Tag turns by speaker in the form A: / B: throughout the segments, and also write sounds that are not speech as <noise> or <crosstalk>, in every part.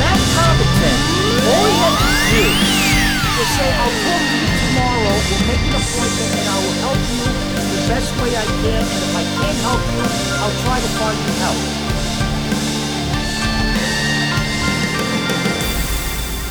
A: Matt Compton, all he had to do was say, I'll call you tomorrow, we'll make an appointment, and I will help you the best way I can, and if I can't help you, I'll try to find you help.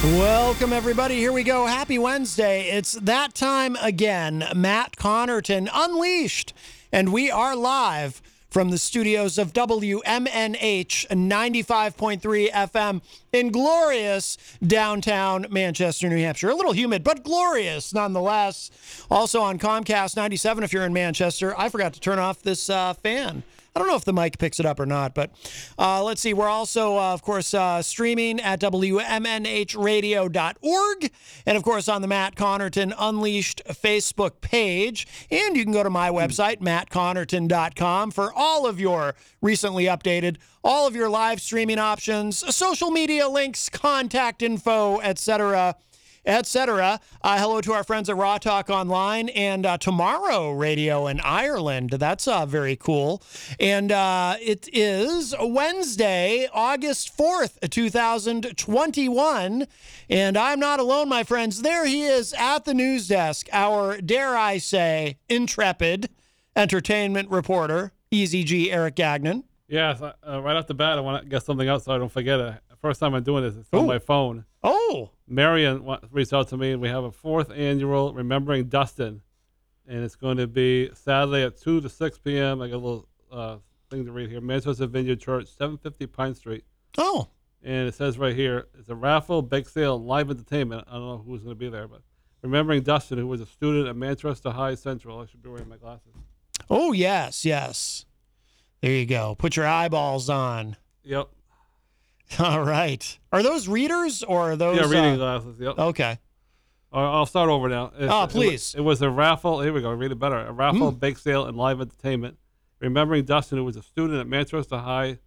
B: Welcome, everybody. Here we go. Happy Wednesday. It's that time again. Matt Connerton unleashed. And we are live from the studios of WMNH 95.3 FM in glorious downtown Manchester, New Hampshire. A little humid, but glorious nonetheless. Also on Comcast 97 if you're in Manchester. I forgot to turn off this uh, fan. I don't know if the mic picks it up or not, but uh, let's see. We're also, uh, of course, uh, streaming at WMNHradio.org and, of course, on the Matt Connerton Unleashed Facebook page. And you can go to my website, mattconnerton.com, for all of your recently updated, all of your live streaming options, social media links, contact info, etc etc. Uh, hello to our friends at Raw Talk Online and uh, Tomorrow Radio in Ireland. That's uh, very cool. And uh, it is Wednesday, August 4th, 2021. And I'm not alone, my friends. There he is at the news desk, our, dare I say, intrepid entertainment reporter, Easy G. Eric Gagnon.
C: Yes, uh, right off the bat, I want to get something out so I don't forget it. First time I'm doing this, it's on
B: Ooh.
C: my phone.
B: Oh,
C: Marion wa- reached out to me, and we have a fourth annual Remembering Dustin, and it's going to be Saturday at two to six p.m. I got a little uh, thing to read here. Manchester Vineyard Church, seven fifty Pine Street,
B: oh,
C: and it says right here it's a raffle, bake sale, and live entertainment. I don't know who's going to be there, but remembering Dustin, who was a student at Manchester High Central. I should be wearing my glasses.
B: oh, yes, yes. There you go. Put your eyeballs on.
C: Yep.
B: <laughs> All right. Are those readers or are those?
C: Yeah, reading
B: uh,
C: glasses. Yep.
B: okay.
C: All right, I'll start over now. It's-
B: Ah,
C: it wa-
B: please. Hmm.
C: It, was a raffle. Here we go. Read it better. A raffle, bake sale, and live entertainment. Remembering Dustin, who was a student at Manchester High,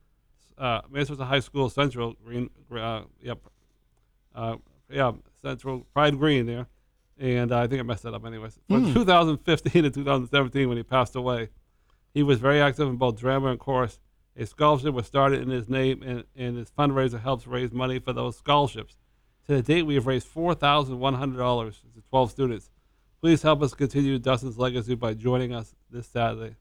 C: uh, Manchester High School Central Green. Uh, yep. Uh, yeah, Central Pride Green there, and uh, I think I messed that up. Anyways, from
B: Hmm.
C: 2015 to 2017, when he passed away, he was very active in both drama and chorus. A scholarship was started in his name, and, and his fundraiser helps raise money for those scholarships. To the date, we have raised four thousand one hundred dollars to twelve students. Please help us continue Dustin's legacy by joining us this Saturday.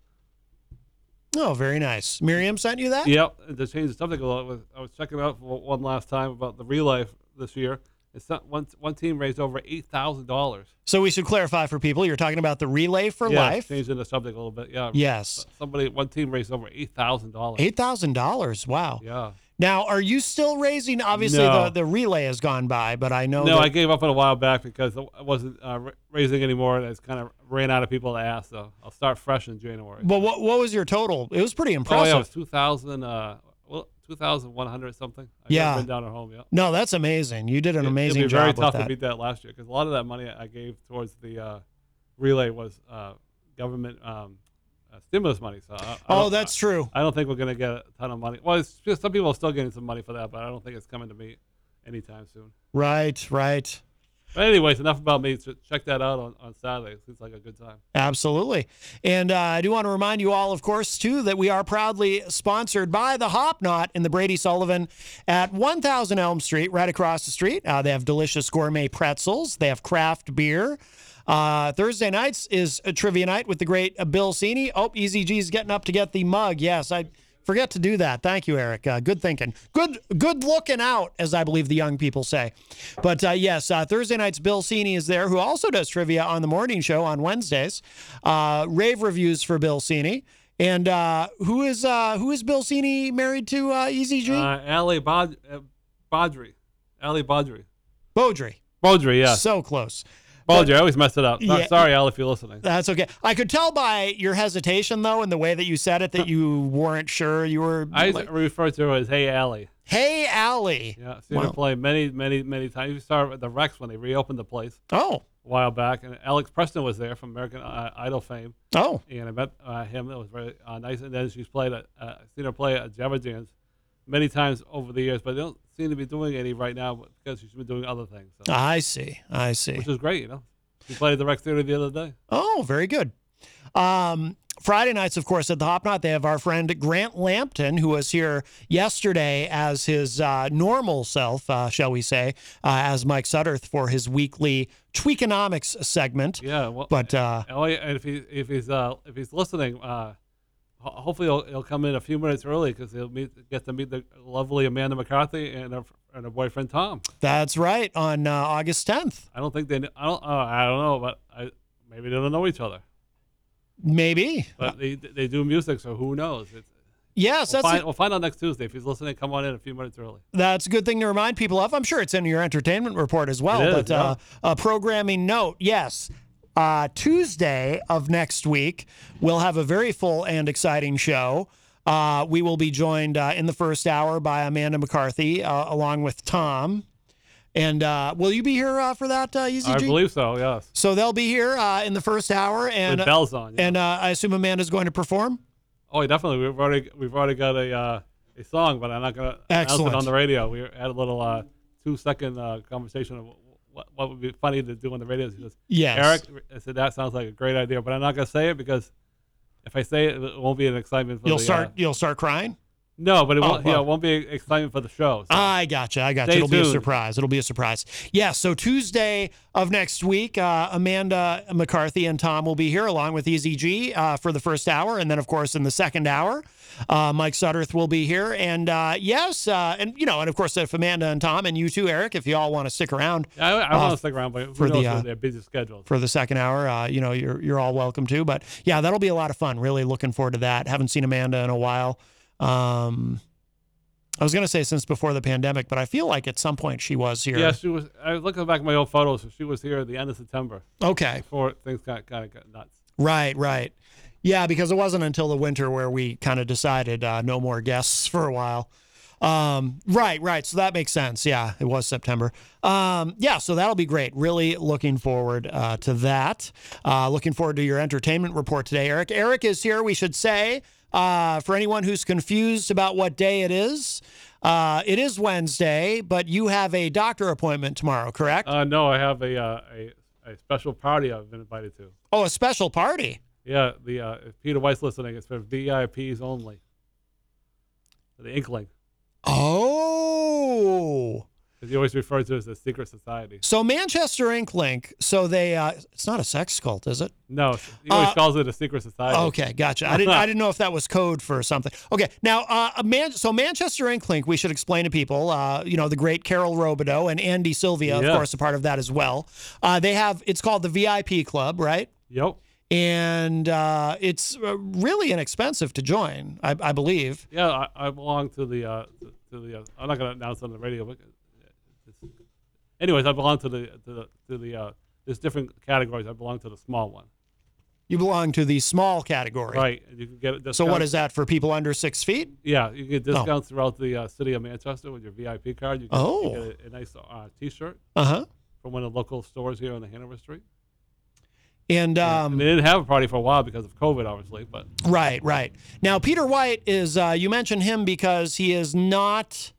B: Oh, very nice. Miriam sent you that?
C: Yep, and to change the subject a little, I was, I was checking out for one last time about the relife this year. It's not one one team raised over eight thousand dollars.
B: So we should clarify for people. You're talking about the Relay for
C: yeah,
B: Life.
C: Changing the subject a little bit. Yeah.
B: Yes.
C: Somebody, one team raised over eight thousand dollars.
B: Eight thousand dollars. Wow.
C: Yeah.
B: Now, are you still raising? Obviously,
C: No.
B: the, the relay has gone by, but I know.
C: No,
B: that-
C: I gave up on a while back because I wasn't uh, ra- raising anymore, and I kind of ran out of people to ask. So I'll start fresh in January.
B: But what what was your total? It was pretty
C: Oh yeah, it
B: impressive.
C: was two thousand. Uh, well, two thousand one hundred something. I
B: Yeah.
C: went down at home. Yeah,
B: No, that's amazing. You did an
C: It-
B: amazing
C: It'd be
B: job
C: very
B: with
C: tough
B: that.
C: to beat that last year because a lot of that money I gave towards the uh, relay was uh, government um, uh, stimulus money. So I, I
B: oh,
C: don't-
B: that's true.
C: I don't think we're gonna get a ton of money. Well, it's just, some people are still getting some money for that, but I don't think it's coming to me anytime soon.
B: Right, right.
C: But anyways, enough about me. So Check that out on, on Saturday. It seems like a good time.
B: Absolutely. And uh, I do want to remind you all, of course, too, that we are proudly sponsored by the Hop Knot in the Brady Sullivan at 1000 Elm Street, right across the street. Uh, they have delicious gourmet pretzels, they have craft beer. Uh, Thursday nights is a trivia night with the great uh, Bill Cini. Oh, Easy G's getting up to get the mug. Yes, I forget to do that. Thank you, Eric. Uh, good thinking. Good, good looking out, as I believe the young people say. But uh, yes, uh, Thursday nights, Bill Cini is there, who also does trivia on the morning show on Wednesdays. Uh, rave reviews for Bill Cini. And uh, who is uh, who is Bill Cini married to? Uh, Easy G.
C: Uh, Ali Bod- uh, Bodry. Ali Bodry.
B: Beaudry.
C: Bodry, yeah.
B: So close.
C: Bodry. I always mess it up.
B: Yeah.
C: Sorry, Ali, if you're listening.
B: That's okay. I could tell by your hesitation, though, and the way that you said it, that you weren't sure. You were
C: I
B: like,
C: refer to her as Hey Ali.
B: "Hey, Allie."
C: Yeah, I've seen her
B: Wow.
C: play many, many, many times. You saw her at the Rex when they reopened the place
B: Oh,
C: a while back, and Alex Preston was there from American uh, Idol fame,
B: oh,
C: and I met uh, him. It was very uh, nice. And then she's played, at, uh, I've seen her play at Jabba Jams many times over the years, but they don't seem to be doing any right now because she's been doing other things, so,
B: I see. I see.
C: which is great, you know. She played at the Rex Theater the other day.
B: Oh, very good. Um, Friday nights, of course, at the Hop Knot, they have our friend Grant Lampton, who was here yesterday as his uh, normal self, uh, shall we say, uh, as Mike Sutterth for his weekly Tweakonomics segment.
C: Yeah, well,
B: But uh,
C: Oh, yeah, and if he if he's uh, if he's listening, uh, ho- hopefully he'll, he'll come in a few minutes early because he'll meet get to meet the lovely Amanda McCarthy and her and her boyfriend Tom.
B: that's right, on uh, August 10th,
C: I don't think they kn- I don't uh, I don't know, but I maybe they don't know each other,
B: maybe.
C: but they they do music, so who knows? It's,
B: Yes,
C: we'll,
B: that's
C: find, we'll find out next Tuesday if he's listening. Come on in a few minutes early.
B: That's a good thing to remind people of. I'm sure it's in your entertainment report as well.
C: It is,
B: but uh, a programming note, yes. Uh, Tuesday of next week, we'll have a very full and exciting show. Uh, we will be joined uh, in the first hour by Amanda McCarthy, uh, along with Tom. And uh, will you be here uh, for that, uh, Easy
C: I
B: G?
C: believe so. Yes,
B: so they'll be here uh, in the first hour, and
C: with bells on. yeah.
B: and uh, I assume Amanda's going to perform.
C: oh, yeah, definitely. We've already we've already got a uh, a song, but I'm not gonna announce
B: Excellent.
C: it on the radio. We had a little uh, two second uh, conversation of wh- what, what would be funny to do on the radio. She goes,
B: Yes,
C: Eric, I said that sounds like a great idea, but I'm not gonna say it because if I say it, it won't be an excitement for
B: you'll
C: the,
B: start
C: Uh,
B: you'll start crying.
C: no, but it
B: Oh,
C: won't. yeah,
B: well.
C: it won't be excitement for the show. So.
B: I gotcha. I gotcha.
C: Oh, Stay
B: It'll be a
C: tuned.
B: surprise. It'll be a surprise. Yeah. So Tuesday of next week, uh, Amanda McCarthy and Tom will be here along with EZG uh, for the first hour, and then of course in the second hour, uh, Mike Sutterth will be here. And uh, yes, uh, and you know, and of course if Amanda and Tom and you too, Eric, if you all want to stick around
C: I, I
B: uh,
C: want to stick around, but
B: for
C: for
B: the,
C: knows
B: uh,
C: their busy schedules.
B: for the second hour, uh, you know, you're you're all welcome to. But yeah, that'll be a lot of fun. Really looking forward to that. Haven't seen Amanda in a while. Um, I was gonna say since before the pandemic, but I feel like at some point she was here.
C: yeah, she was. I was looking back at my old photos. She was here at the end of September
B: Okay.
C: before things got kind of got nuts.
B: Right, right. Yeah, because it wasn't until the winter where we kind of decided uh, no more guests <laughs> for a while. Um, right, right. So that makes sense. Yeah, it was September. Um, yeah, so that'll be great. Really looking forward uh, to that. Uh, looking forward to your entertainment report today, Eric. Eric is here, we should say. Uh, for anyone who's confused about what day it is, uh, it is Wednesday, but you have a doctor appointment tomorrow, correct?
C: Uh, no, I have a, uh, a a special party I've uh, been invited to.
B: oh, a special party.
C: Yeah, the uh, if Peter Weiss listening. It's for VIPs only. The Inkling,
B: Oh.
C: because you always refer to it as the secret society.
B: So Manchester Ink Link. So they. Uh, it's not a sex cult, is it?
C: No, he always
B: Uh,
C: calls it a secret society.
B: Okay, gotcha. I didn't. I didn't know if that was code for something. Okay, now, uh, a man. So Manchester Ink Link. We should explain to people. Uh, you know, the great Carol Robideau and Andy Sylvia, of
C: Yeah.
B: course, a part of that as well. Uh, they have. It's called the VIP Club, right?
C: Yep.
B: And uh, it's uh, really inexpensive to join, I, I believe.
C: Yeah, I, I belong to the uh, to, to the. Uh, I'm not gonna announce it on the radio, but it's, anyways, I belong to the to the to the. Uh, there's different categories. I belong to the small one.
B: You belong to the small category.
C: Right. and You can get it.
B: So what is that Oh. for people under six feet?
C: Yeah, you get discounts throughout the uh, city of Manchester with your VIP card. You can
B: Oh.
C: you get a, a nice uh, T-shirt
B: Uh huh.
C: from one of the local stores here on the Hanover Street.
B: And um,
C: and they didn't have a party for a while because of COVID, obviously. But
B: Right, right. Now, Peter White is, uh, you mentioned him because he is not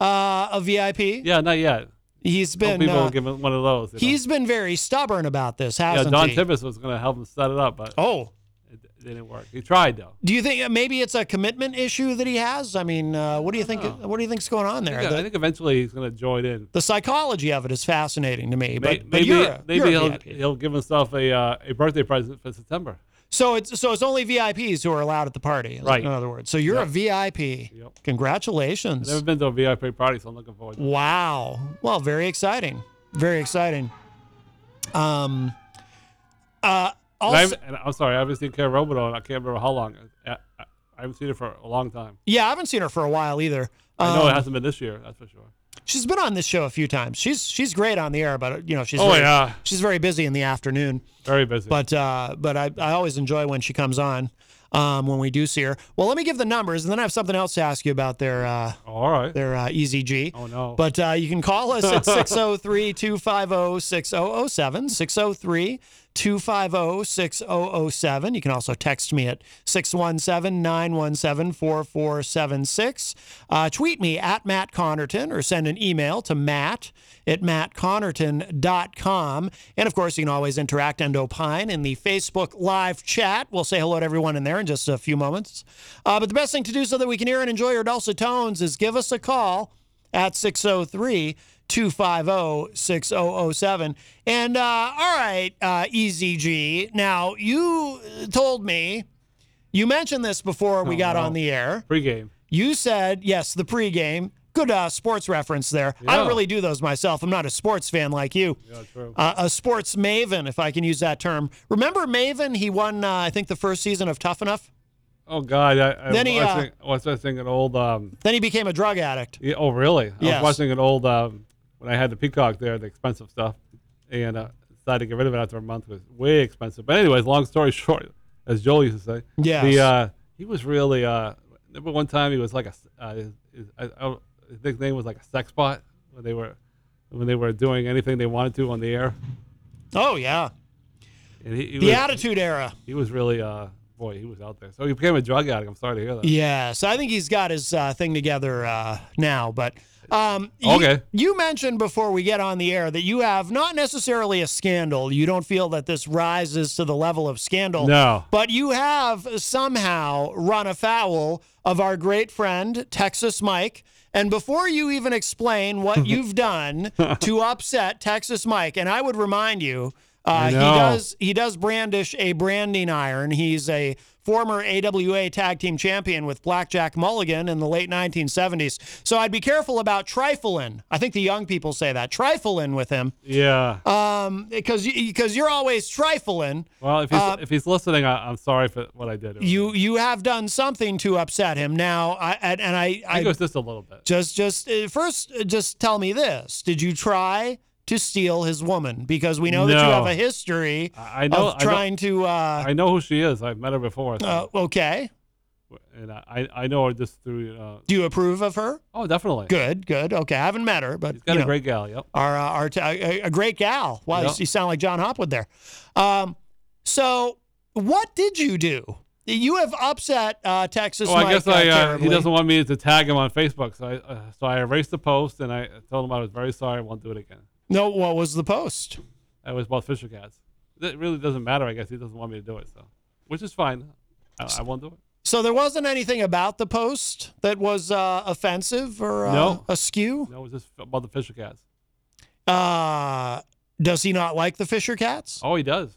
B: uh, a VIP.
C: yeah, not yet.
B: He's
C: Hope
B: been
C: people
B: uh,
C: will give him one of those. you know?
B: he's been very stubborn about this,
C: yeah.
B: hasn't
C: Don
B: he?
C: Tibbs was going to help him set it up, but
B: oh,
C: it it didn't work. He tried though.
B: do you think uh, maybe it's a commitment issue that he has? I mean, uh, what do you think? What do you think's going on there?
C: Yeah,
B: The-
C: I think eventually he's going to join in.
B: the psychology of it is fascinating to me.
C: May-
B: but, but
C: maybe
B: you're a-
C: maybe
B: you're a
C: he'll,
B: VIP.
C: he'll give himself a uh, a birthday present for September.
B: so it's so it's only VIPs who are allowed at the party.
C: Right.
B: In other words, so you're a VIP.
C: Yep.
B: Congratulations.
C: Never been to a VIP party, so I'm looking forward. to it.
B: Wow. Well, very exciting. Very exciting. Um. Uh.
C: And
B: Also,
C: I haven't- and I'm sorry, I haven't seen Karen Robidoux, and I can't remember how long. I, I, I haven't seen her for a long time.
B: yeah, I haven't seen her for a while either.
C: I know
B: Um,
C: it hasn't been this year, that's for sure.
B: She's been on this show a few times. She's she's great on the air, but uh, you know she's
C: Oh,
B: very,
C: yeah.
B: she's very busy in the afternoon.
C: Very busy.
B: But uh, but I, I always enjoy when she comes on um, when we do see her. Well, let me give the numbers, and then I have something else to ask you about their uh,
C: Oh, all right.
B: their uh, EZG.
C: Oh, no.
B: But uh, you can call us at 603 250 6007. 603 250 6007. You can also text me at 617 917 4476. Uh, Tweet me at Matt Connerton or send an email to matt at mattconnerton.com. And of course, you can always interact and opine in the Facebook live chat. We'll say hello to everyone in there in just a few moments. Uh, but the best thing to do so that we can hear and enjoy your dulcet tones is give us a call at 603 250 6007. And, uh, all right, uh, EZG. Now, you told me, you mentioned this before we got on the air.
C: Uh-huh. Pre-game.
B: You said, yes, the pregame. Good uh, sports reference there. I don't
C: Yeah.
B: really do those myself. I'm not a sports fan like you. Uh, a sports maven, if I can use that term. Remember Maven? He won, uh, I think, the first season of Tough Enough.
C: Oh, God. I, I
B: Then he,
C: was
B: uh,
C: watching, I was watching an old... Um,
B: Then he became a drug addict.
C: yeah, oh, really? I
B: Yes.
C: was watching an old... Um, when I had the Peacock there, the expensive stuff, and uh, decided to get rid of it after a month. It was way expensive. But anyways, long story short, as Joel used to say,
B: Yes.
C: the, uh, he was really... Uh, remember one time he was like a... s- Uh, his, his, I, I, don't- his nickname was like a sex bot when they were... When they were doing anything they wanted to on the air,
B: Oh, yeah.
C: and he, he
B: The
C: was,
B: attitude era.
C: he was really uh boy he was out there so he became a drug addict i'm sorry to hear that
B: Yes, I think he's got his uh, thing together uh, now. But um, you-
C: Okay.
B: you, mentioned before we get on the air that you have not necessarily a scandal. You don't feel that this rises to the level of scandal.
C: No.
B: but you have somehow run afoul of our great friend Texas Mike. And before you even explain
C: <laughs>
B: what you've done to upset Texas Mike, and I would remind you, uh,
C: I
B: he
C: know.
B: does does- he does brandish a branding iron. He's a former AWA tag team champion with Blackjack Mulligan in the late 1970s. So I'd be careful about trifling. I think the young people say that trifling with him Um,
C: yeah
B: because because you're always trifling.
C: well if he's
B: Uh,
C: if he's listening I, i'm sorry for what i did
B: You you have done something to upset him now. I and, and I,
C: i
B: I
C: think it was just a little bit
B: just just uh, first uh, just tell me this: Did you try? To steal his woman because we know that you
C: No.
B: have a history
C: I- I know-
B: of
C: I know-
B: trying to. Uh,
C: i know who she is i've met her before so-
B: uh, okay,
C: and I, I know her just through uh,
B: do you approve of her?
C: oh definitely
B: Good, good. Okay, I haven't met her, but
C: he's got
B: you
C: a
B: know,
C: great gal yep
B: our, uh, our t- a, a great gal. Wow, you
C: Yeah.
B: s- you sound like John Hopwood there. Um, so, what did you do? You have upset uh, Texas.
C: well, I
B: Mike,
C: guess
B: uh,
C: I, uh, he
B: terribly.
C: doesn't want me to tag him on Facebook, so I uh, so I erased the post and I told him I was very sorry, I won't do it again.
B: No, what was the post?
C: I was about Fisher Cats. It really doesn't matter, I guess. He doesn't want me to do it, so which is fine. I, I won't do it.
B: So there wasn't anything about the post that was uh, offensive or uh,
C: No.
B: askew.
C: No, it was just about the Fisher Cats.
B: Uh, does he not like the Fisher Cats?
C: Oh, he does.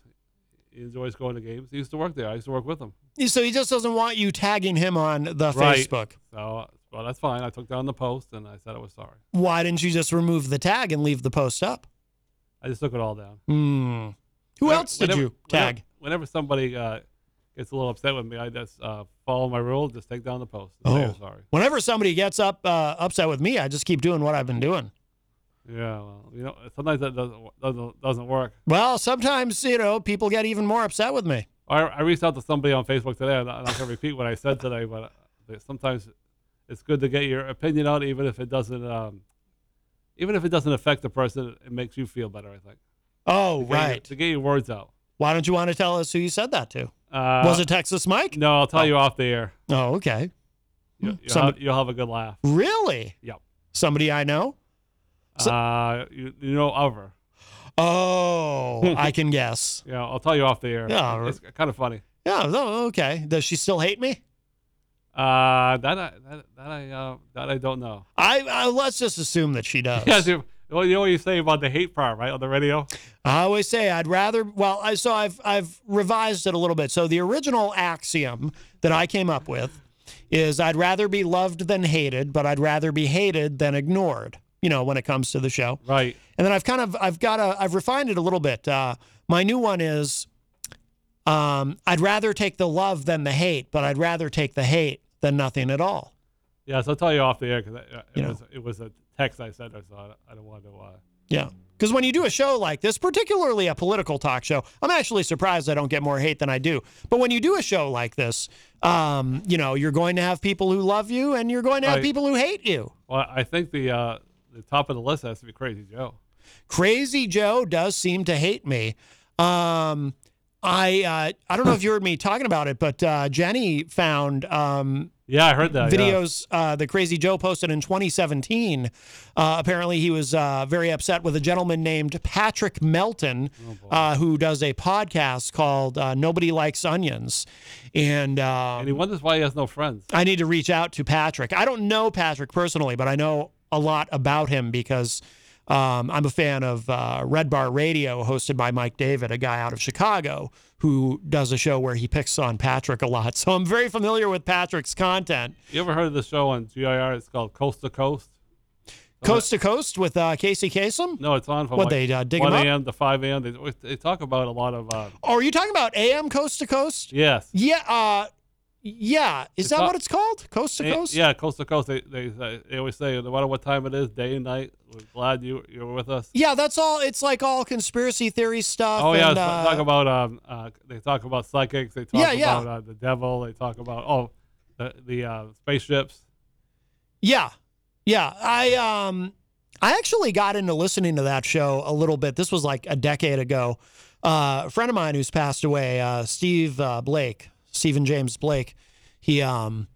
C: He enjoys going to games. He used to work there. I used to work with him.
B: So he just doesn't want you tagging him on the
C: Right.
B: Facebook.
C: So, well, that's fine. I took down the post and I said I was sorry.
B: Why didn't you just remove the tag and leave the post up?
C: I just took it all down.
B: Hmm. Who
C: Whenever-
B: else did
C: whenever-
B: you tag?
C: Whenever, whenever somebody uh, gets a little upset with me, I just uh, follow my rule. Just take down the post. And say I'm sorry.
B: Oh. Whenever somebody gets up uh, upset with me, I just keep doing what I've been doing.
C: Yeah. Well, you know, sometimes that doesn't doesn't, doesn't work.
B: Well, sometimes you know people get even more upset with me.
C: I, I reached out to somebody on Facebook today. I'm not, I'm not gonna repeat what I said today, but uh, sometimes it's good to get your opinion out, even if it doesn't. Um, even if it doesn't affect the person, it makes you feel better. I think.
B: Oh,
C: To get your-
B: right.
C: to get your words out.
B: Why don't you want to tell us who you said that to?
C: Uh,
B: Was it Texas Mike?
C: No, I'll tell you off the air.
B: Oh, okay.
C: You, will
B: Some-
C: have, you'll have a good laugh.
B: Really?
C: Yep.
B: Somebody I know?
C: uh, you, you know Oliver.
B: Oh, I can guess.
C: <laughs> Yeah, I'll tell you off the air.
B: Yeah,
C: it's kind of funny.
B: Yeah. Oh, okay. Does she still hate me?
C: Uh, that I that, that I uh, that I don't know.
B: I, I let's just assume that she does.
C: Yeah, dude. Well, you know what you say about the hate part, right, on the radio?
B: I always say I'd rather. Well, I, so I've I've revised it a little bit. So the original axiom that I came up with is I'd rather be loved than hated, but I'd rather be hated than ignored. You know, when it comes to the show.
C: Right.
B: And then I've kind of I've got a I've refined it a little bit. Uh, my new one is um, I'd rather take the love than the hate, but I'd rather take the hate than nothing at all.
C: Yeah, so I'll tell you off the air because it,
B: You know.
C: was it was a text I sent her, so I, don't- I don't want to. Uh,
B: Yeah. Because when you do a show like this, particularly a political talk show, I'm actually surprised I don't get more hate than I do. But when you do a show like this, um, you know, you're going to have people who love you and you're going to have
C: Right.
B: people who hate you.
C: well, I think the uh, the top of the list has to be Crazy Joe.
B: Crazy Joe does seem to hate me. Um, I uh, I don't know if you heard me talking about it, but uh, Jenny found um,
C: Yeah, I heard that. yeah.
B: videos uh, the Crazy Joe posted in 2017. Uh, apparently, he was uh, very upset with a gentleman named Patrick Melton,
C: Oh,
B: uh, who does a podcast called uh, Nobody Likes Onions. And, uh,
C: and he wonders why he has no friends.
B: I need to reach out to Patrick. I don't know Patrick personally, but I know a lot about him because um, I'm a fan of uh, Red Bar Radio, hosted by Mike David, a guy out of Chicago who does a show where he picks on Patrick a lot. <laughs> So I'm very familiar with Patrick's content.
C: You ever heard of the show on GIR? It's called Coast to Coast.
B: Coast to Coast with uh, Casey Kasem?
C: No, it's on from
B: What,
C: like
B: they, uh, dig 'em
C: one
B: up?
C: a.m. to five a.m. They, always- they talk about a lot of. Uh,
B: Oh, are you talking about AM Coast to Coast?
C: yes.
B: Yeah. Uh, yeah. Is
C: It's
B: that
C: not-
B: what it's called? Coast to
C: Eh,
B: Coast?
C: Yeah, coast to coast. They, they say- they always say no matter what time it is, day and night. We're glad you you were with us.
B: Yeah, that's all. It's like all conspiracy theory stuff.
C: Oh yeah,
B: and,
C: it's-
B: uh,
C: talk about um, uh, they talk about psychics. They talk
B: Yeah, yeah.
C: about Uh, the devil. They talk about oh, the the uh, spaceships.
B: Yeah. Yeah. I um I actually got into listening to that show a little bit. This was like a decade ago. Uh, a friend of mine who's passed away, uh, Steve uh, Blake, Stephen James Blake. He um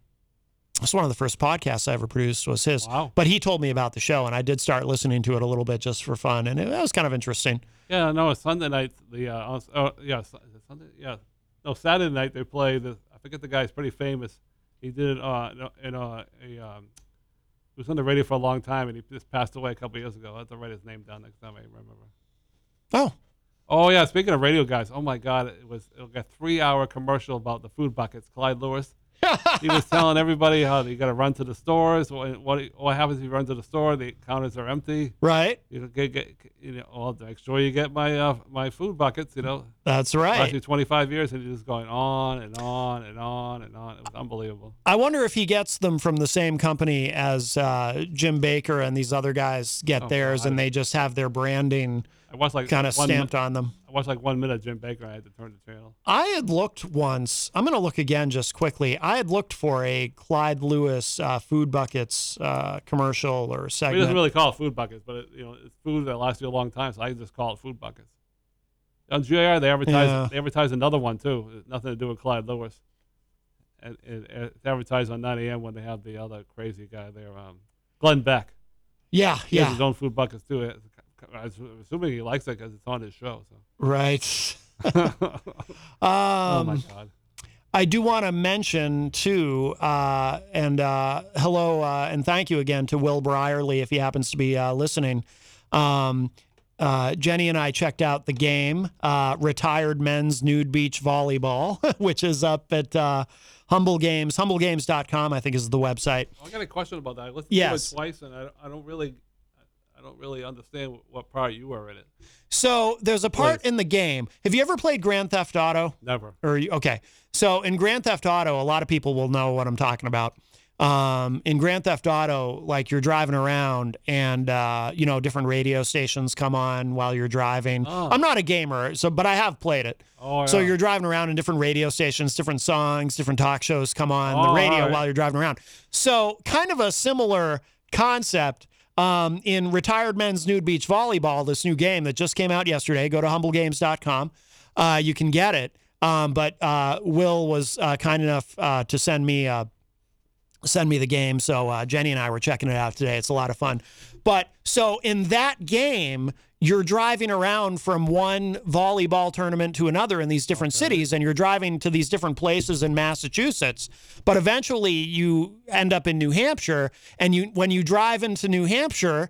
B: it's one of the first podcasts I ever produced was his.
C: Wow.
B: But he told me about the show and I did start listening to it a little bit just for fun and it, that was kind of interesting.
C: Yeah, no, it's Sunday night. The uh, on- oh yeah, Su- is it Sunday yeah, no Saturday night they play the. I forget the guy's pretty famous. He did it uh in a- in a, a um, he was on the radio for a long time and he just passed away a couple years ago. I will have to write his name down next time I remember.
B: Oh.
C: Oh yeah, speaking of radio guys, oh my God, it was it got three hour commercial about the food buckets. Clyde
B: <laughs>
C: Lewis, he was telling everybody how you got to run to the stores. What what, what happens if you run to the store? The counters are empty.
B: Right?
C: You know, get, get you know, I'll make sure you get my uh, my food buckets. You know,
B: That's
C: last you
B: right.
C: 25 years, and he's just going on and on and on and on. It was unbelievable.
B: I wonder if he gets them from the same company as uh, Jim Baker and these other guys
C: Oh,
B: get theirs and they just have their branding
C: I watched like
B: kind of
C: one,
B: stamped on them.
C: I watched like one minute of Jim Baker. I had to turn the channel.
B: I had looked once. I'm going to look again just quickly. I had looked for a Clyde Lewis uh, food buckets uh, commercial or
C: He
B: segment.
C: doesn't really call it food buckets, but it, you know, it's food that lasts you a long time, so I just call it food buckets. On GIR, they advertise
B: Yeah.
C: they advertise another one too. It's nothing to do with Clyde Lewis. And it, it's advertised on 9 a.m. when they have the other crazy guy there, um, Glenn Beck.
B: yeah,
C: He has
B: yeah,
C: his own food buckets too. It- I'm assuming he likes it because it's on his show. So. <laughs>
B: right.
C: oh my
B: Um,
C: God.
B: I do want to mention too, uh, and uh, hello uh, and thank you again to Will Brierly if he happens to be uh, listening. Um, uh, Jenny and I checked out the game, uh, retired men's nude beach volleyball, <laughs> which is up at uh, Humble Games. HumbleGames.com, I think, is the website.
C: I got a question about that. I listened
B: Yes.
C: to it twice, and I, I don't really, I don't really understand what part you were in it.
B: So there's a part in the game. Have you ever played Grand Theft Auto?
C: Never.
B: Or you- okay, so in Grand Theft Auto, a lot of people will know what I'm talking about. Um, in Grand Theft Auto, like you're driving around, and uh, you know different radio stations come on while you're driving. I'm not a gamer, so but I have played it.
C: Oh,
B: So
C: yeah.
B: you're driving around in different radio stations, different songs, different talk shows come on
C: Oh,
B: the radio
C: alright.
B: while you're driving around. So kind of a similar concept um, in retired men's nude beach volleyball, this new game that just came out yesterday. Go to humblegames.com. Uh, you can get it. Um, but uh, Will was uh, kind enough uh, to send me a send me the game. So uh, Jenny and I were checking it out today. It's a lot of fun. But so in that game, you're driving around from one volleyball tournament to another in these different cities, and you're driving to these different places in Massachusetts. But eventually, you end up in New Hampshire, and you when you drive into New Hampshire,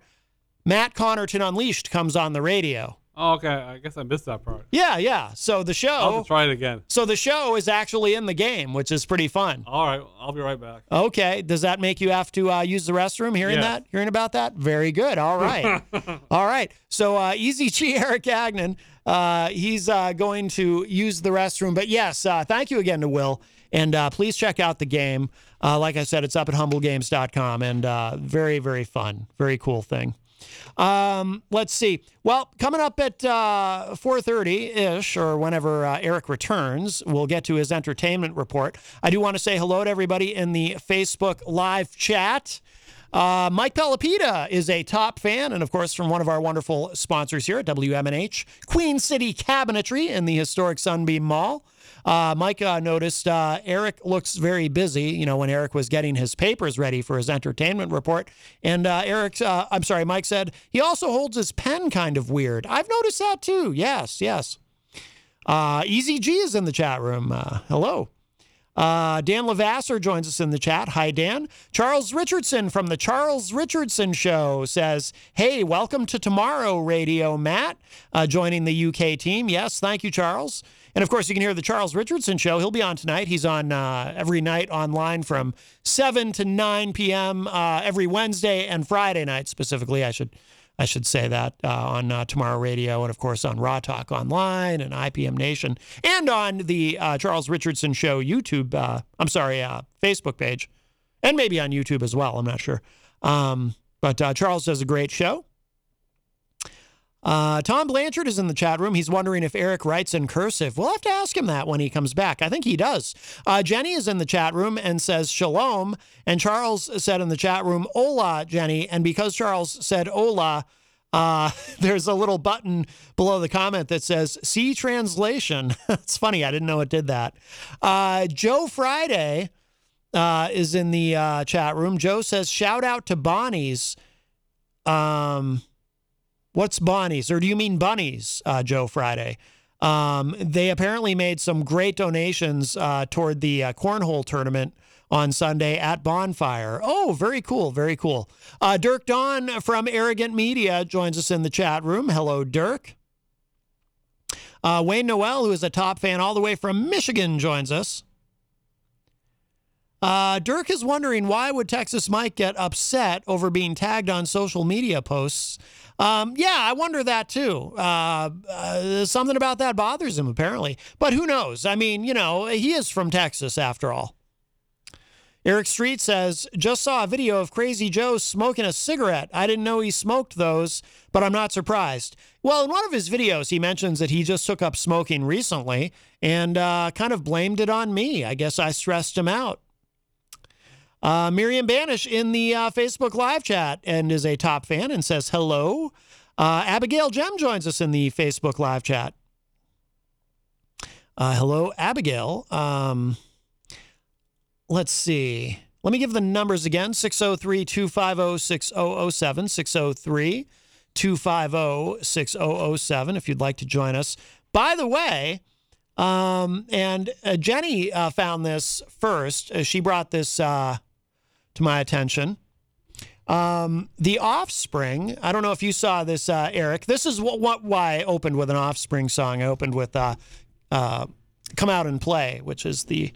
B: Matt Connerton Unleashed comes on the radio.
C: Oh, okay. I guess I missed that part.
B: Yeah, yeah. So the
C: I'll have
B: show,
C: to try it again.
B: so the show is actually in the game, which is pretty fun.
C: All right. I'll be right back.
B: Okay. Does that make you have to uh, use the restroom? Hearing
C: Yes.
B: that? Hearing about that? Very good. All right. All right. So uh, Easy G Eric Agnon, uh, he's uh, going to use the restroom. But yes, uh, thank you again to Will. And uh, please check out the game. Uh, like I said, it's up at humblegames.com and uh, very, very fun. Very cool thing. Um, let's see. Well, coming up at uh, 4.30-ish or whenever uh, Eric returns, we'll get to his entertainment report. I do want to say hello to everybody in the Facebook live chat. Uh, Mike Pelopita is a top fan, and of course, from one of our wonderful sponsors here at WMNH, Queen City Cabinetry in the historic Sunbeam Mall. Uh, Mike uh, noticed uh, Eric looks very busy, you know, when Eric was getting his papers ready for his entertainment report. And uh, Eric, uh, I'm sorry, Mike said he also holds his pen kind of weird. I've noticed that too. Yes, yes. Uh, Easy G is in the chat room. Uh, hello. Uh, Dan Lavasser joins us in the chat. Hi, Dan. Charles Richardson from The Charles Richardson Show says, Hey, welcome to Tomorrow Radio, Matt, uh, joining the UK team. Yes, thank you, Charles. And of course, you can hear The Charles Richardson Show. He'll be on tonight. He's on uh, every night online from 7 to 9 p.m. Uh, every Wednesday and Friday night, specifically, I should. I should say that uh, on uh, Tomorrow Radio and, of course, on Raw Talk Online and IPM Nation and on the uh, Charles Richardson Show YouTube, uh, I'm sorry, uh, Facebook page, and maybe on YouTube as well. I'm not sure. Um, but uh, Charles does a great show. Uh, Tom Blanchard is in the chat room. He's wondering if Eric writes in cursive. We'll have to ask him that when he comes back. I think he does. Uh, Jenny is in the chat room and says shalom. And Charles said in the chat room, hola, Jenny. And because Charles said hola, uh, <laughs> there's a little button below the comment that says see translation. <laughs> it's funny. I didn't know it did that. Uh, Joe Friday uh, is in the uh, chat room. Joe says, shout out to Bonnie's. Um, what's Bonnie's? Or do you mean Bunnies, uh, Joe Friday? Um, they apparently made some great donations uh, toward the uh, cornhole tournament on Sunday at Bonfire. Oh, very cool, very cool. Uh, Dirk Don from Arrogant Media joins us in the chat room. Hello, Dirk. Uh, Wayne Noel, who is a top fan all the way from Michigan, joins us. Uh, Dirk is wondering why would Texas Mike get upset over being tagged on social media posts? Um, yeah, I wonder that too. Uh, uh, something about that bothers him apparently, but who knows? I mean, you know, he is from Texas after all. Eric Street says, just saw a video of Crazy Joe smoking a cigarette. I didn't know he smoked those, but I'm not surprised. Well, in one of his videos, he mentions that he just took up smoking recently and uh, kind of blamed it on me. I guess I stressed him out. Uh, Miriam Banish in the uh, Facebook live chat and is a top fan and says hello. Uh, Abigail Gem joins us in the Facebook live chat. Uh, hello, Abigail. Um, let's see. Let me give the numbers again 603 250 6007, 603 250 6007, if you'd like to join us. By the way, um, and uh, Jenny uh, found this first. Uh, she brought this uh, to my attention. Um, the offspring. I don't know if you saw this, uh, Eric. This is what, what why I opened with an offspring song. I opened with uh, uh, "Come Out and Play," which is the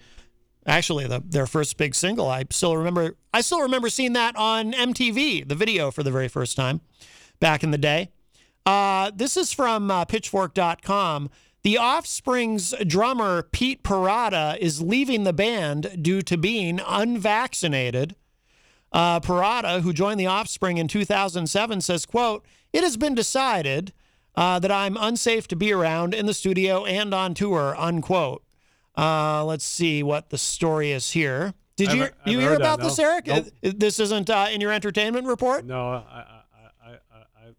B: actually the, their first big single. I still remember. I still remember seeing that on MTV, the video for the very first time back in the day. Uh, this is from uh, pitchfork.com. The Offspring's drummer, Pete Parada, is leaving the band due to being unvaccinated. Uh, Parada, who joined the Offspring in 2007, says, quote, It has been decided uh, that I'm unsafe to be around in the studio and on tour, unquote. Uh, let's see what the story is here. Did
C: I've-
B: you,
C: I've
B: you hear
C: heard that,
B: about
C: no.
B: this, Eric?
C: Nope.
B: Uh, This isn't uh, in your entertainment report?
C: No, I, I, I, I, I, I, I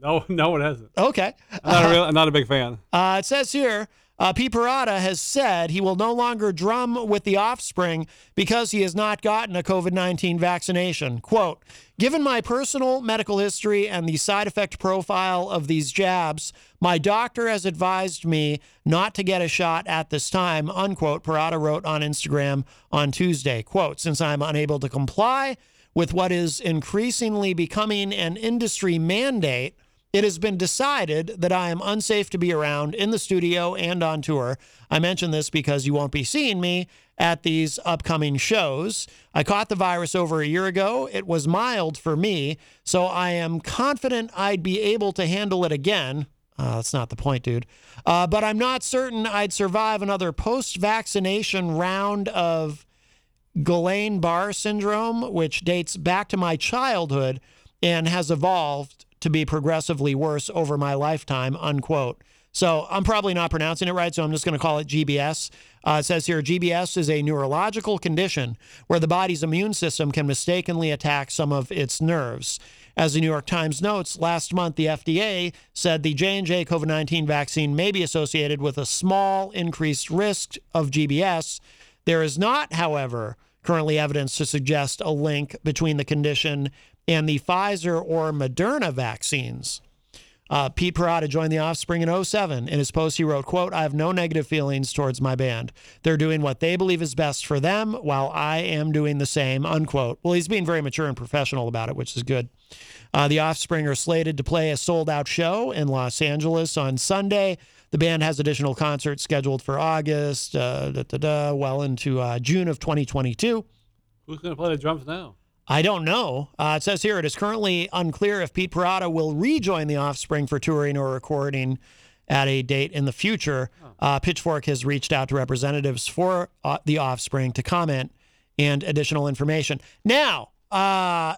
C: no, <laughs> no, it hasn't.
B: Okay.
C: I'm not, a real, I'm not a big fan.
B: Uh, it says here Uh, P. Parada has said he will no longer drum with the offspring because he has not gotten a COVID 19 vaccination. Quote Given my personal medical history and the side effect profile of these jabs, my doctor has advised me not to get a shot at this time, unquote, Parada wrote on Instagram on Tuesday. Quote Since I'm unable to comply with what is increasingly becoming an industry mandate, it has been decided that I am unsafe to be around in the studio and on tour. I mention this because you won't be seeing me at these upcoming shows. I caught the virus over a year ago. It was mild for me, so I am confident I'd be able to handle it again. Uh, that's not the point, dude. Uh, but I'm not certain I'd survive another post vaccination round of Guillain Barr syndrome, which dates back to my childhood and has evolved to be progressively worse over my lifetime, unquote. So I'm probably not pronouncing it right, so I'm just going to call it GBS. Uh, it says here GBS is a neurological condition where the body's immune system can mistakenly attack some of its nerves. As the New York Times notes, last month the FDA said the J&J COVID-19 vaccine may be associated with a small increased risk of GBS. There is not, however, currently evidence to suggest a link between the condition and the Pfizer or Moderna vaccines. Uh, Pete Parada joined the Offspring in 07. In his post, he wrote, quote, I have no negative feelings towards my band. They're doing what they believe is best for them while I am doing the same, unquote. Well, he's being very mature and professional about it, which is good. Uh, the Offspring are slated to play a sold out show in Los Angeles on Sunday. The band has additional concerts scheduled for August, uh, da, da, da, well into uh, June of 2022.
C: Who's going to play the drums now?
B: I don't know. Uh, it says here it is currently unclear if Pete Parada will rejoin the Offspring for touring or recording at a date in the future. Uh, Pitchfork has reached out to representatives for uh, the Offspring to comment and additional information. Now, uh,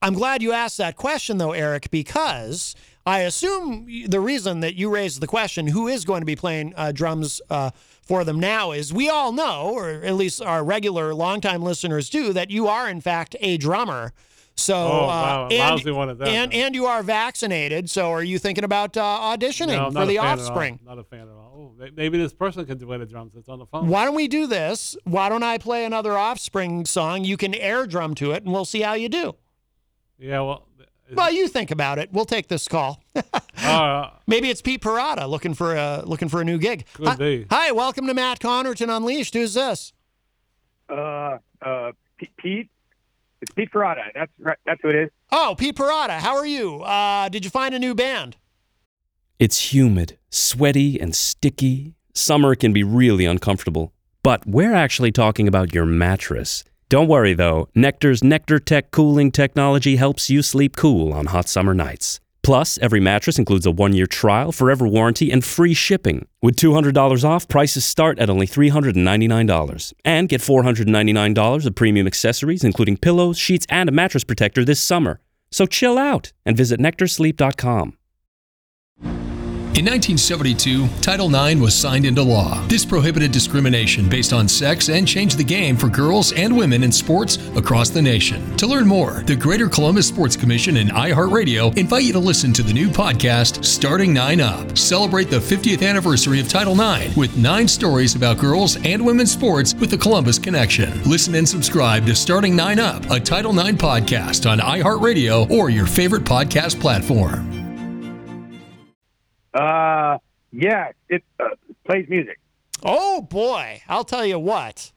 B: I'm glad you asked that question, though, Eric, because I assume the reason that you raised the question, who is going to be playing uh, drums uh, for them now, is we all know, or at least our regular longtime listeners do, that you are, in fact, a drummer. So,
C: Oh,
B: uh,
C: wow, a
B: and,
C: lousy one at that,
B: and,
C: huh?
B: and you are vaccinated. So, are you thinking about uh, auditioning
C: No, I'm
B: for
C: not a
B: the
C: fan at all.
B: offspring?
C: Not a fan at all. Oh, may- maybe this person can play the drums. It's on the phone.
B: Why don't we do this? Why don't I play another offspring song? You can air drum to it, and we'll see how you do.
C: Yeah, well, is-
B: Well, you think about it. We'll take this call. <laughs>
C: uh,
B: Maybe it's Pete Parada looking for a looking for a new gig.
C: Could
B: hi,
C: be.
B: hi, welcome to Matt Connerton Unleashed. Who's this?
D: Uh, uh, P- Pete. It's Pete Ferrata. That's right. That's who it is.
B: Oh, Pete Parada. How are you? Uh, did you find a new band?
E: It's humid, sweaty, and sticky. Summer can be really uncomfortable. But we're actually talking about your mattress. Don't worry though, Nectar's Nectar Tech cooling technology helps you sleep cool on hot summer nights. Plus, every mattress includes a one year trial, forever warranty, and free shipping. With $200 off, prices start at only $399. And get $499 of premium accessories, including pillows, sheets, and a mattress protector this summer. So chill out and visit nectarsleep.com.
F: In 1972, Title IX was signed into law. This prohibited discrimination based on sex and changed the game for girls and women in sports across the nation. To learn more, the Greater Columbus Sports Commission and iHeartRadio invite you to listen to the new podcast, Starting Nine Up. Celebrate the 50th anniversary of Title IX with nine stories about girls and women's sports with the Columbus Connection. Listen and subscribe to Starting Nine Up, a Title IX podcast on iHeartRadio or your favorite podcast platform.
D: Uh, yeah, it uh, plays music.
B: Oh boy, I'll tell you what.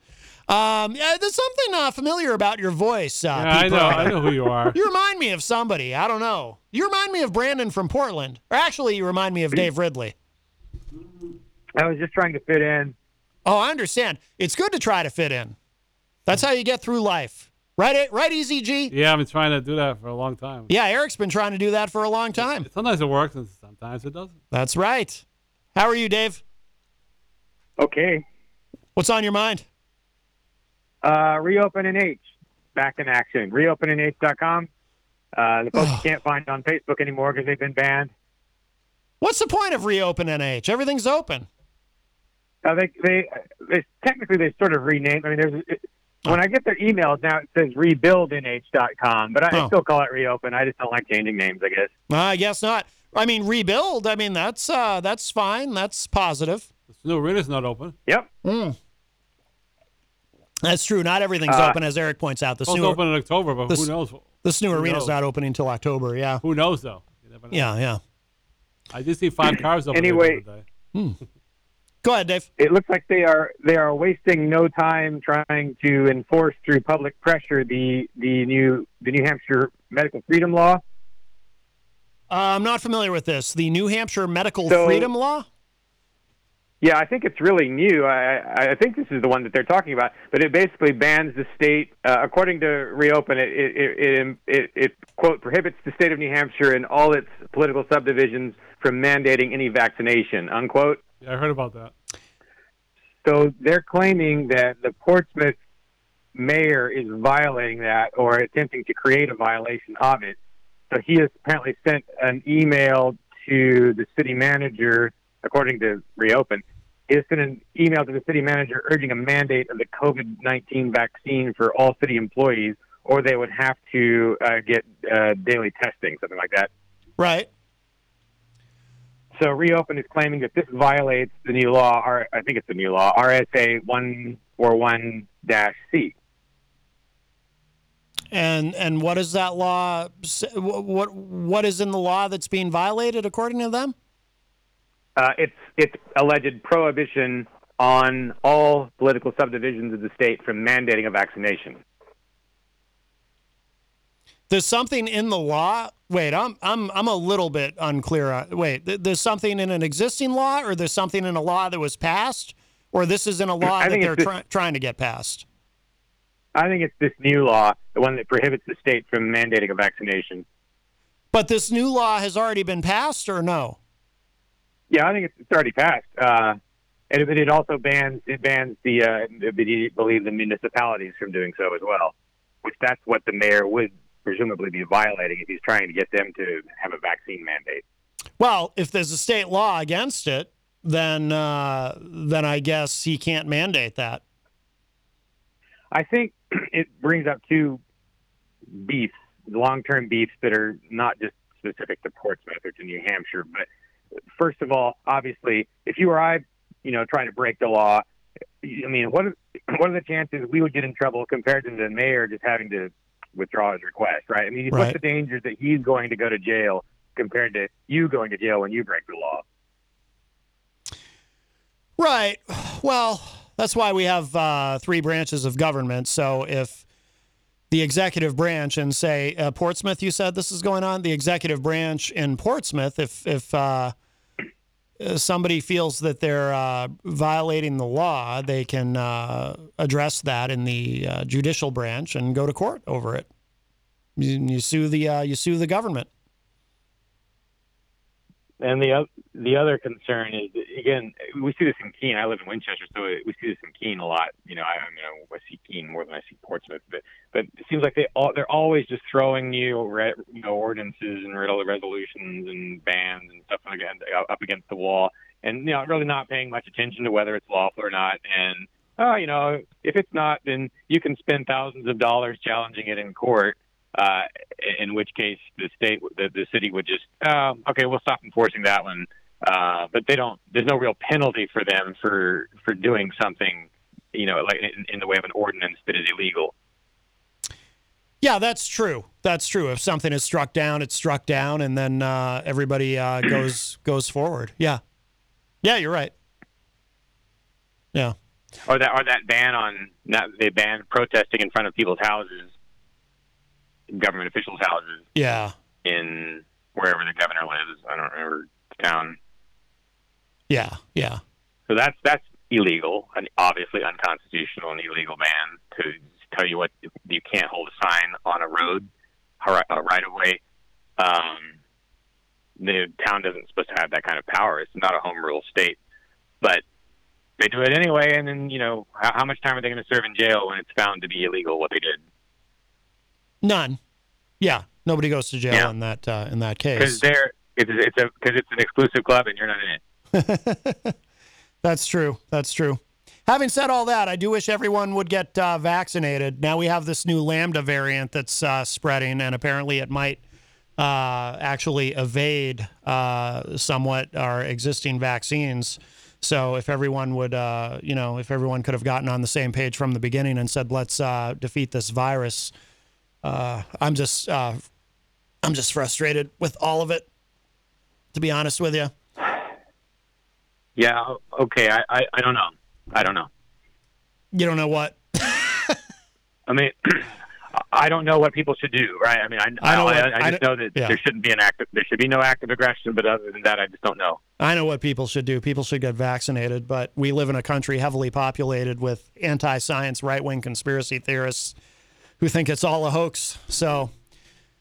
B: Um, yeah, there's something uh, familiar about your voice, uh,
C: yeah, I
B: Pete
C: know.
B: Parada.
C: I know who you are.
B: <laughs> You remind me of somebody. I don't know. You remind me of Brandon from Portland, or actually, you remind me of Dave Ridley.
D: I was just trying to fit in.
B: Oh, I understand. It's good to try to fit in. That's how you get through life, right? eh, Right, Easy G.
C: yeah, I've been trying to do that for a long time.
B: Yeah, Eric's been trying to do that for a long time.
C: Sometimes it works and sometimes it doesn't.
B: That's right. How are you, Dave?
D: Okay.
B: What's on your mind?
D: Uh, reopen in H. Back in action. ReopeninH.com. Uh, the folks you can't find on Facebook anymore because they've been banned.
B: What's the point of reopen NH? Everything's open.
D: Uh, they, they, they technically they sort of renamed. I mean, there's it, when I get their emails now, it says rebuildnh.com, but I,
B: Oh.
D: I still call it reopen. I just don't like changing names. I guess.
B: I guess not. I mean, rebuild. I mean, that's uh, that's fine. That's positive. Hmm.
C: The new arena's not open.
D: Yep.
B: That's true. Not everything's
D: Uh, Ah.
B: open, as Eric points out. The
C: Supposed
B: Snew,
C: to open in October, but
B: the
C: who
B: s-
C: knows?
B: the Snew
C: who
B: Arena's
C: knows?
B: not opening until October. Yeah.
C: Who knows though? You never know.
B: Yeah, yeah.
C: I did
D: <clears throat>
C: see five cars over
D: Anyway.
C: there the other day.
B: Go ahead, Dave.
D: it looks like they are they are wasting no time trying to enforce through public pressure the the new the New Hampshire medical freedom law.
B: Uh, I'm not familiar with this. The New Hampshire Medical
D: So-
B: Freedom Law?
D: Yeah, I think it's really new. I, I I think this is the one that they're talking about, but it basically bans the state. Uh, according to Reopen, it it, it it it it quote prohibits the state of New Hampshire and all its political subdivisions from mandating any vaccination unquote.
C: Yeah, I heard about that.
D: So they're claiming that the Portsmouth mayor is violating that or attempting to create a violation of it. So he has apparently sent an email to the city manager, according to Reopen. He has sent an email to the city manager urging a mandate of the COVID 19 vaccine for all city employees, or they would have to uh, get uh, daily testing, something like that.
B: Right.
D: So Reopen is claiming that this violates the new law, or I think it's the new law, RSA 141-C.
B: And and what is that law? s- wh- What what is in the law that's being violated according to them?
D: Uh, it's it's alleged prohibition on all political subdivisions of the state from mandating a vaccination.
B: There's something in the law. Wait, I'm I'm I'm a little bit unclear. On, wait, th- there's something in an existing law, or there's something in a law that was passed, or this is in a law
D: I
B: that
D: think
B: they're
D: it's
B: try- trying to get passed.
D: I think it's this new law, the one that prohibits the state from mandating a vaccination.
B: But this new law has already been passed, or no?
D: Yeah, I think it's, it's already passed. Uh, and it, it also bans it bans the uh, I believe the municipalities from doing so as well, which that's what the mayor would presumably be violating if he's trying to get them to have a vaccine mandate.
B: Well, if there's a state law against it, then uh, then I guess he can't mandate that.
D: I think <clears throat> it brings up two beefs, long term beefs that are not just specific to Portsmouth or to New Hampshire. But first of all, obviously, if you or I, you know, trying to break the law, I mean, what are, <clears throat> what are the chances we would get in trouble compared to the mayor just having to withdraw his request, right? I mean,
B: Right.
D: what's the danger that he's going to go to jail compared to you going to jail when you break the law?
B: Right. Well, that's why we have uh, three branches of government. So if the executive branch and say uh, Portsmouth, you said this is going on. The executive branch in Portsmouth, if if uh, uh, somebody feels that they're uh, violating the law, they can uh, address that in the uh, judicial branch and go to court over it. You, you sue the uh, you sue the government.
D: And the oth- the other concern is again we see this in Keene. I live in Winchester, so we see this in Keene a lot. You know, I, I mean, I see Keene more than I see Portsmouth, but but it seems like they all they're always just throwing new re, you know ordinances and re- resolutions and bans and stuff again up against the wall, and you know really not paying much attention to whether it's lawful or not. And oh, you know, if it's not, then you can spend thousands of dollars challenging it in court. Uh, in which case the state, the, the city would just, um, okay, we'll stop enforcing that one. Uh, but they don't. There's no real penalty for them for for doing something, you know, like in, in the way of an ordinance that is illegal.
B: Yeah, that's true. That's true. If something is struck down, it's struck down, and then uh, everybody uh, goes goes forward. Yeah, yeah, you're right. Yeah,
D: Or that or that ban on that they banned protesting in front of people's houses, government officials' houses
B: yeah,
D: in wherever the governor lives. I don't remember the town.
B: yeah, yeah.
D: So that's that's illegal and obviously unconstitutional and illegal ban to tell you what you can't hold a sign on a road, a ri- a right of way. Um, the town isn't supposed to have that kind of power. It's not a home rule state, but they do it anyway. And then you know how, how much time are they going to serve in jail when it's found to be illegal what they did?
B: None. Yeah, nobody goes to jail
D: Yeah.
B: in that uh, in that case.
D: Because they're it's it's a because it's an exclusive club and you're not in it.
B: <laughs> That's true. That's true. Having said all that, I do wish everyone would get uh, vaccinated. Now we have this new Lambda variant that's uh, spreading, and apparently it might uh, actually evade uh, somewhat our existing vaccines. So if everyone would, uh, you know, if everyone could have gotten on the same page from the beginning and said, let's uh, defeat this virus, uh, I'm just, uh, I'm just frustrated with all of it. To be honest with you,
D: Yeah. Okay. I, I, I don't know. I don't know.
B: you don't know what
D: I mean, <clears throat> I don't know what people should do, right? I mean, I,
B: I
D: I,
B: know what-
D: I,
B: I
D: just
B: know-
D: know that
B: yeah.
D: there shouldn't be an active, there should be no active aggression, but other than that, I just don't know.
B: I know what people should do. People should get vaccinated, but we live in a country heavily populated with anti science, right wing conspiracy theorists who think it's all a hoax. So,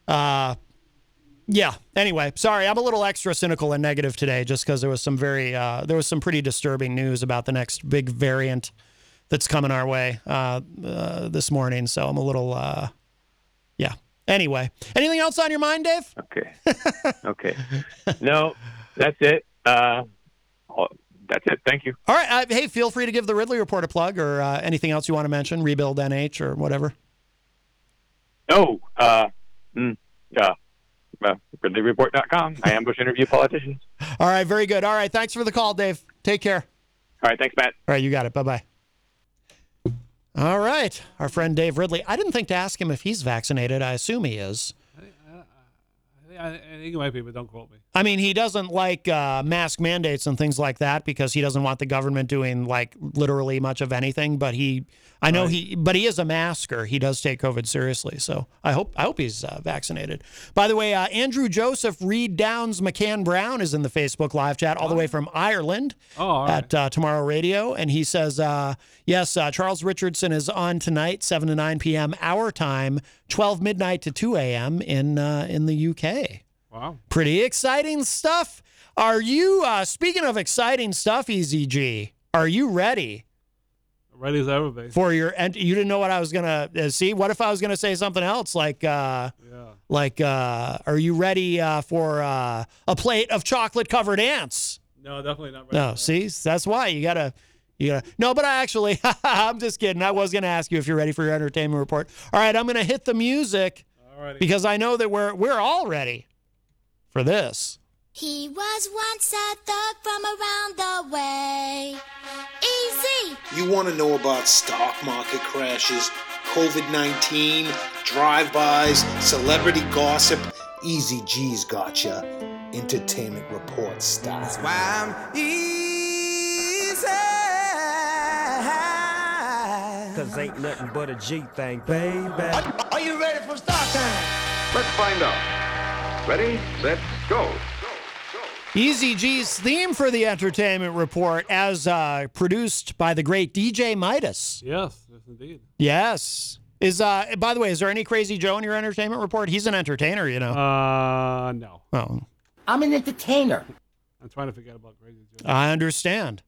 B: uh, yeah. Anyway, sorry, I'm a little extra cynical and negative today just because there was some very, uh, there was some pretty disturbing news about the next big variant that's coming our way uh, uh, this morning. So I'm a little, uh, yeah. Anyway, anything else on your mind, Dave?
D: Okay.
B: <laughs>
D: okay. No, that's it. Uh, oh, that's it. Thank you.
B: All right. Uh, hey, feel free to give the Ridley Report a plug or uh, anything else you want to mention, Rebuild NH or whatever.
D: No. Uh, mm, uh, uh, RidleyReport.com. I ambush interview politicians.
B: All right. Very good. All right. Thanks for the call, Dave. Take care.
D: All right. Thanks, Matt.
B: All right. You got it. Bye bye. All right. Our friend Dave Ridley. I didn't think to ask him if he's vaccinated. I assume he is.
C: I, I think it might be, but don't quote me.
B: I mean, he doesn't like uh, mask mandates and things like that because he doesn't want the government doing like literally much of anything. But he, I know he, but he is a masker. He does take COVID seriously. So I hope I hope he's uh, vaccinated. By the way, uh, Andrew Joseph Reed Downs McCann Brown is in the Facebook live chat all the way from Ireland
C: Oh, all right.
B: at uh, Tomorrow Radio, and he says, uh, "Yes, uh, Charles Richardson is on tonight, seven to nine p.m. our time, twelve midnight to two a.m. in uh, in the UK."
C: Wow.
B: Pretty exciting stuff. Are you uh, speaking of exciting stuff, EZG? Are you ready
C: Ready as ever, babe.
B: for your? And you didn't know what I was gonna uh, see. What if I was gonna say something else like? Uh,
C: Yeah.
B: like, uh, are you ready uh, for uh, a plate of chocolate covered ants?
C: No, definitely not ready.
B: No, see, that's why you gotta, you gotta. No, but I actually, <laughs> I'm just kidding. I was gonna ask you if you're ready for your entertainment report. All right, I'm gonna hit the music
C: All righty.
B: because I know that we're we're all ready for this.
G: He was once a thug from around the way. Easy.
H: You want to know about stock market crashes, COVID 19, drive bys, celebrity gossip? Easy G's gotcha. Entertainment Report style.
I: Cause ain't nothing but a G thing, baby.
A: Are you ready for start time?
J: Let's find out. Ready, set, go.
B: Easy G's theme for the entertainment report, as uh, produced by the great DJ Midas.
C: Yes, yes, indeed.
B: Yes. Is uh by the way, is there any crazy Joe in your entertainment report? He's an entertainer, you know.
C: Uh, no.
B: oh,
A: I'm an entertainer.
C: I'm trying to forget about Crazy Joe.
B: I understand.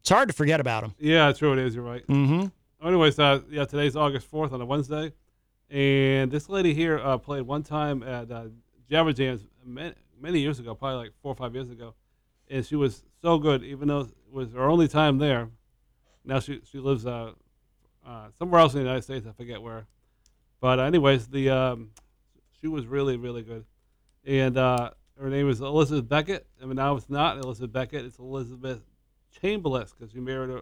B: It's hard to forget about him.
C: yeah, true. It is. You're right.
B: Mm-hmm.
C: Anyways, uh, yeah, today's August 4th on a Wednesday. And this lady here uh, played one time at uh, Jabber Jams many, many years ago, probably like four or five years ago. And she was so good, even though it was her only time there. Now she, she lives uh, uh, somewhere else in the United States. I forget where. But, anyways, the um, she was really, really good. And uh, her name is Elizabeth Beckett. I mean, now it's not Elizabeth Beckett, it's Elizabeth Chamberlain because she married her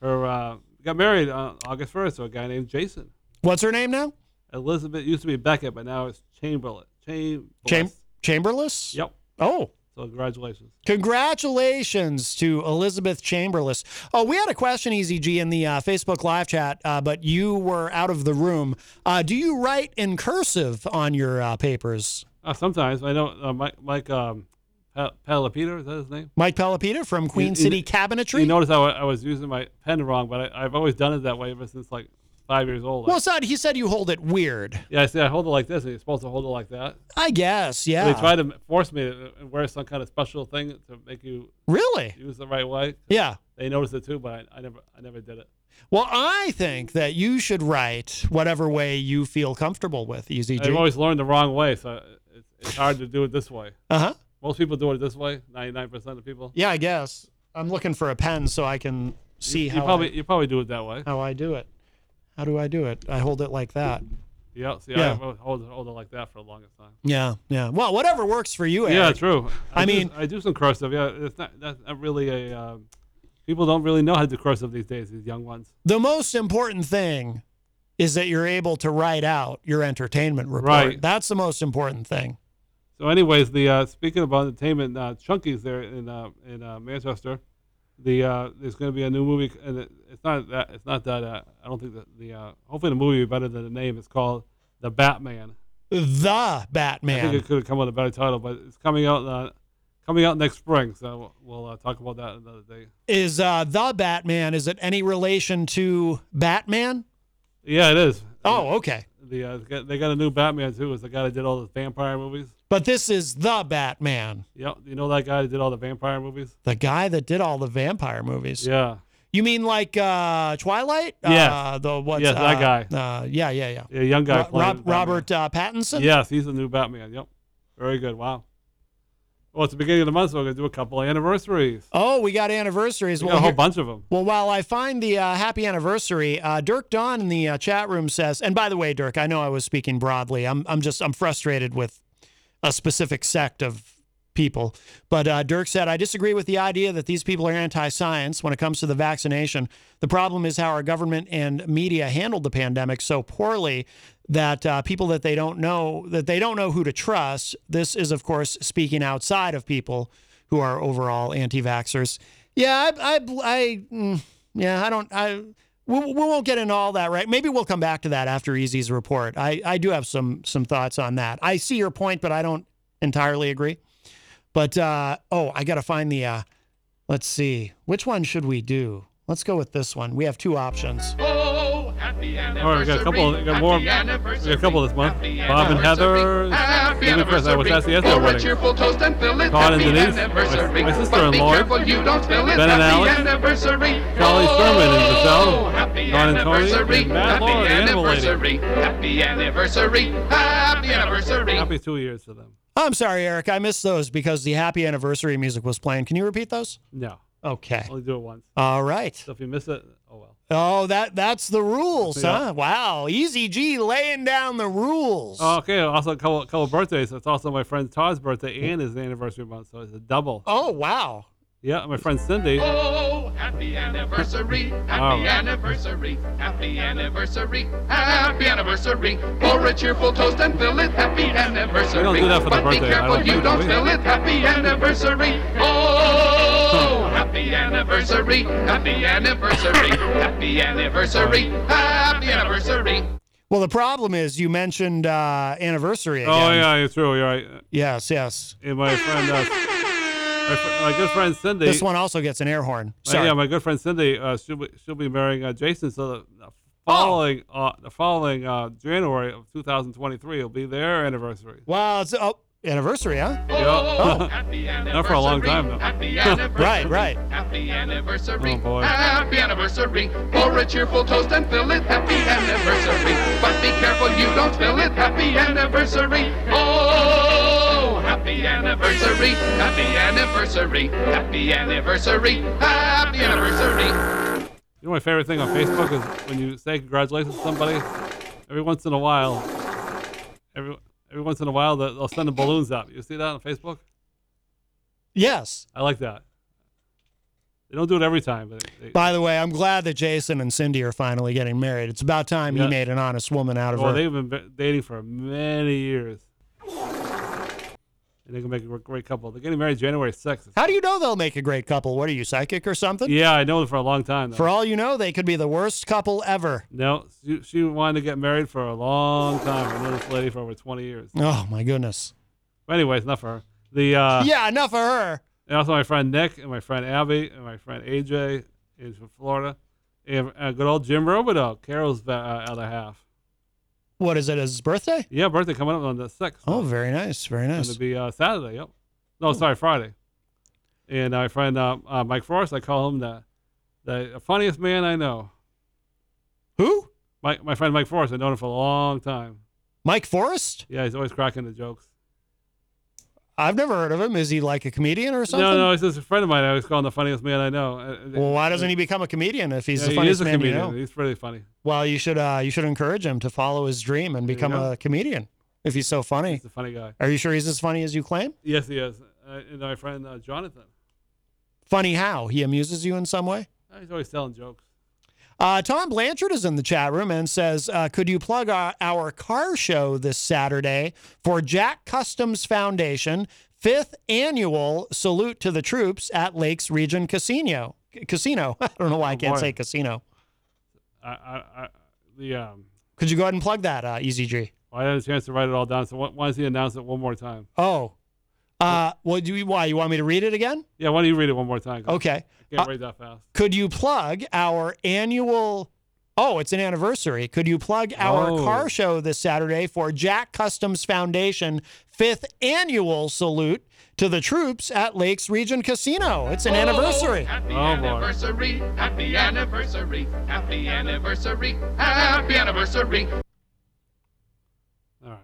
C: her uh, got married on August first to a guy named Jason.
B: What's her name now?
C: Elizabeth used to be Beckett, but now it's Chamberlain. Chamberlain.
B: Cham- Chamberless?
C: Yep.
B: Oh.
C: So congratulations.
B: Congratulations to Elizabeth Chamberlain. Oh, we had a question, EZG, in the uh, Facebook live chat, uh, but you were out of the room. Uh, do you write in cursive on your uh, papers?
C: Uh, sometimes I know uh, Mike Mike um, Pa- Palapita is that his name?
B: Mike Palapita from Queen
C: You- you-
B: City Cabinetry?
C: You notice how I, I was using my pen wrong, but I, I've always done it that way ever since like five years old.
B: well, it's not, he said you hold it weird.
C: yeah, I see. I hold it like this, and you're supposed to hold it like that.
B: I guess, yeah.
C: They try to force me to uh, wear some kind of special thing to make you
B: really?
C: use the right way.
B: Yeah.
C: They noticed it too, but I, I never, I never did it.
B: Well, I think that you should write whatever way you feel comfortable with, E
C: I've
B: EZG.
C: always learned the wrong way, so it's, it's hard to do it this way.
B: Uh huh.
C: Most people do it this way. Ninety-nine percent of people.
B: Yeah, I guess. I'm looking for a pen so I can see
C: you
B: how I-
C: probably you probably do it that way.
B: how I do it. How do I do it? I hold it like that.
C: Yeah, see,
B: Yeah.
C: I hold, hold hold it like that for the longest time.
B: Yeah, yeah. Well, whatever works for you, Eric.
C: Yeah, true.
B: I,
C: do-
B: mean,
C: I do some cross stuff. Yeah, it's not that's not really a. Um, people don't really know how to do cross stuff these days. These young ones.
B: the most important thing is that you're able to write out your entertainment report.
C: Right.
B: That's the most important thing.
C: So, anyways, the uh, speaking about entertainment, uh, Chunky's there in uh, in uh, Manchester. The uh, there's going to be a new movie, and it, it's not that it's not that. Uh, I don't think that the uh, hopefully the movie will be better than the name. It's called The Batman.
B: The
C: I think
B: Batman.
C: it could have come with a better title, but it's coming out uh, coming out next spring. So we'll uh, talk about that another day.
B: Is uh, the Batman, is it any relation to Batman?
C: Yeah, it is.
B: Oh, okay.
C: The uh, they got a new Batman too. Is the guy that did all the vampire movies?
B: But this is the Batman,
C: Yep. You know that guy that did all the vampire movies?
B: the guy that did all the vampire movies.
C: Yeah.
B: You mean like uh, Twilight?
C: Yes.
B: Uh, the what's
C: Yes, that
B: uh,
C: guy.
B: Uh, yeah, yeah, yeah.
C: Yeah, young guy.
B: Ro-
C: playing
B: Rob-
C: Batman.
B: Robert uh, Pattinson.
C: Yes, he's the new Batman. Yep. Very good. Wow. Well, it's the beginning of the month, so we're gonna do a couple of anniversaries.
B: Oh, we got anniversaries.
C: We got
B: Well,
C: a whole
B: here-
C: bunch of them.
B: Well, while I find the uh, happy anniversary, uh, Dirk Don in the uh, chat room says, and by the way, Dirk, I know I was speaking broadly. I'm, I'm just, I'm frustrated with a specific sect of people. But uh, Dirk said, I disagree with the idea that these people are anti science when it comes to the vaccination. The problem is how our government and media handled the pandemic so poorly that uh, people that they don't know, that they don't know who to trust. This is, of course, speaking outside of people who are overall anti-vaxxers. Yeah, I, I, I mm, yeah, I don't, I, we, we won't get into all that, right? Maybe we'll come back to that after Easy's report. I, I do have some, some thoughts on that. I see your point, but I don't entirely agree. But, uh, oh, I got to find the, uh, let's see, which one should we do? Let's go with this one. We have two options.
J: Oh, happy anniversary.
C: All right, we got a couple. We got more. We got a couple this month. Bob and Heather.
J: Happy
C: Amy Chris, I was at
J: anniversary.
C: the Esther
J: Pour a
C: wedding.
J: cheerful toast and fill it.
C: Todd and
J: Happy
C: Denise, my-
J: anniversary.
C: my
J: But be
C: sister-in-law,
J: careful you don't spill it.
C: Ben
J: Happy
C: and Alex,
J: anniversary.
C: Charlie Sherman and Michelle,
J: Oh, happy
C: Don and Tony,
J: anniversary.
C: and Matt
J: Happy
C: Lauer, the animal lady.
J: anniversary. Happy anniversary. Happy anniversary.
C: Happy two years to them.
B: I'm sorry, Eric. I missed those because the happy anniversary music was playing. Can you repeat those?
C: No,
B: Okay.
C: only do it once.
B: All right.
C: So if you miss it, oh well.
B: Oh, that that's the rules,
C: Yeah.
B: huh? Wow. Easy G laying down the rules.
C: Oh, okay. Also, a couple, couple birthdays. It's also my friend Todd's birthday and his anniversary month, so it's a double.
B: oh, wow.
C: Yeah, my friend Cindy.
J: Oh, happy anniversary,
C: All
J: happy
C: right.
J: anniversary, happy anniversary, happy anniversary. Pour a cheerful toast and fill it, happy anniversary.
C: do that for the
J: but
C: birthday, I
J: be careful
C: don't
J: you
C: think, do
J: don't
C: we?
J: fill it, happy anniversary. Oh,
C: Hmm.
J: happy anniversary, happy anniversary, happy anniversary, happy anniversary.
B: Well, the problem is you mentioned uh, anniversary again.
C: Oh yeah, you're true. You're right.
B: Yes, yes.
C: And my friend, uh, my, fr- my good friend Cindy.
B: This one also gets an air horn.
C: my-
B: Sorry.
C: Oh, yeah, my good friend Cindy. Uh, she'll be she'll be marrying uh, Jason. So the, the following uh, the following uh, January of 2023 will be their anniversary.
B: Wow, it's oh, anniversary, huh?
C: <laughs> Yeah.
J: Oh, happy anniversary.
C: Not for a long time, though.
J: Happy
B: <laughs>
J: anniversary.
B: Right, right.
J: Happy anniversary.
C: Oh, boy.
J: Happy anniversary. Pour a cheerful toast and fill it. Happy anniversary. But be careful you don't spill it. Happy anniversary. Oh, happy anniversary. Happy anniversary. Happy anniversary. Happy anniversary.
C: You know, my favorite thing on Facebook is when you say congratulations to somebody. Every once in a while, every every once in a while, they'll they'll send the balloons up. You see that on Facebook?
B: Yes.
C: I like that. They don't do it every time, but they, they,
B: By the way, I'm glad that Jason and Cindy are finally getting married. It's about time
C: Yeah.
B: he made an honest woman out of
C: well,
B: her.
C: they've been ba- dating for many years. And they can make a great couple. They're getting married January 6th.
B: How do you know they'll make a great couple? What are you, psychic or something?
C: Yeah, I know them for a long time. Though.
B: For all you know, they could be the worst couple ever.
C: no, she, she wanted to get married for a long time. I know this lady for over 20 years.
B: Oh, my goodness.
C: But anyways, enough for her. The uh,
B: yeah, enough of her.
C: And also my friend Nick and my friend Abby and my friend AJ is from Florida. And uh, good old Jim Robidoux, Carol's ba- uh, other half.
B: What is it? His birthday?
C: Yeah, birthday coming up on the 6th.
B: Oh, very nice. Very
C: It's
B: nice.
C: going to be uh, Saturday, yep. No, sorry, Friday. And my friend uh, uh, Mike Forrest, I call him the, the funniest man I know.
B: Who?
C: My, my friend Mike Forrest, I've known him for a long time.
B: Mike Forrest?
C: Yeah, he's always cracking the jokes.
B: I've never heard of him. Is he like a comedian or something?
C: No, no, it's just a friend of mine. I was calling the funniest man I know. Uh,
B: Well, why doesn't he become a comedian if he's
C: Yeah,
B: the
C: he
B: funniest
C: is a
B: man you
C: comedian.
B: know?
C: He's really funny.
B: Well, you should uh, you should encourage him to follow his dream and become
C: go.
B: a comedian if he's so funny.
C: He's a funny guy.
B: Are you sure he's as funny as you claim?
C: Yes, he is. Uh, and my friend uh, Jonathan.
B: Funny how? He amuses you in some way?
C: Uh, He's always telling jokes.
B: Uh, Tom Blanchard is in the chat room and says, uh, Could you plug our, our car show this Saturday for Jack Customs Foundation, fifth annual salute to the troops at Lakes Region Casino? C- Casino. <laughs> I don't know why I can't
C: Oh, boy.
B: say casino.
C: I, I, I the um,
B: Could you go ahead and plug that, uh, Easy G?
C: well, I had a chance to write it all down. So why why does he announce it one more time?
B: Oh. Uh, well, do you, why? You want me to read it again?
C: Yeah, why don't you read it one more time? 'Cause
B: Okay. Uh,
C: I can't read that fast.
B: Could you plug our annual? Oh, it's an anniversary. Could you plug our
C: Oh.
B: car show this Saturday for Jack Customs Foundation fifth annual salute to the troops at Lakes Region Casino? It's an anniversary.
J: Happy
C: Oh, boy.
J: anniversary. Happy anniversary. Happy anniversary. Happy anniversary.
C: All right.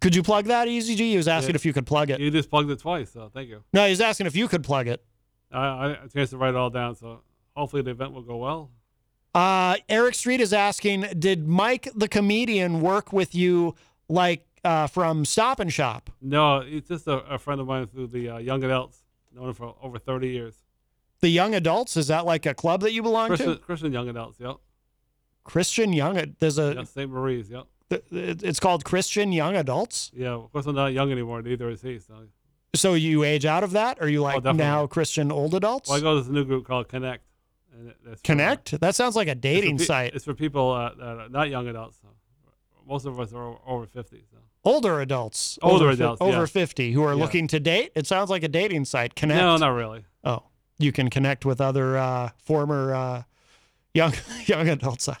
B: Could you plug that, EZG? He was asking
C: Yeah.
B: if you could plug it.
C: You just plugged it twice, so thank you.
B: No, he was asking if you could plug it.
C: I, I had a chance to write it all down, so hopefully the event will go well.
B: Uh, Eric Street is asking, did Mike the comedian work with you like uh, from Stop and Shop?
C: No, it's just a, a friend of mine through the uh, young adults, known him for over 30 years.
B: The Young Adults is that like a club that you belong
C: Christian,
B: to?
C: Christian young adults, yep.
B: Christian Young. There's a
C: Yeah, St. Marie's, yep.
B: Th- it- It's called Christian Young Adults.
C: Yeah, of course I'm not young anymore. Neither is he. So,
B: So you age out of that? Are you like
C: Oh, definitely.
B: now Christian Old Adults?
C: well, I go to this new group called Connect. And it- that's for-
B: Connect? That sounds like a
C: it's for
B: dating
C: pe-
B: site.
C: It's for people uh, that are not young adults. So. Most of us are o- over 50. So.
B: Older adults.
C: Older
B: over, fi-
C: adults,
B: Over
C: yeah.
B: 50 who are
C: Yeah.
B: looking to date? It sounds like a dating site. Connect.
C: No, not really.
B: Oh, you can connect with other uh, former uh, young <laughs> young adults.
C: Well,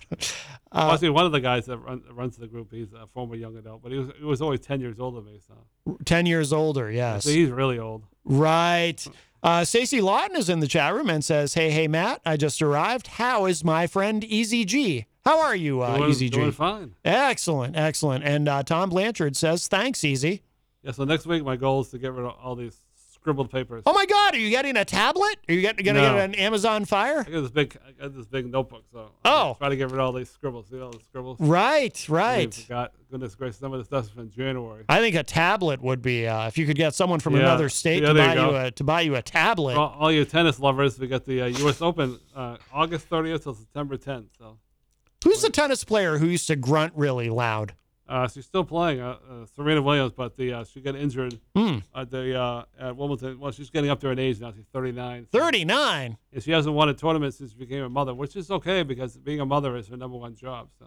B: Uh,
C: Actually, one of the guys that run, runs the group, he's a former young adult, but he was, he was always 10 years older than me. So.
B: 10 years older, yes.
C: so he's really old.
B: Right. Uh, Stacy Lawton is in the chat room and says, "Hey, hey, Matt, I just arrived. How is my friend Easy G? How are you, uh,
C: doing,
B: Easy G?
C: doing fine.
B: Excellent, excellent. And uh, Tom Blanchard says, thanks, E Easy.
C: Yeah, so next week my goal is to get rid of all these scribbled papers.
B: Oh my God, are you getting a tablet? Are you get, gonna
C: No.
B: get an Amazon Fire?
C: I got this big, I got this big notebook, so
B: Oh.
C: I'm try to get rid of all these scribbles. See all the scribbles?
B: Right,
C: I really
B: right.
C: forgot. Goodness gracious, some of the stuff's from January.
B: I think a tablet would be uh, if you could get someone from
C: Yeah.
B: another state
C: Yeah,
B: to
C: there
B: buy
C: you
B: you,
C: go.
B: a to buy you a tablet.
C: For all, all you tennis lovers, we got the uh, U.S. Open uh, August 30th till September 10th. So
B: Who's the tennis player who used to grunt really loud?
C: uh, she's still playing, uh, uh, Serena Williams, but the uh, she got injured
B: Hmm.
C: at the uh, at Wimbledon. Well, she's getting up there in age now. She's 39. so-
B: Thirty nine.
C: And she hasn't won a tournament since she became a mother, which is okay because being a mother is her number one job. So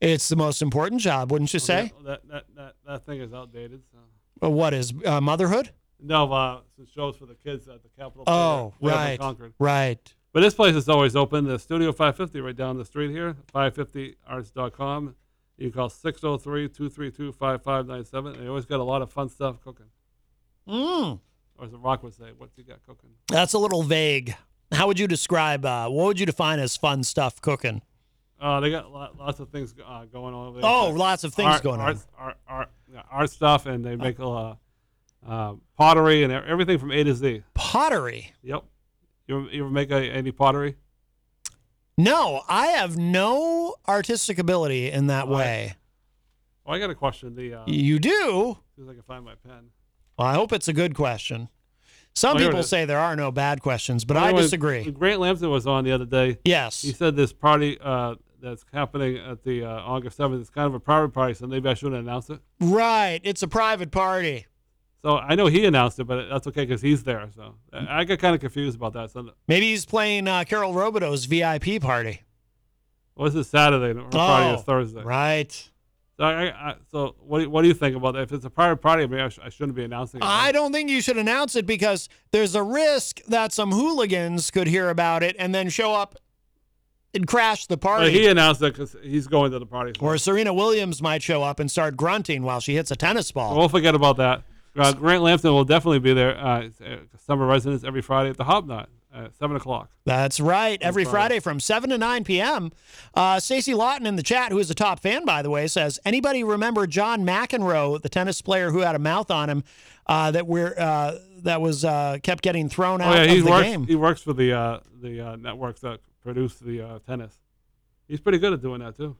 B: It's the most important job, wouldn't
C: Oh,
B: you say?
C: that that that, that thing is outdated. So.
B: Uh, What is uh, motherhood?
C: No, uh, some shows for the kids at the Capitol. Theater,
B: Oh,
C: way up in
B: right,
C: Concord.
B: right.
C: But this place is always open. The Studio 550 right down the street here, 550arts.com. You can call 603 232 5597. They always got a lot of fun stuff cooking.
B: Mm,
C: Or as the rock would say, what you got cooking?
B: that's a little vague. How would you describe? Uh, what would you define as fun stuff cooking?
C: Uh, they got lot, lots of things uh, going on over there.
B: Oh, lots of things
C: art,
B: going on.
C: art, Art, art, yeah, art stuff, and they make a lot uh, pottery and everything from A to Z.
B: Pottery.
C: Yep. You ever, you ever make a, any pottery?
B: No, I have no artistic ability in that
C: All right.
B: way.
C: Oh, I got a question. The uh, see
B: You do?
C: if I can find my pen.
B: Well, I hope it's a good question. Some
C: Well, here it
B: people
C: is.
B: say there are no bad questions, but I
C: Anyway,
B: disagree.
C: Grant Lamson was on the other day. He
B: Yes.
C: said this party uh, that's happening at the uh, August 7th is kind of a private party, so maybe I shouldn't announce it.
B: Right. It's a private party.
C: So I know he announced it, but that's okay because he's there. So I I got kind of confused about that. So
B: Maybe he's playing uh, Carol Robideau's VIP party.
C: well, this is Saturday. and Our party
B: Oh,
C: is Thursday.
B: Right.
C: So, I, I, so what, do you, what do you think about that? If it's a private party, maybe I, sh- I shouldn't be announcing it.
B: I don't think you should announce it because there's a risk that some hooligans could hear about it and then show up and crash the
C: But
B: party.
C: he announced it because he's going to the party. So
B: Or Serena Williams might show up and start grunting while she hits a tennis ball.
C: we'll forget about that. Uh, Grant Lampson will definitely be there. Uh, it's, uh, summer residence every Friday at the Hobnot. at seven o'clock.
B: That's right. Every Friday
C: Friday.
B: from 7 to 9 p.m. Uh, Stacy Lawton in the chat, who is a top fan, by the way, says Anybody remember John McEnroe, the tennis player who had a mouth on him uh, that we're, uh, that was uh, kept getting thrown
C: Oh
B: out
C: yeah,
B: of
C: he
B: the
C: works.
B: game?
C: He works for the uh, the uh, networks that produce the uh, tennis. He's pretty good at doing that too.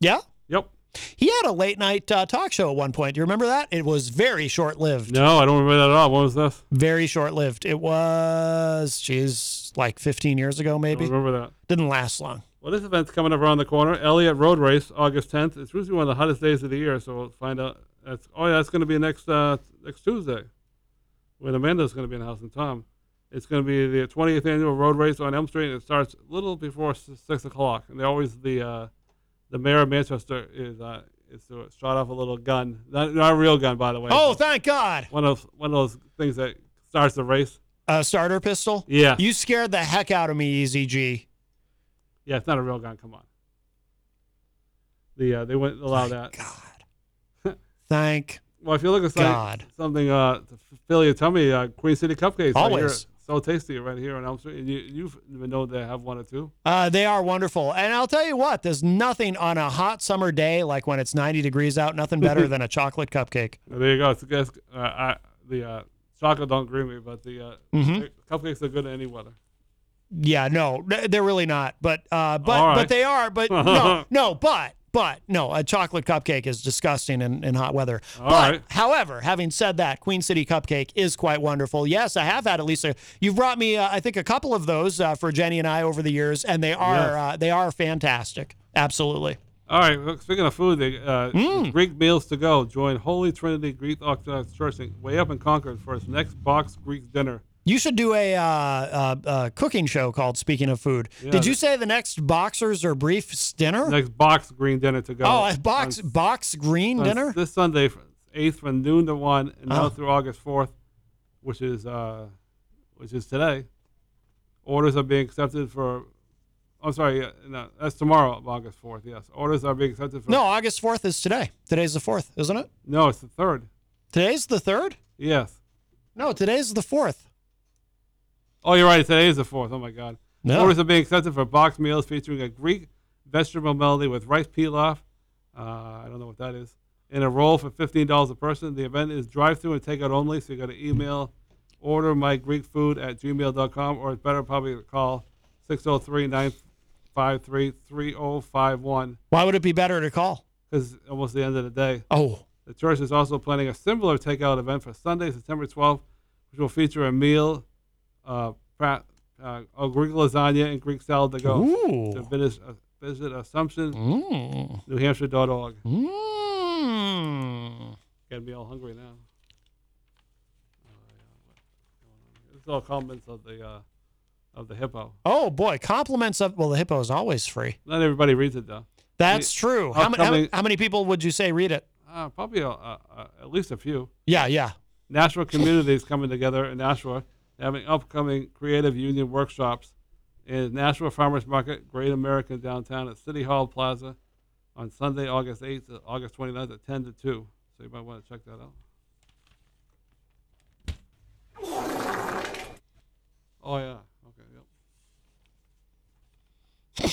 B: Yeah?
C: Yep.
B: He had a late night uh, talk show at one point. Do you remember that? It was very short lived.
C: No, I don't remember that at all. What was this?
B: Very short lived. It was, geez, like 15 years ago, maybe.
C: remember that.
B: Didn't last long.
C: Well, this event's coming up around the corner. Elliott Road Race, August 10th. It's usually one of the hottest days of the year, so we'll find out. That's oh yeah, that's going to be next uh, next Tuesday, when Amanda's going to be in the house and Tom. It's going to be the 20th annual road race on Elm Street. and It starts a little before s- six o'clock, and they always the uh, the mayor of Manchester is uh, is to shot off a little gun, not, not a real gun, by the way.
B: Oh, thank God.
C: one of one of those things that starts the race.
B: A starter pistol?
C: Yeah.
B: You scared the heck out of me, EZG.
C: Yeah, it's not a real gun. Come on. The uh, they wouldn't allow that.
B: Thank
C: Well, if you look at some-
B: God.
C: something uh, to f- fill your tummy, uh, Queen City cupcakes. right here.
B: Always.
C: so tasty right here on Elm Street. And you you've even know they have one or two.
B: Uh, they are wonderful. And I'll tell you what, there's nothing on a hot summer day, like when it's 90 degrees out, nothing
C: <laughs>
B: better than a chocolate cupcake.
C: Uh, There you go. It's, it's, uh, I, the uh, chocolate don't agree with me, but the uh,
B: Mhm.
C: cupcakes are good in any weather.
B: Yeah, no, th- they're really not. But, uh, but,
C: All right.
B: but they are.
C: <laughs>
B: But no, no, but, but no, a chocolate cupcake is disgusting in, in hot weather.
C: All
B: but,
C: right.
B: however, having said that, Queen City cupcake is quite wonderful. Yes, I have had at least a, you've brought me, uh, I think, a couple of those uh, for Jenny and I over the years, and they are,
C: Yes.
B: uh, they are fantastic. Absolutely.
C: All right. well, Speaking of food, the uh,
B: Mm.
C: Greek Meals to Go join Holy Trinity Greek Orthodox Church in- way up in Concord for its next box Greek dinner.
B: You should do a uh, uh, uh, cooking show called Speaking of Food.
C: Yeah.
B: Did you say the next boxers or briefs dinner?
C: Next box green dinner to go.
B: oh, a box box green
C: on
B: dinner.
C: this Sunday, fr- eighth from noon to one, and now
B: Oh.
C: through August fourth, which is uh, which is today. Orders are being accepted for. I'm sorry, yeah, no, that's tomorrow, August fourth. Yes, orders are being accepted for.
B: No, August fourth is today. Today's the fourth, isn't it?
C: no, it's the third.
B: Today's the third.
C: Yes.
B: No, today's the fourth.
C: Oh, you're right. Today is the fourth. Oh my God.
B: No.
C: Orders are being accepted for box meals featuring a Greek vegetable melody with rice pilaf. Uh, I don't know what that is. And a roll for fifteen dollars a person. The event is drive-through and takeout only. So you got to email order my Greek food at gmail.com or it's better probably to call 603-953-3051
B: Why would it be better to call?
C: because almost the end of the day.
B: Oh,
C: The church is also planning a similar takeout event for Sunday, September 12th, which will feature a meal, uh, pra- uh, a Greek lasagna and Greek salad to go.
B: Ooh.
C: To visit, uh, visit Assumption,
B: Mm.
C: New Hampshire.org.
B: Mm.
C: Gonna be all hungry now. It's all comments of the uh, of the hippo.
B: oh boy, compliments of well, the hippo is always free.
C: Not everybody reads it though.
B: That's
C: The
B: true. How, ma- how,
C: upcoming-
B: ma- how many people would you say read it?
C: Uh, probably a, a, a, at least a few.
B: Yeah, yeah.
C: Nashua communities coming together in Nashua, having upcoming creative union workshops in Nashua Farmers Market, Great American Downtown at City Hall Plaza on Sunday, August 8th to August 29th at 10 to 2. So you might want to check that out. Oh, yeah. Okay, yep.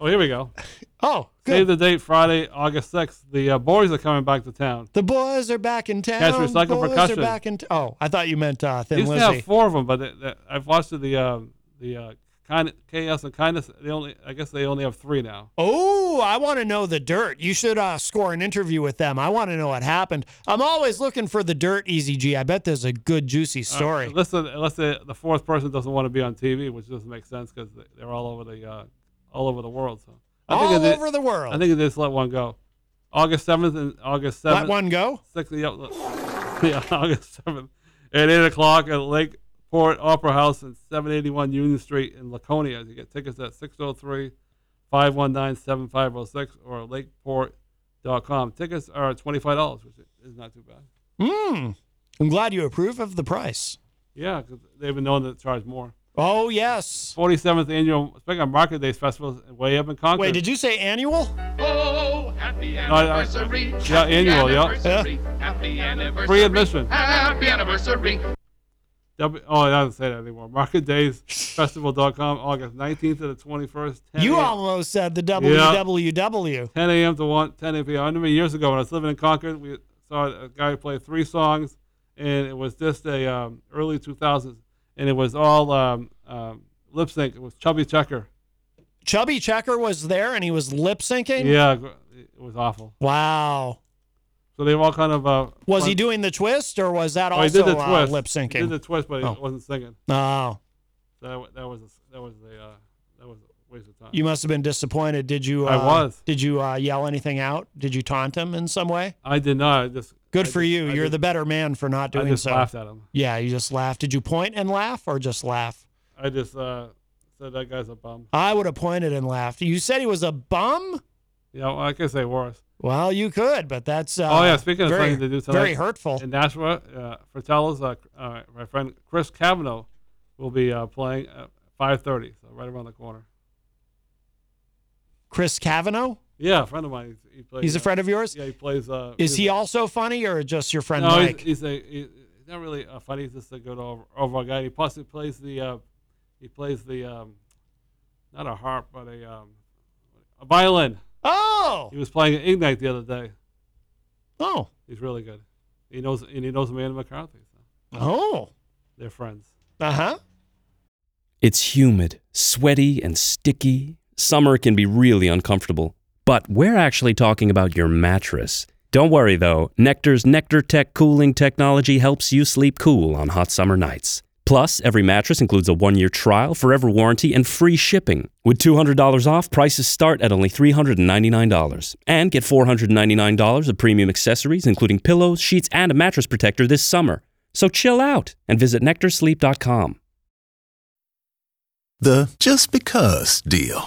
C: Oh, here we go.
B: <laughs> Oh,
C: Save
B: good.
C: the date Friday, August 6th. The uh, boys are coming back to town.
B: The boys are back in town.
C: Catch Recycle
B: boys
C: Percussion.
B: Are back in t- oh, I thought you meant uh,
C: They
B: Thin
C: used
B: Lizzy.
C: to have four of them, but they, they, I've watched the um, the uh, kind chaos and kindness. They only, I guess, they only have three now.
B: Oh, I want to know the dirt. You should uh, score an interview with them. I want to know what happened. I'm always looking for the dirt, Easy G. I bet there's a good,
C: Uh,
B: juicy story.
C: Unless the, unless the, the fourth person doesn't want to be on TV, which doesn't make sense because they're all over the uh, all over the world. So I
B: All
C: they-
B: over the world.
C: I think they just let one go. August seventh and August seventh.
B: Let one go.
C: Six. Yeah, look. <laughs> yeah August seventh at eight o'clock at Lakeport Opera House and seven eighty one Union Street in Laconia. You get tickets at 603-519-7506 or lakeport.com. Tickets are twenty five dollars, which is not too bad.
B: Mm. I'm glad you approve of the price.
C: Yeah, 'cause they've been known to charge more.
B: Oh, yes.
C: Forty seventh annual speaking of Market Days Festival is way up in Concord.
B: Wait, did you say annual?
J: Oh, happy
C: No, I- I-
J: anniversary.
C: Oh, yeah,
J: happy
C: annual, yeah.
J: anniversary, Happy anniversary.
C: Free admission.
J: Happy anniversary.
C: W- oh, I don't say that anymore. MarketDaysFestival.com, August 19th to the 21st. 10
B: You
C: a.m.
B: almost said the
C: Yeah.
B: WWW.
C: 10 a.m. to 1, 10 a.m. I remember years ago when I was living in Concord, we saw a guy play three songs, and it was just a um, early 2000s, and it was all um, um, lip sync. It was Chubby Checker.
B: Chubby Checker was there and he was lip syncing.
C: Yeah, gr- it was awful.
B: Wow.
C: So they were all kind of. Uh,
B: Was
C: fun-
B: he doing the twist or was that
C: Oh,
B: also
C: he did the
B: uh,
C: twist.
B: lip
C: He did
B: syncing?
C: the twist, but he
B: Oh.
C: wasn't singing.
B: Oh,
C: So that, wa- that was a, that was the uh, that was a waste of time.
B: you must have been disappointed. Did you? Uh,
C: I was.
B: Did you uh, yell anything out? Did you taunt him in some way?
C: I did not. I just
B: Good
C: I
B: for
C: just-
B: you.
C: I
B: You're
C: just-
B: the better man for not doing
C: I just
B: so.
C: laughed at him.
B: Yeah, you just laughed. Did you point and laugh or just laugh?
C: I just uh, said that guy's a bum.
B: I would have pointed and laughed. You said he was a bum.
C: Yeah, well, I could say worse.
B: Well, you could, but that's uh,
C: oh yeah, speaking of
B: very,
C: something to do tonight,
B: very hurtful.
C: In Nashua, uh, Fratello's, uh, uh, my friend Chris Kavanaugh will be uh, playing at 5:30, so right around the corner.
B: Chris Kavanaugh.
C: Yeah, a friend of mine. He, he plays,
B: He's a friend of yours?
C: Yeah, he plays. Uh,
B: Is he
C: music.
B: also funny or just your friend
C: no,
B: Mike?
C: he's, he's a he's he's not really a funny. He's just a good over, overall guy. He plus he plays the uh, he plays the um, not a harp but a um, a violin.
B: Oh,
C: He was playing at Ignite the other day.
B: oh,
C: He's really good. He knows and he knows Amanda McCarthy. So
B: oh.
C: they're friends.
B: Uh huh.
E: It's humid, sweaty, and sticky. Summer can be really uncomfortable. But we're actually talking about your mattress. Don't worry though, Nectar's Nectar Tech cooling technology helps you sleep cool on hot summer nights. Plus, every mattress includes a one year trial, forever warranty, and free shipping. With $200 off, prices start at only $399. And get $499 of premium accessories, including pillows, sheets, and a mattress protector this summer. So chill out and visit nectarsleep.com.
K: The just because deal.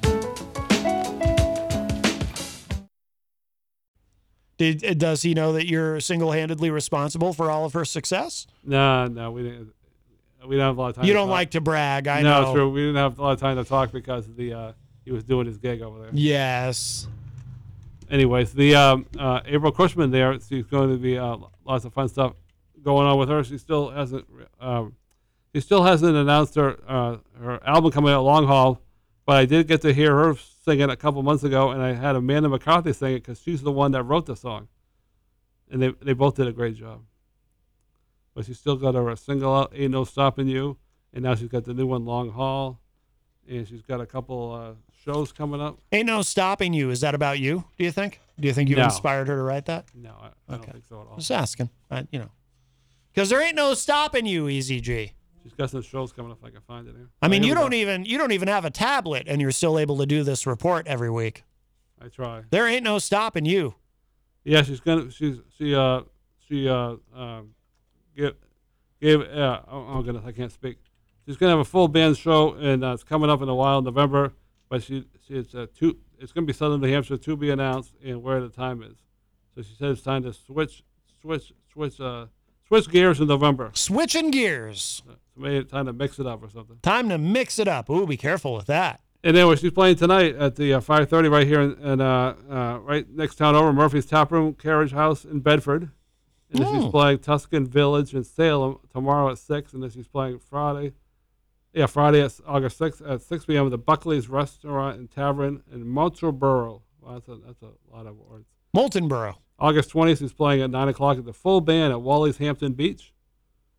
B: Did uh, does he know that you're single-handedly responsible for all of her success?
C: No, no, we didn't. We don't have a lot of time.
B: You
C: to
B: don't
C: talk.
B: like to brag. I
C: no,
B: know.
C: it's true. We didn't have a lot of time to talk because of the uh, he was doing his gig over there.
B: Yes.
C: Anyways, the um, uh, April Cushman there, she's going to be uh, lots of fun stuff going on with her. She still hasn't um, she still hasn't announced her uh, her album coming out long haul, but I did get to hear her sing it a couple months ago, and I had Amanda McCarthy sing it because she's the one that wrote the song, and they they both did a great job. But she still got her single out, "Ain't No Stopping You," and now she's got the new one, Long Haul, and she's got a couple uh, shows coming up.
B: Ain't no stopping you. Is that about you? Do you think? Do you think you
C: No.
B: inspired her to write that?
C: No, I, I don't think so at all.
B: Just asking. I, you know, because there ain't no stopping you, Easy G.
C: She's got some shows coming up. If I can find it here.
B: I mean,
C: Here
B: you
C: we go.
B: don't even you don't even have a tablet, and you're still able to do this report every week.
C: I try.
B: There ain't no stopping you.
C: Yeah, she's gonna. She's she uh she uh um give give uh oh, oh goodness I can't speak. She's gonna have a full band show and uh, it's coming up in a while in November. But she she it's uh, two it's gonna be Southern New Hampshire to be announced and where the time is. So she said it's time to switch switch switch uh switch gears in November.
B: Switching gears.
C: Maybe it's time to mix it up or something.
B: Time to mix it up. Ooh, be careful with that.
C: And anyway, she's playing tonight at the uh, 5:30 right here in, in uh, uh, right next town over, Murphy's Tap Room Carriage House in Bedford. And then she's
B: Oh.
C: playing Tuscan Village in Salem tomorrow at six. And then she's playing Friday, yeah, Friday at August 6th at 6 p.m. at the Buckley's Restaurant and Tavern in Moultrieboro. Wow, that's a that's a lot of words.
B: Moultonboro.
C: August 20th, she's playing at 9 o'clock at the full band at Wally's Hampton Beach.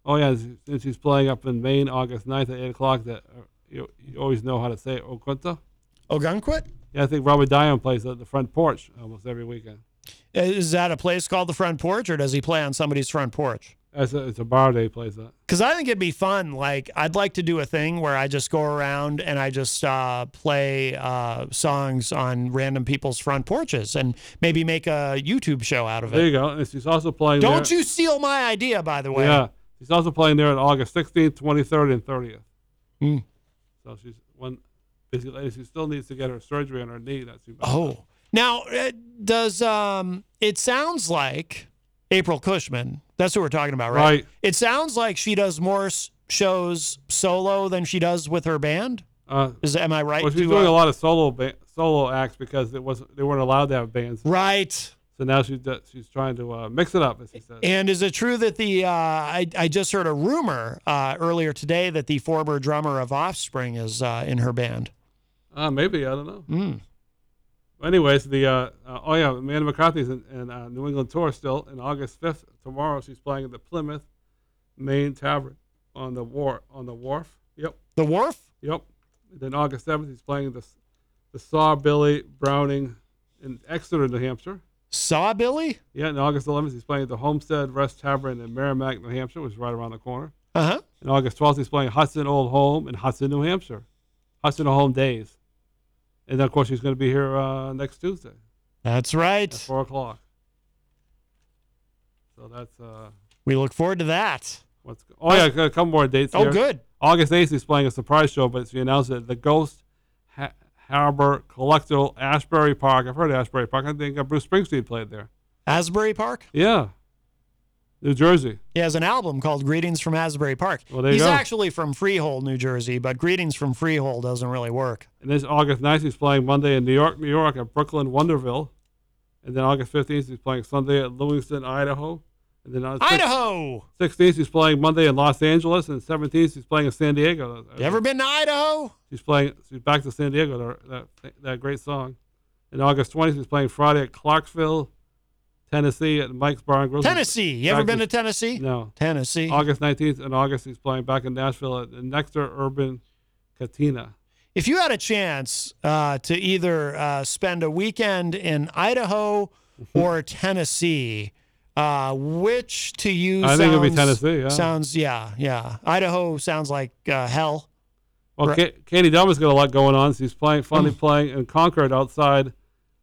C: Oh, yeah, and she's playing up in Maine August 9th at 8 o'clock. That uh, you, you always know how to say it, Oquinta.
B: Ogunquit?
C: Yeah, I think Robert Dion plays at the front porch almost every weekend.
B: Is that a place called the front porch, or does he play on somebody's front porch?
C: It's a, it's a bar day plays that.
B: Because I think it'd be fun. Like, I'd like to do a thing where I just go around and I just uh, play uh, songs on random people's front porches and maybe make a YouTube show out of
C: There
B: it.
C: you go. And she's also playing.
B: Don't
C: there-
B: you steal my idea, by the way.
C: Yeah, she's also playing there on August 16th, 23rd, and 30th.
B: Hmm.
C: So she's one Busy lady. She still needs to get her surgery on her knee. That's too bad.
B: Oh. Now, uh, does um it sounds like April Cushman, that's who we're talking about, right?
C: Right.
B: It sounds like she does more s- shows solo than she does with her band.
C: Uh,
B: Is am I right?
C: Well, she's
B: to,
C: doing
B: uh,
C: a lot of solo ba- solo acts because it wasn't they weren't allowed to have bands.
B: Right.
C: So now she's do- she's trying to uh, mix it up, as she says.
B: And is it true that the uh, I I just heard a rumor uh, earlier today that the former drummer of Offspring is uh, in her band?
C: Uh, maybe I don't know.
B: Mm.
C: Anyways, the uh, uh, oh yeah, Amanda McCarthy's in, in uh, New England tour still. And August fifth tomorrow, she's playing at the Plymouth Main Tavern on the war on the wharf. Yep.
B: The Wharf.
C: Yep. And then August seventh, he's playing the the Saw Billy Browning in Exeter, New Hampshire.
B: Saw Billy.
C: Yeah, and August 11th, he's playing at the Homestead Rest Tavern in Merrimack, New Hampshire, which is right around the corner.
B: Uh huh.
C: And August 12th, he's playing Hudson Old Home in Hudson, New Hampshire. Hudson Old Home Days. And then, of course, he's going to be here uh, next Tuesday
B: That's
C: at
B: right.
C: 4 o'clock. So that's. Uh,
B: We look forward to that.
C: What's oh, yeah, got a couple more dates.
B: Oh,
C: here.
B: good.
C: August 8th, he's playing a surprise show, but she announced it at the Ghost ha- Harbor Collectible, Ashbury Park. I've heard of Ashbury Park. I think uh, Bruce Springsteen played there.
B: Asbury Park.
C: Yeah. New Jersey.
B: He has an album called Greetings from Asbury Park.
C: Well, there you
B: He's
C: go.
B: actually from Freehold, New Jersey, but Greetings from Freehold doesn't really work.
C: And this August 9th, he's playing Monday in New York, New York at Brooklyn Wonderville. And then August 15th, he's playing Sunday at Livingston, Idaho. And then on the six-
B: Idaho!
C: 16th, he's playing Monday in Los Angeles. And 17th, he's playing in San Diego.
B: You ever been to Idaho?
C: She's playing, she's back to San Diego, that, that, that great song. And August 20th, he's playing Friday at Clarksville, Tennessee at Mike's Bar and Grill.
B: Tennessee. You ever
C: Back
B: been to Tennessee?
C: No.
B: Tennessee.
C: August 19th and August, he's playing back in Nashville at the Nectar Urban Katina.
B: If you had a chance uh, to either uh, spend a weekend in
C: <laughs>
B: Idaho or Tennessee, uh, which to you
C: I
B: sounds,
C: think it'd be Tennessee, yeah.
B: Sounds, yeah, yeah. Uh, Idaho sounds like uh, hell.
C: Well,
B: Right.
C: Ka- Katie Delman's got a lot going on. She's playing, finally playing in Concord outside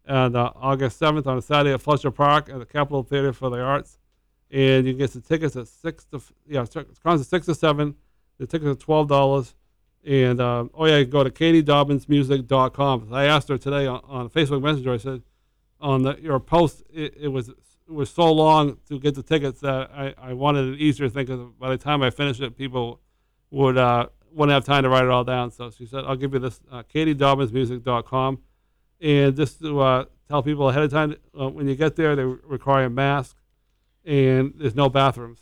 C: on uh, August 7th on a Saturday at Fletcher Park at the Capitol Theater for the Arts. And you can get some tickets at six to f- yeah, it's concert six to seven. The tickets are twelve dollars. And um, oh yeah, you can go to katiedobbins.music.com. I asked her today on, on Facebook Messenger. I said on the, your post it, it was it was so long to get the tickets that I, I wanted it easier thing 'cause by the time I finished it, people would uh, wouldn't have time to write it all down. So she said, I'll give you this, uh, katiedobbins.music.com. And just to uh, tell people ahead of time, uh, when you get there, they require a mask and there's no bathrooms.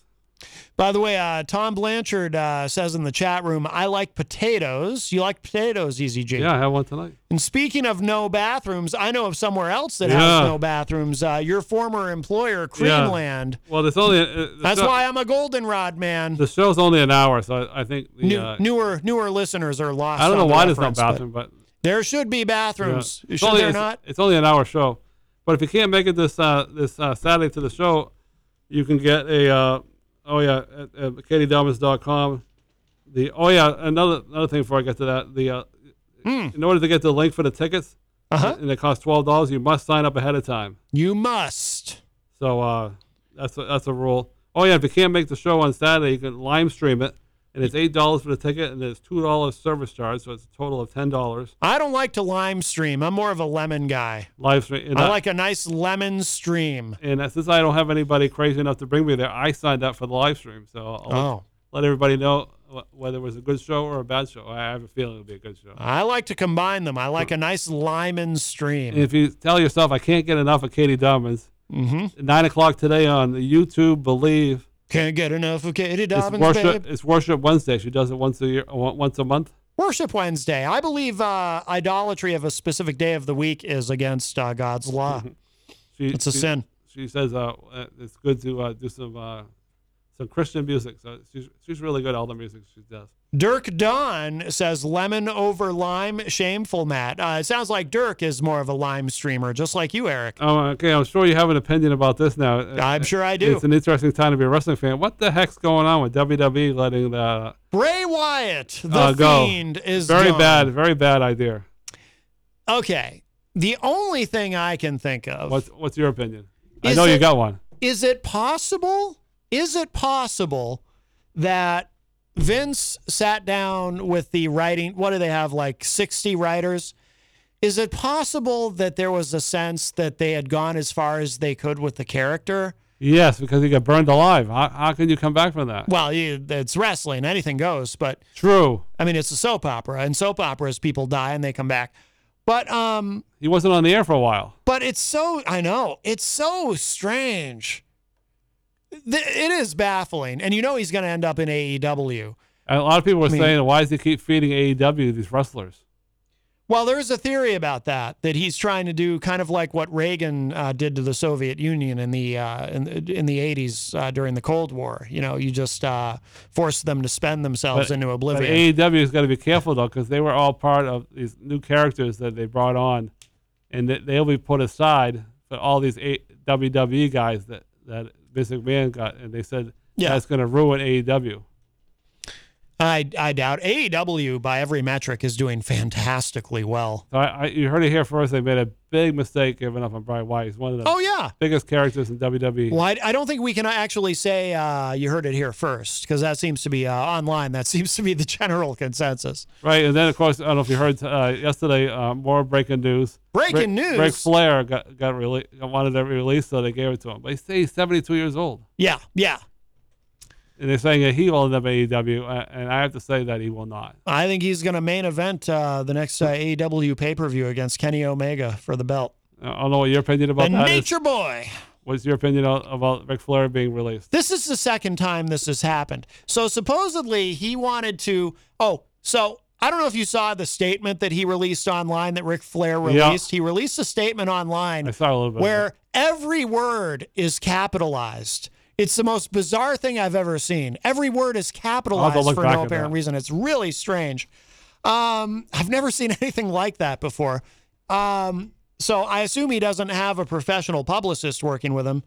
B: By the way, uh, Tom Blanchard uh, says in the chat room, "I like potatoes. You like potatoes, EZG."
C: Yeah, I have one tonight.
B: And speaking of no bathrooms, I know of somewhere else that
C: Yeah.
B: has no bathrooms. Uh, your former employer, Creamland.
C: Well, there's only. Uh, the
B: That's
C: show-
B: why I'm a goldenrod man.
C: The show's only an hour, so I, I think the.
B: New,
C: uh,
B: newer newer listeners are lost.
C: I don't know
B: on the
C: why there's no
B: reference, but
C: bathroom, but
B: there should be bathrooms.
C: Yeah. It's
B: Should
C: only,
B: there
C: it's,
B: not?
C: it's only an hour show, but if you can't make it this uh, this uh, Saturday to the show, you can get a uh, oh yeah at, at katiedelmas.com. The oh yeah another another thing before I get to that the uh,
B: Hmm.
C: in order to get the link for the tickets and it costs twelve dollars you must sign up ahead of time.
B: Uh-huh. You must.
C: So uh, that's a, that's a rule. Oh yeah, if you can't make the show on Saturday, you can live stream it, and it's eight dollars for the ticket, and there's two dollars service charge, so it's a total of ten dollars
B: I don't like to lime stream. I'm more of a lemon guy.
C: live stream. and
B: I
C: that-
B: like a nice lemon stream.
C: And uh, since I don't have anybody crazy enough to bring me there, I signed up for the live stream. So I'll
B: Oh.
C: let everybody know wh- whether it was a good show or a bad show. I have a feeling it'll be a good show.
B: I like to combine them. I like a nice lime and stream.
C: And if you tell yourself, I can't get enough of Katie Dobbins,
B: Mhm.
C: nine o'clock today on the YouTube Believe.
B: Can't get enough of Katie Dobbins,
C: it's worship,
B: babe.
C: it's worship Wednesday. She does it once a year, o- once a month.
B: Worship Wednesday. I believe uh, idolatry of a specific day of the week is against uh, God's law.
C: <laughs> She,
B: It's a
C: she-
B: sin.
C: She says uh, uh, it's good to uh, do some uh, some Christian music. So she's she's really good at all the music she does.
B: Dirk Don says lemon over lime, shameful, Matt. Uh, it sounds like Dirk is more of a lime streamer, just like you, Eric.
C: Oh, okay. I'm sure you have an opinion about this now.
B: I'm sure I do.
C: It's an interesting time to be a wrestling fan. What the heck's going on with WWE letting the
B: Bray Wyatt, the
C: uh, go?
B: fiend, is
C: very
B: gone.
C: bad. Very bad idea.
B: Okay, the only thing I can think of
C: What's What's your opinion? I
B: Is
C: know you
B: it-
C: got one.
B: Is it possible? Is it possible that Vince sat down with the writing. What do they have? Like 60 writers. Is it possible that there was a sense that they had gone as far as they could with the character?
C: Yes, because he got burned alive. How, how can you come back from that?
B: Well, you, it's wrestling. Anything goes, but
C: True.
B: I mean, it's a soap opera, and soap operas people die and they come back. But um,
C: He wasn't on the air for a while.
B: but it's so I know it's so strange. Th- It is baffling, and you know he's going to end up in E AEW.
C: And a lot of people were
B: I mean-
C: saying, why does he keep feeding AEW these wrestlers?
B: Well, there is a theory about that that he's trying to do kind of like what Reagan uh, did to the Soviet Union in the uh, in, in the 80s uh, during the Cold War. You know, you just uh, force them to spend themselves into oblivion.
C: But AEW has got to be careful though, because they were all part of these new characters that they brought on, and that they'll be put aside for all these A- WWE guys that that Vince McMahon got, and they said
B: Yeah.
C: that's going to ruin E AEW.
B: I I doubt AEW by every metric is doing fantastically well.
C: So I, I, you heard it here first. They made a big mistake giving up on Brian White. He's one of the
B: Oh, yeah.
C: biggest characters in E." WWE.
B: Well, I, I don't think we can actually say uh, you heard it here first because that seems to be uh, online. That <laughs> seems to be the general consensus.
C: Right, and then of course I don't know if you heard uh, yesterday uh, more breaking news.
B: Breaking
C: Ric-
B: news?
C: Ric Flair got got rele- wanted to release, so they gave it to him. But he's, he's seventy two years old,
B: Yeah, yeah.
C: and they're saying that he will end up at AEW, uh, and I have to say that he will not.
B: I think he's going to main event uh, the next uh, AEW pay per view against Kenny Omega for the belt.
C: I don't know what your opinion about
B: And
C: that is.
B: Nature Boy.
C: What's your opinion o- about Ric Flair being released?
B: This is the second time this has happened. So supposedly he wanted to. Oh, so I don't know if you saw the statement that he released online that Ric Flair
C: Yeah.
B: released. He released a statement online
C: I saw a little bit. of
B: where every word is capitalized. It's the most bizarre thing I've ever seen. Every word is capitalized
C: look
B: for
C: back
B: no
C: at
B: apparent
C: that.
B: reason. It's really strange. Um, I've never seen <laughs> anything like that before. Um, so I assume he doesn't have a professional publicist working with him.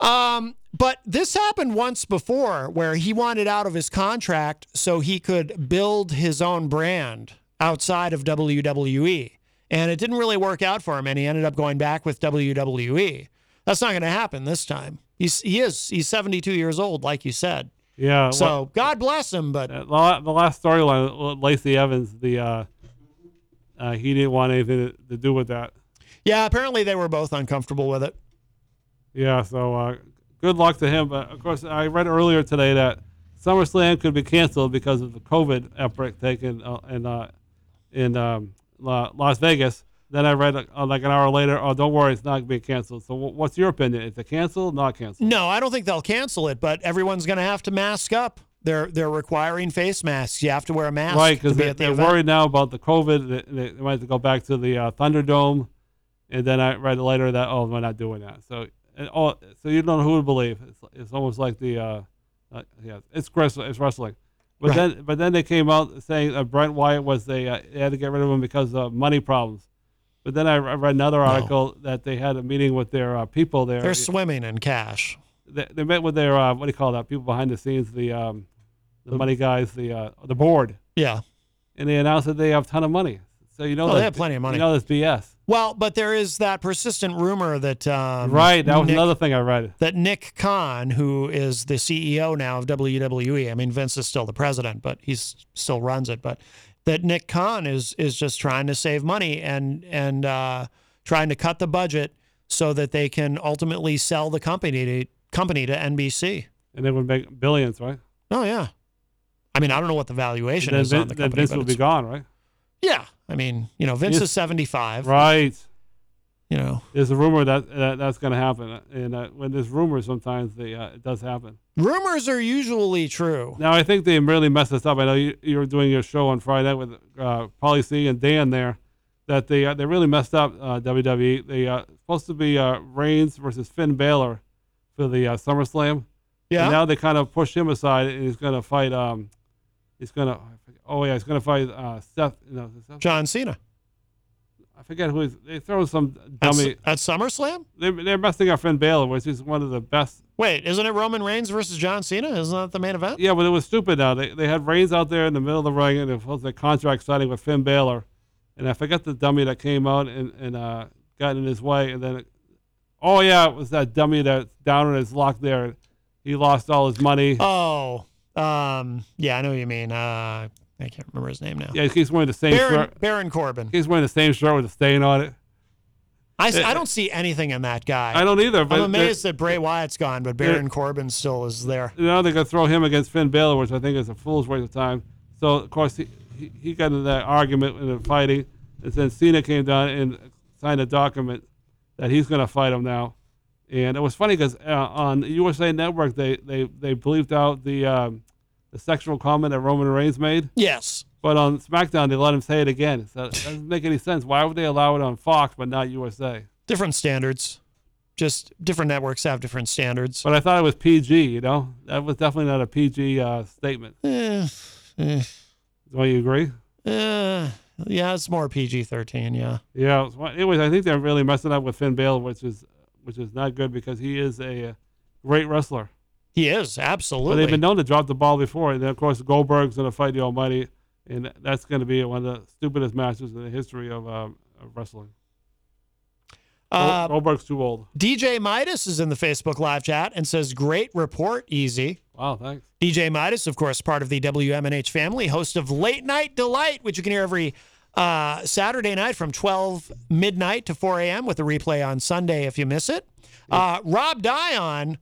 B: Um, but this happened once before where he wanted out of his contract so he could build his own brand outside of WWE. And it didn't really work out for him, and he ended up going back with WWE. That's not going to happen this time. He's he is he's 72 years old, like you said.
C: it. yeah.
B: so
C: well,
B: God bless him, but
C: uh, the la- the last storyline, Lacey Evans, the uh, uh, he didn't want anything to, to do with that.
B: yeah, apparently they were both uncomfortable with it.
C: Yeah, so uh, good luck to him. But of course, I read earlier today that SummerSlam could be canceled because of the COVID outbreak taken uh, in uh, in um, La- Las Vegas. Then I read uh, like an hour later, oh, don't worry, it's not being canceled. So, wh- what's your opinion? Is it canceled? Not canceled?
B: No, I don't think they'll cancel it, but everyone's going to have to mask up. They're they're requiring face masks. You have to wear a mask
C: right,
B: to
C: because
B: be
C: they,
B: at the
C: they're
B: event.
C: worried now about the COVID. They, they they might have to go back to the uh, Thunderdome. And then I read later that oh, we're not doing that. So, and oh, so you don't know who to believe. It's, it's almost like the uh, uh, yeah, it's wrestling. It's wrestling. But
B: Right.
C: then, but then they came out saying uh, Brent Wyatt was they, uh, they had to get rid of him because of money problems. But then I, I read another article that they had a meeting with their uh, people there.
B: They're swimming in cash.
C: they, they met with their uh, what do you call that? People behind the scenes, the um, the money guys, the uh, the board
B: Yeah.
C: and they announced that they have a ton of money. So you know
B: Oh,
C: that
B: they have plenty of money.
C: You know that's BS,
B: Well, but there is that persistent rumor that um,
C: right? That was
B: Nick,
C: another thing I read.
B: that Nick Khan, who is the CEO now of WWE, I mean Vince is still the president, but he still runs it. But that Nick Khan is is just trying to save money and and uh, trying to cut the budget so that they can ultimately sell the company to company to NBC.
C: And they would make billions, right?
B: Oh yeah, I mean I don't know what the valuation
C: then
B: is
C: Vin-
B: on the
C: then
B: company.
C: Vince
B: but
C: will be
B: it's-
C: gone, right?
B: yeah, I mean you know Vince
C: Yes.
B: is seventy five.
C: Right.
B: You know.
C: There's a rumor that, that that's going to happen, and uh, when there's rumors, sometimes they, uh, it does happen.
B: Rumors are usually true.
C: Now I think they really messed this up. I know you, you were doing your show on Friday with uh, Polly C and Dan there, that they uh, they really messed up uh, WWE. They uh, supposed to be uh, Reigns versus Finn Balor for the uh, SummerSlam.
B: Yeah.
C: And now they kind of push him aside, and he's going to fight. Um, he's going to. Oh yeah, he's going to fight uh, Seth. No, is it Seth?
B: John Cena.
C: I forget who he's. They throw some
B: At,
C: dummy.
B: at SummerSlam?
C: They're, they're messing up Finn Balor, which is one of the best
B: Wait, isn't it Roman Reigns versus John Cena? Isn't that the main event?
C: Yeah, but it was stupid. Now they, they had Reigns out there in the middle of the ring, and it was a contract signing with Finn Balor, and I forget the dummy that came out and and uh, got in his way, and then, it, oh yeah, it was that dummy that's down in his lock there. He lost all his money.
B: Oh, Um, yeah, I know what you mean. Uh, I can't remember his name now.
C: Yeah, he's wearing the same
B: Baron,
C: shirt.
B: Baron Corbin.
C: He's wearing the same shirt with a stain on it.
B: I, s-
C: It-
B: I don't see anything in that guy.
C: Uh, I don't either, but
B: I'm amazed that Bray Wyatt's gone, but
C: they're-
B: Baron Corbin still is there.
C: Now they're going to throw him against Finn Balor, which I think is a fool's waste of time. So, of course, he, he, he got into that argument and they're fighting. And then Cena came down and signed a document that he's going to fight him now. And it was funny because uh, on USA Network, they, they, they bleeped out the, um, the sexual comment that Roman Reigns made.
B: Yes.
C: But on SmackDown, they let him say it again. So it doesn't make any sense. Why would they allow it on Fox but not USA?
B: Different standards. Just different networks have different standards.
C: But I thought it was PG, you know? That was definitely not a PG uh, statement.
B: Eh, eh.
C: Don't you agree?
B: Uh, yeah, it's more PG 13. Yeah.
C: Yeah. it was one- Anyways, I think they're really messing up with Finn Balor, which is which is not good because he is a uh, great wrestler.
B: He is,
C: But
B: absolutely.
C: they've been known to drop the ball before. And then, of course, Goldberg's going to fight the Almighty, and that's going to be one of the stupidest matches in the history of, um, of wrestling. Gol-
B: Uh,
C: Goldberg's too old.
B: DJ Midas is in the Facebook live chat and says, Great report, easy.
C: Wow, thanks.
B: DJ Midas, of course, part of the WMNH family, host of Late Night Delight, which you can hear every uh, Saturday night from 12 midnight to 4 a.m. with a replay on Sunday if you miss it. Uh, Rob Dion,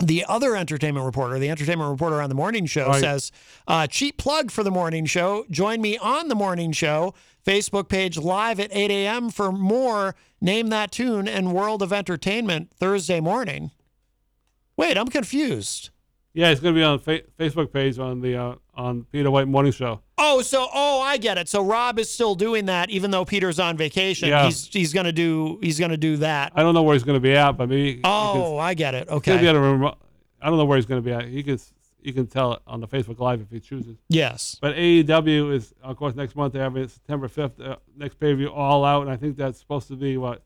B: the other entertainment reporter, the entertainment reporter on the morning show,
C: Right.
B: says, uh, cheap plug for the morning show. Join me on the morning show, Facebook page live at 8 a.m. for more Name That Tune and World of Entertainment Thursday morning. Wait, I'm confused.
C: Yeah, it's going to be on fa- Facebook page on the uh, on Peter White Morning Show.
B: Oh, so oh, I get it. So Rob is still doing that, even though Peter's on vacation.
C: Yeah.
B: He's he's gonna do he's gonna do that.
C: I don't know where he's going to be at, but maybe.
B: Oh, I get it.
C: He's going to be
B: Okay.
C: at a remote. I don't know where he's going to be at. He can s- you can tell it on the Facebook Live if he chooses.
B: Yes.
C: But AEW is, of course, next month. They have it September 5th, uh, next pay per view, all out. And I think that's supposed to be what?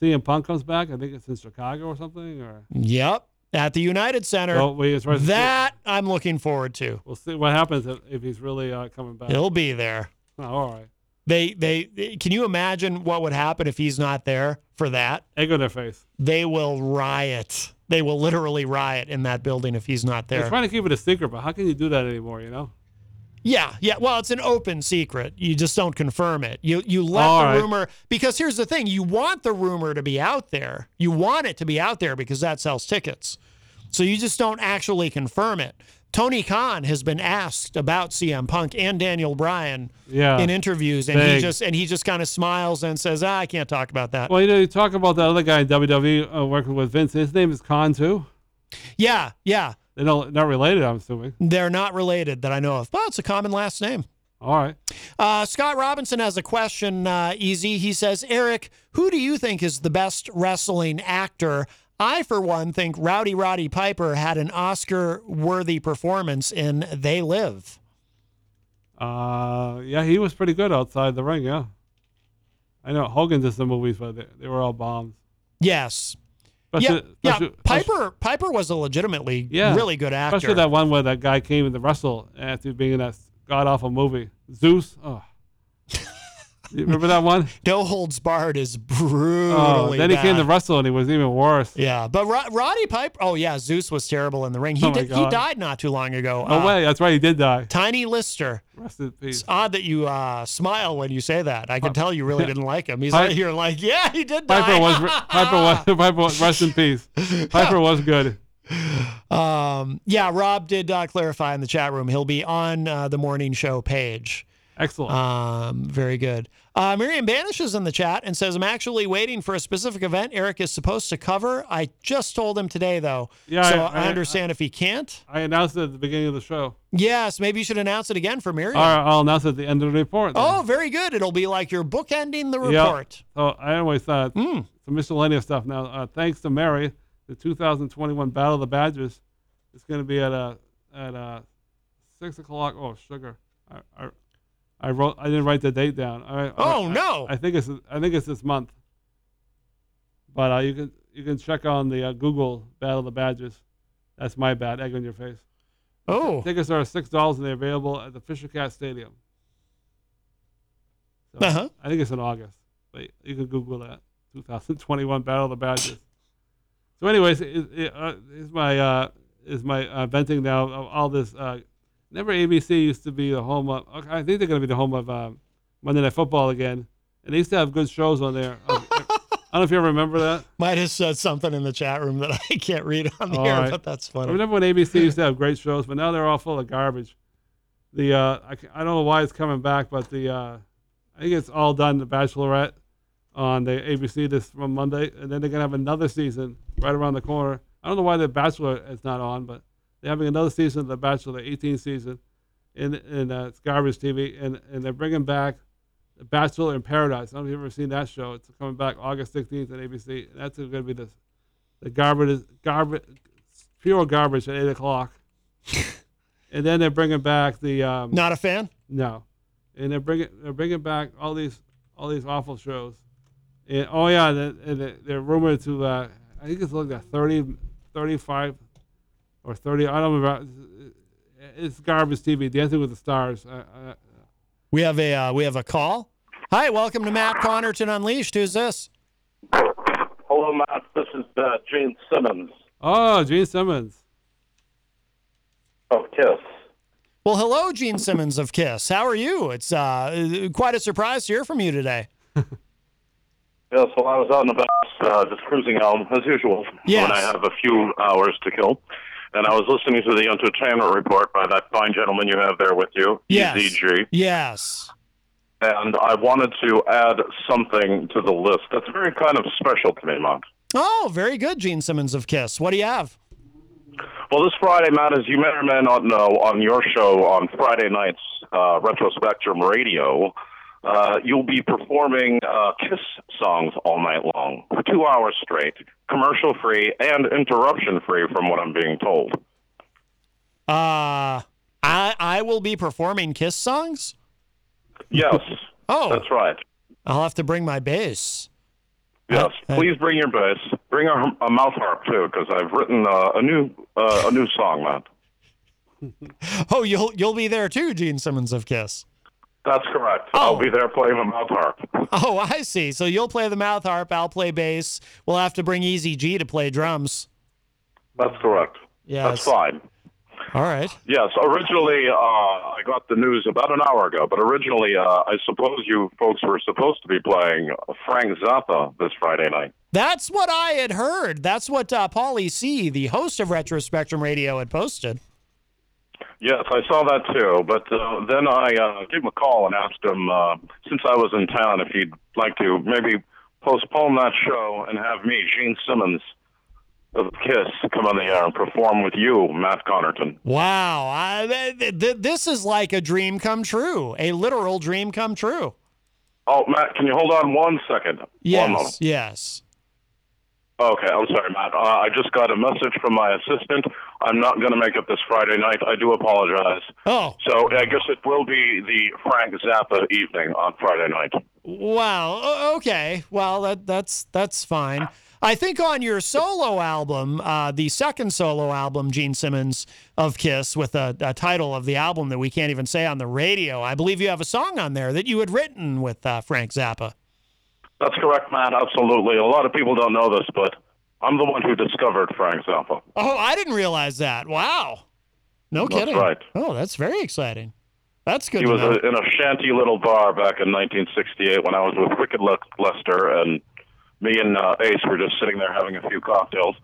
C: CM Punk comes back. I think it's in Chicago or something. Or
B: Yep. At the United Center.
C: Oh, wait, it's right-
B: that I'm looking forward to.
C: We'll see what happens if, if he's really uh, coming back.
B: He'll be there.
C: Oh, all right.
B: They they can you imagine what would happen if he's not there for that?
C: Egg on their face.
B: They will riot. They will literally riot in that building if he's not
C: They're
B: there.
C: trying to keep it a secret, but how can you do that anymore, you know?
B: Yeah, yeah. Well, it's an open secret. You just don't confirm it. You you let
C: All
B: the
C: right.
B: rumor because here's the thing: you want the rumor to be out there. You want it to be out there because that sells tickets. So you just don't actually confirm it. Tony Khan has been asked about CM Punk and Daniel Bryan
C: Yeah.
B: in interviews, and he
C: Thanks.
B: just and he just kind of smiles and says, ah, "I can't talk about that."
C: Well, you know, you talk about that other guy in WWE uh, working with Vince. His name is Khan, too.
B: yeah, yeah.
C: They're not, not related, I'm assuming.
B: They're not related that I know of, but it's a common last name.
C: All right.
B: Uh, Scott Robinson has a question, uh, Easy. He says, Eric, who do you think is the best wrestling actor? I, for one, think Rowdy Roddy Piper had an Oscar worthy performance in They Live.
C: Uh, yeah, he was pretty good outside the ring. Yeah, I know Hogan did some movies, but they, they were all bombs.
B: Yes.
C: Especially-
B: yeah, yeah.
C: especially-
B: Piper Piper was a legitimately
C: Yeah,
B: really good actor.
C: Especially that one where that guy came in the wrestle after being in that god awful movie, Zeus. Oh, you remember that one?
B: <laughs> No Holds Barred is brutally
C: Oh, then he came to
B: bad.
C: wrestle and he was even worse.
B: Yeah, but Ro- Roddy Piper. Oh yeah, Zeus was terrible in the ring. He
C: Oh, my
B: did, he
C: God. Oh,
B: died not too long ago.
C: No
B: Uh,
C: way. That's right. He did die.
B: Tiny Lister.
C: Rest in peace.
B: It's odd that you uh, smile when you say that. I can tell you really didn't like him. He's
C: Pi-
B: out here like, yeah, he did die.
C: Piper was Piper was <laughs> Piper was rest in peace. Piper was good.
B: <laughs> um, yeah, Rob did uh, clarify in the chat room. He'll be on uh, the morning show page.
C: Excellent.
B: Um, very good. Uh, Miriam Banish is in the chat and says, I'm actually waiting for a specific event Eric is supposed to cover. I just told him today, though.
C: Yeah,
B: so
C: I-
B: I,
C: I-
B: understand if he can't.
C: I announced it at the beginning of the show.
B: Yes, maybe you should announce it again for Miriam.
C: All right, I'll announce it at the end of the report. then.
B: Oh, very good. It'll be like you're bookending the
C: Yeah.
B: report. Hmm.
C: So Oh, I always thought some miscellaneous stuff. Now, uh, thanks to Mary, the 2021 Battle of the Badgers is going to be at uh, at uh, six o'clock. Oh, sugar! I, I I wrote. I didn't write the date down. I, I-
B: Oh,
C: I-
B: no.
C: I think it's I think it's this month. But uh, you can you can check on the uh, Google Battle of the Badgers. That's my bad. Egg on your face.
B: Oh.
C: Tickets are six dollars and they're available at the Fisher Cat Stadium. So
B: Uh-huh.
C: I think it's in August, but you can Google that. 2021 Battle of the Badgers. so, anyways, it, it, uh, is my uh, is my uh, venting now of all this. Uh, never ABC used to be the home of. I think they're going to be the home of um, Monday Night Football again, and they used to have good shows
B: <laughs>
C: on there. I don't know if you ever remember that.
B: Might have said something in the chat room that <laughs> I can't read on the
C: All
B: air,
C: right.
B: but that's
C: I
B: funny.
C: remember when ABC used to have great shows, but now they're all full of garbage. The uh, I, c- I don't know why it's coming back, but the uh, I think it's all done. The Bachelorette on the ABC this from Monday, and then they're gonna have another season right around the corner. I don't know why the Bachelor is not on, but they're having another season of the Bachelor, the 18th season, and and uh, it's garbage TV, and and they're bringing back the Bachelor in Paradise. I don't know if you've ever seen that show. It's coming back August 16th on ABC. That's gonna be the the garbage garbage pure garbage at eight
B: <laughs>
C: o'clock. and then they're bringing back the um,
B: Not a fan?
C: No, and they're bringing they're bringing back all these all these awful shows. And oh yeah, the- and the- they're rumored to uh, I think it's like a 30, 35 or thirty. I don't remember. It's garbage TV. Dancing with the Stars. Uh, uh,
B: We have a uh, we have a call. Hi, welcome to Matt Connerton Unleashed. Who's this?
L: Hello, Matt. This is uh, Gene Simmons
C: oh, Gene Simmons.
L: of Kiss.
B: Well, hello, Gene Simmons of Kiss. How are you? It's uh, quite a surprise to hear from you today.
L: Yes, well, I was out and about uh, just cruising home as usual
B: Yes.
L: when I have a few hours to kill. And I was listening to the entertainment report by that fine gentleman you have there with you,
B: Yes.
L: EZG.
B: Yes.
L: And I wanted to add something to the list that's very kind of special to me, Matt.
B: Oh, very good, Gene Simmons of Kiss. What do you have?
L: Well, this Friday, Matt, as you may or may not know, on your show on Friday nights, uh, Retro Spectrum Radio, uh, you'll be performing uh, Kiss songs all night long for two hours straight, commercial free and interruption free, from what I'm being told.
B: Uh, I I will be performing Kiss songs.
L: Yes.
B: <laughs> Oh.
L: That's right.
B: I'll have to bring my bass.
L: Yes. Please bring your bass. Bring a, a mouth harp too, because I've written uh, a new uh, a new song, Matt.
B: Oh, you'll you'll be there too, Gene Simmons of Kiss.
L: That's correct. I'll be there playing the mouth harp.
B: Oh, I see. So you'll play the mouth harp. I'll play bass. We'll have to bring Easy G to play drums.
L: That's correct.
B: Yes.
L: That's fine.
B: All right.
L: Yes, originally uh, I got the news about an hour ago, but originally uh, I suppose you folks were supposed to be playing Frank Zappa this Friday night.
B: That's what I had heard. That's what uh, Paulie C, the host of Retro Spectrum Radio, had posted.
L: Yes, I saw that too, but uh, then I uh, gave him a call and asked him, uh, since I was in town, if he'd like to maybe postpone that show and have me, Gene Simmons of Kiss, come on the air and perform with you, Matt Connerton.
B: Wow. I, th- th- th- this is like a dream come true, a literal dream come true.
L: Oh, Matt, can you hold on one second? One moment.
B: Yes. Yes.
L: Okay, I'm sorry, Matt. Uh, I just got a message from my assistant. I'm not going to make it this Friday night. I do apologize.
B: Oh.
L: So I guess it will be the Frank Zappa evening on Friday night.
B: Wow. o- Okay. Well, that that's that's fine. I think on your solo album, uh, the second solo album, Gene Simmons of Kiss, with a, a title of the album that we can't even say on the radio, I believe you have a song on there that you had written with uh, Frank Zappa.
L: That's correct, Matt. Absolutely. A lot of people don't know this, but I'm the one who discovered Frank Zappa.
B: Oh, I didn't realize that. Wow. No
L: That's
B: kidding.
L: right.
B: Oh, that's very exciting. That's good.
L: He
B: to
L: was
B: know.
L: a, in a shanty little bar back in 1968 when I was with Wicked Le- Lester, and me and uh, Ace were just sitting there having a few cocktails,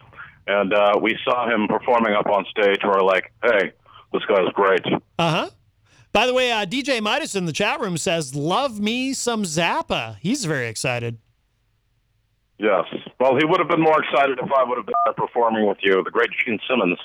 L: and uh, we saw him performing up on stage. and We're like, "Hey, this guy's great."
B: Uh huh. By the way, uh, DJ Midas in the chat room says, "Love me some Zappa." He's very excited.
L: Yes. Well, he would have been more excited if I would have been there performing with you, the great Gene Simmons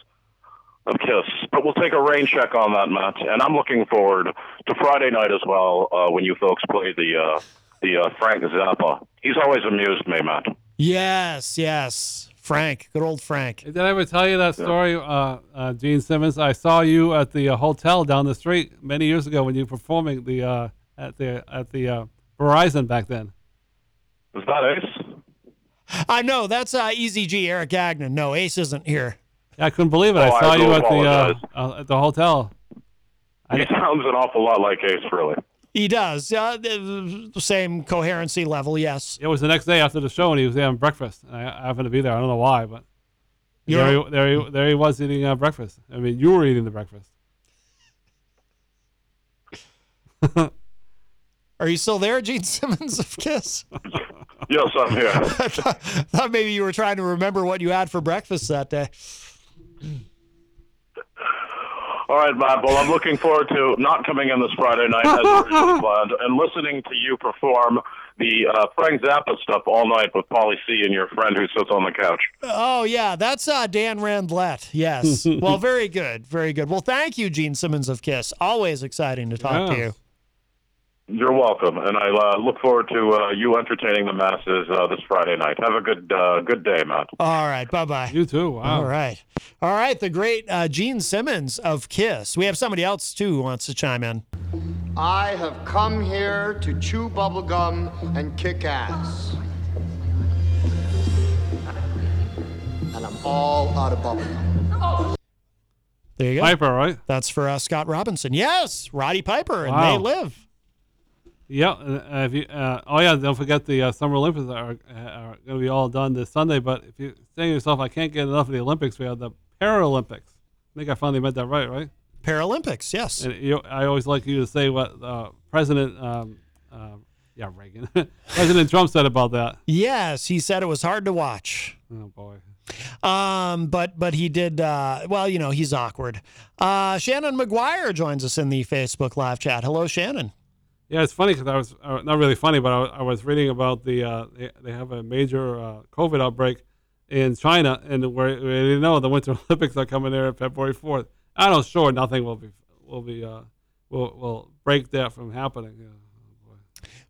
L: of Kiss. But we'll take a rain check on that, Matt. And I'm looking forward to Friday night as well uh, when you folks play the uh, the uh, Frank Zappa. He's always amused me, Matt.
B: Yes, yes. Frank, good old Frank.
C: Did I ever tell you that story, uh, uh, Gene Simmons? I saw you at the uh, hotel down the street many years ago when you were performing the uh, at the at the uh, Verizon back then.
L: Is that Ace?
B: I know that's uh, Easy G Eric Agnon. No, Ace isn't here.
C: I couldn't believe it. I
L: Oh, I
C: saw
L: do
C: you at
L: apologize.
C: the uh, uh, at the hotel.
L: He sounds an awful lot like Ace, really.
B: He does. Uh, the the same coherency level, yes.
C: It was the next day after the show, and he was having breakfast. And I, I happened to be there. I don't know why, but There he, there, he, there he was eating uh, breakfast. I mean, you were eating the breakfast.
B: Are you still there, Gene <laughs> Simmons of Kiss?
L: Yes, I'm here.
B: <laughs> I thought, thought maybe you were trying to remember what you had for breakfast that day.
L: All right, Matt. Well, I'm looking forward to not coming in this Friday night as originally planned and listening to you perform the uh, Frank Zappa stuff all night with Polly C and your friend who sits on the couch.
B: Oh yeah, that's uh, Dan Randlett.
C: <laughs>
B: Yes. well, very good, very good. Well, thank you, Gene Simmons of Kiss. Always exciting to talk to you.
L: You're welcome, and I uh, look forward to uh, you entertaining the masses uh, this Friday night. Have a good uh, good day, Matt.
B: All right, bye bye.
C: You too. Wow.
B: All right, all right. The great uh, Gene Simmons of Kiss. We have somebody else too who wants to chime in.
M: I have come here to chew bubblegum and kick ass. And I'm all out of bubblegum.
B: There you go.
C: Piper, right?
B: That's for uh, Scott Robinson. Yes, Roddy Piper, and
C: Wow.
B: they live.
C: Yeah. and, uh, if you, uh, oh, yeah. Don't forget the uh, Summer Olympics are, uh, are going to be all done this Sunday. But if you're saying to yourself, I can't get enough of the Olympics, we have the Paralympics. I think I finally meant that right, right?
B: Paralympics. Yes.
C: And you, I always like you to say what uh, President, um, uh, yeah, Reagan, <laughs> President Trump said about that.
B: Yes, he said it was hard to watch.
C: Oh boy.
B: Um, but but he did uh, well. You know he's awkward. Uh, Shannon McGuire joins us in the Facebook live chat. Hello, Shannon.
C: Yeah, it's funny because I was uh, not really funny, but I, was- I was reading about the uh, they, they have a major uh, COVID outbreak in China, and where where they know the Winter <laughs> Olympics are coming there February fourth. I know, sure, nothing will be will be uh, will will break that from happening. Yeah.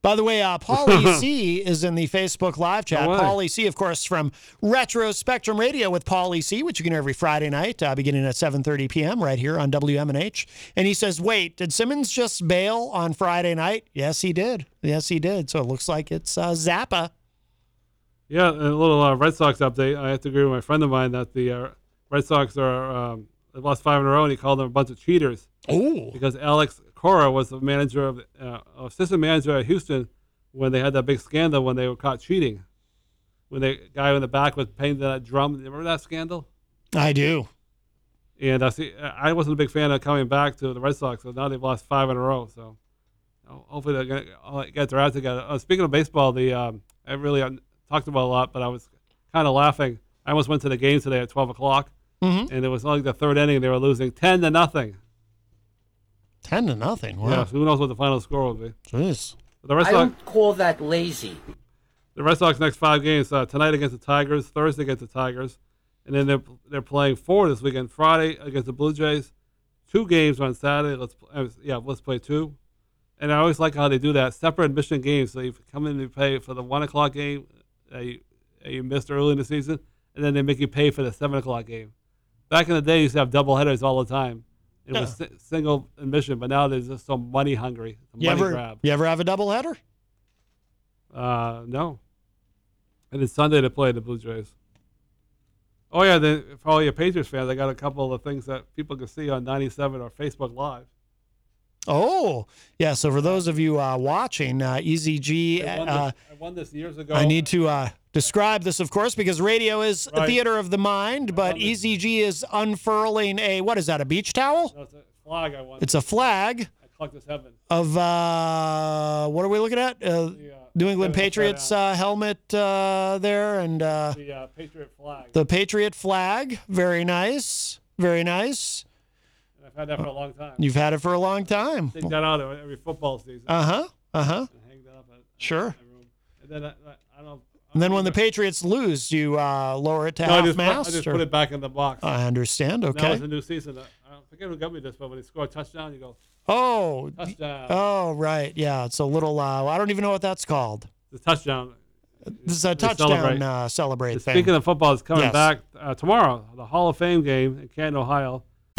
B: By the way, uh, Paulie C is in the Facebook live chat.
C: way.
B: Paulie C, of course, from Retro Spectrum Radio with Paulie C, which you can hear every Friday night, uh, beginning at 7:30 p.m. right here on WMNH. And he says, "Wait, did Simmons just bail on Friday night?" Yes, he did. Yes, he did. So it looks like it's uh, Zappa.
C: Yeah, and a little uh, Red Sox update. I have to agree with my friend of mine that the uh, Red Sox are um, they lost five in a row, and he called them a bunch of cheaters.
B: Oh,
C: because Alex Cora was the manager of uh, assistant manager at Houston when they had that big scandal when they were caught cheating, when the guy in the back was paying that drum. Remember that scandal?
B: I do.
C: And I see. I wasn't a big fan of coming back to the Red Sox, so now they've lost five in a row. So ho- hopefully they're gonna uh, get their act together. Uh, speaking of baseball, the um, I really uh, talked about a lot, but I was kind of laughing. I almost went to the game today at twelve o'clock,
B: Mhm.
C: and it was like the third inning. They were losing ten to nothing.
B: Ten to nothing. Wow.
C: Yeah, so who knows what the final score will be?
B: Jeez.
C: The Red
N: I
C: Sox,
N: don't call that lazy.
C: the Red Sox next five games uh, tonight against the Tigers, Thursday against the Tigers, and then they're they're playing four this weekend. Friday against the Blue Jays, two games on Saturday. Let's pl- uh, yeah, let's play two. And I always like how they do that separate admission games. So you come in and you pay for the one o'clock game that you, that you missed early in the season, and then they make you pay for the seven o'clock game. Back in the day, you used to have double headers all the time. It was si- single admission, but now there's just so money hungry, the
B: You
C: money
B: ever
C: grab.
B: you ever have a doubleheader?
C: Uh, no. And it's Sunday to play the Blue Jays. Oh yeah, then for all your Patriots fans, I got a couple of things that people can see on 97 or Facebook Live.
B: Oh, yeah. So for those of you uh, watching, uh, EZG,
C: I won,
B: uh,
C: this, I won this years ago.
B: I need to uh, describe this, of course, because radio is a
C: Right.
B: theater of the mind, but EZG is unfurling a, what is that, a beach towel?
C: No, it's a flag I won.
B: It's a flag
C: I clocked this heaven.
B: of, uh, what are we looking at? Uh, New England Patriots uh, helmet uh, there and uh,
C: The uh, Patriot flag.
B: the Patriot flag. Very nice. Very nice.
C: And I've had that for a long time.
B: You've had it for a long time.
C: Take that out every football season.
B: Uh huh. Uh huh. Sure.
C: And then I, I- I don't.
B: And then when the Patriots lose, do you uh, lower it to
C: No, I
B: half
C: just, put, I
B: mast?
C: just
B: or-
C: put it back in the box.
B: I understand.
C: Now
B: Okay.
C: it's a new season. I I forget who got me this, but when they score a touchdown, you go
B: Oh.
C: touchdown.
B: Oh, right. Yeah. It's a little, uh, I don't even know what that's called.
C: the touchdown.
B: This is a
C: They
B: touchdown
C: celebrate.
B: uh, oh. celebrate thing.
C: Speaking of football, it's coming
B: Yes.
C: back uh, tomorrow. The Hall of Fame game in Canton, Ohio.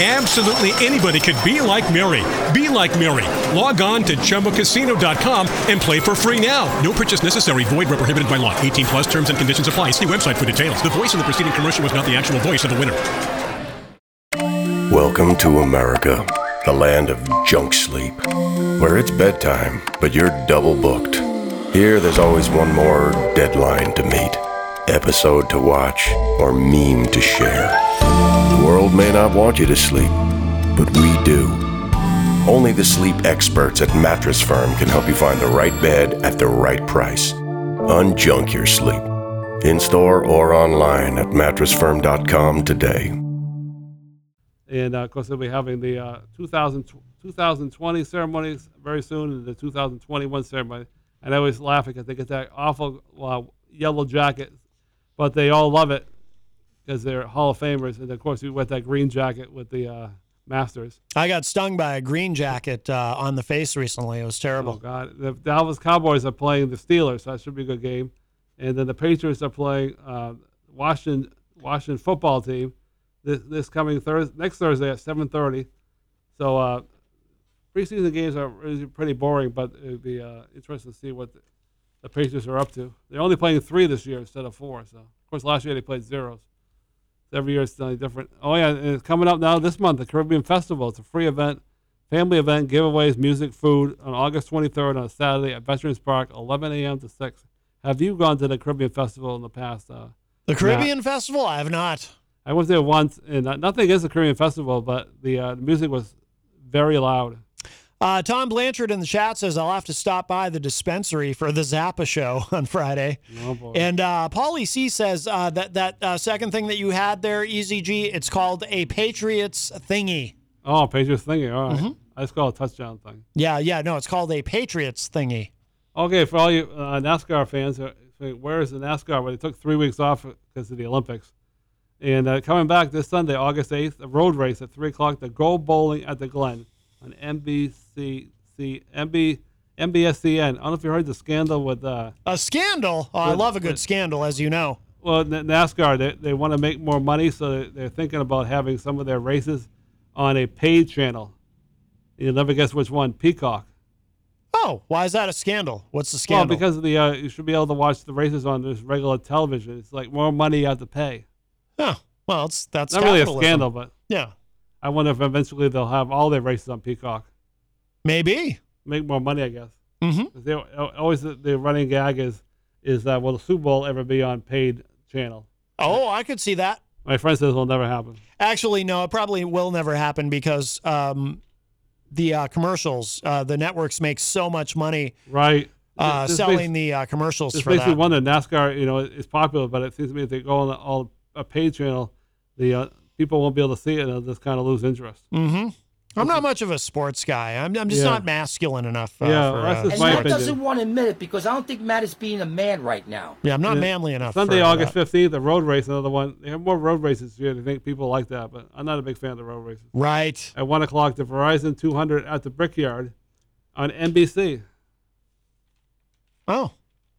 O: Absolutely anybody could be like Mary. Be like Mary. Log on to ChumboCasino.com and play for free now. No purchase necessary. Void where prohibited by law. 18 plus terms and conditions apply. See website for details. The voice in the preceding commercial was not the actual voice of the winner.
N: Welcome to America, the land of junk sleep, where it's bedtime, but you're double booked. Here, there's always one more deadline to meet, episode to watch, or meme to share. The world may not want you to sleep, but we do. Only the sleep experts at Mattress Firm can help you find the right bed at the right price. Unjunk your sleep. In store or online at mattressfirm.com today.
C: And uh, of course, they'll be having the uh, 2000, 2020 ceremonies very soon and the 2021 ceremony. And I always laugh because they get that awful uh, yellow jacket, but they all love it because they're Hall of Famers. And of course, we went that green jacket with the uh, Masters.
B: I got stung by a green jacket uh, on the face recently. It was terrible.
C: Oh, God. The Dallas Cowboys are playing the Steelers, so that should be a good game. And then the Patriots are playing uh, Washington Washington football team this, this coming Thursday, next Thursday at 7:30. So uh, preseason games are really pretty boring, but it'd be uh, interesting to see what the, the Patriots are up to. They're only playing three this year instead of four. So of course last year they played zeros. Every year it's slightly different. Oh yeah, and it's coming up now this month. The Caribbean Festival. It's a free event, family event, giveaways, music, food on August 23rd on a Saturday at Veterans Park, 11 a.m. to 6. Have you gone to the Caribbean Festival in the past? Uh,
B: The
C: Matt?
B: Caribbean Festival? I have not.
C: I went there once, and uh, nothing against the Caribbean Festival, but the uh, music was very loud.
B: Uh, Tom Blanchard in the chat says I'll have to stop by the dispensary for the Zappa show <laughs> on Friday.
C: Oh, boy.
B: And uh, Paulie C says uh, that that uh, second thing that you had there, EZG, it's called a Patriots thingy. Mm-hmm.
C: Oh, Patriots thingy. All right. I just call it a touchdown thing.
B: Yeah, yeah, no, it's called a Patriots thingy.
C: Okay, for all you uh, NASCAR fans, uh, say, where is the NASCAR? Well, they took three weeks off because of the Olympics. And uh, coming back this Sunday, August 8th, a road race at 3 o'clock, the Go Bowling at the Glen on NBC, MB, MBSCN. I don't know if you heard the scandal with. Uh,
B: A scandal. Oh, I
C: Good-
B: love a good scandal, as you know.
C: Well, N- NASCAR, they, they want to make more money, so they're, they're thinking about having some of their races on a paid channel. You'll never guess which one Peacock.
B: Oh, why is that a scandal? What's the scandal?
C: Well, because of the, uh, you should be able to watch the races on this regular television. It's like more money you have to pay.
B: Huh. Well, it's that's
C: Not really a
B: capitalism.
C: scandal, but
B: yeah,
C: I wonder if eventually they'll have all their races on Peacock.
B: maybe.
C: Make more money, I guess.
B: Mhm.
C: 'Cause They al- always the, the running gag is is that will the Super Bowl ever be on paid channel?
B: Oh, I could see that.
C: My friend says it'll never happen.
B: Actually, no, it probably will never happen because um, the uh, commercials, uh, the networks make so much money
C: Right.
B: uh,
C: This- this
B: selling
C: makes-
B: the uh, commercials
C: It's
B: for
C: basically
B: that.
C: one that NASCAR, you know, is popular, but it seems to me if they go on a, all a paid channel, the uh, people won't be able to see it, and they'll just kind of lose interest.
B: hmm I'm not much of a sports guy. I'm, I'm just
C: Yeah.
B: not masculine enough. Uh,
C: Yeah,
B: for,
C: that's
B: uh,
C: just
B: sports.
C: my
B: yeah,
C: opinion.
P: Matt doesn't want to admit it because I don't think Matt is being a man right now.
B: I'm not
C: Yeah.
B: manly enough.
C: Sunday,
B: for
C: August
B: that.
C: fifteenth, the road race, another one. They have more road races this year. They think people like that, but I'm not a big fan of the road races.
B: Right.
C: At one o'clock, the Verizon 200 at the Brickyard on NBC.
B: Oh.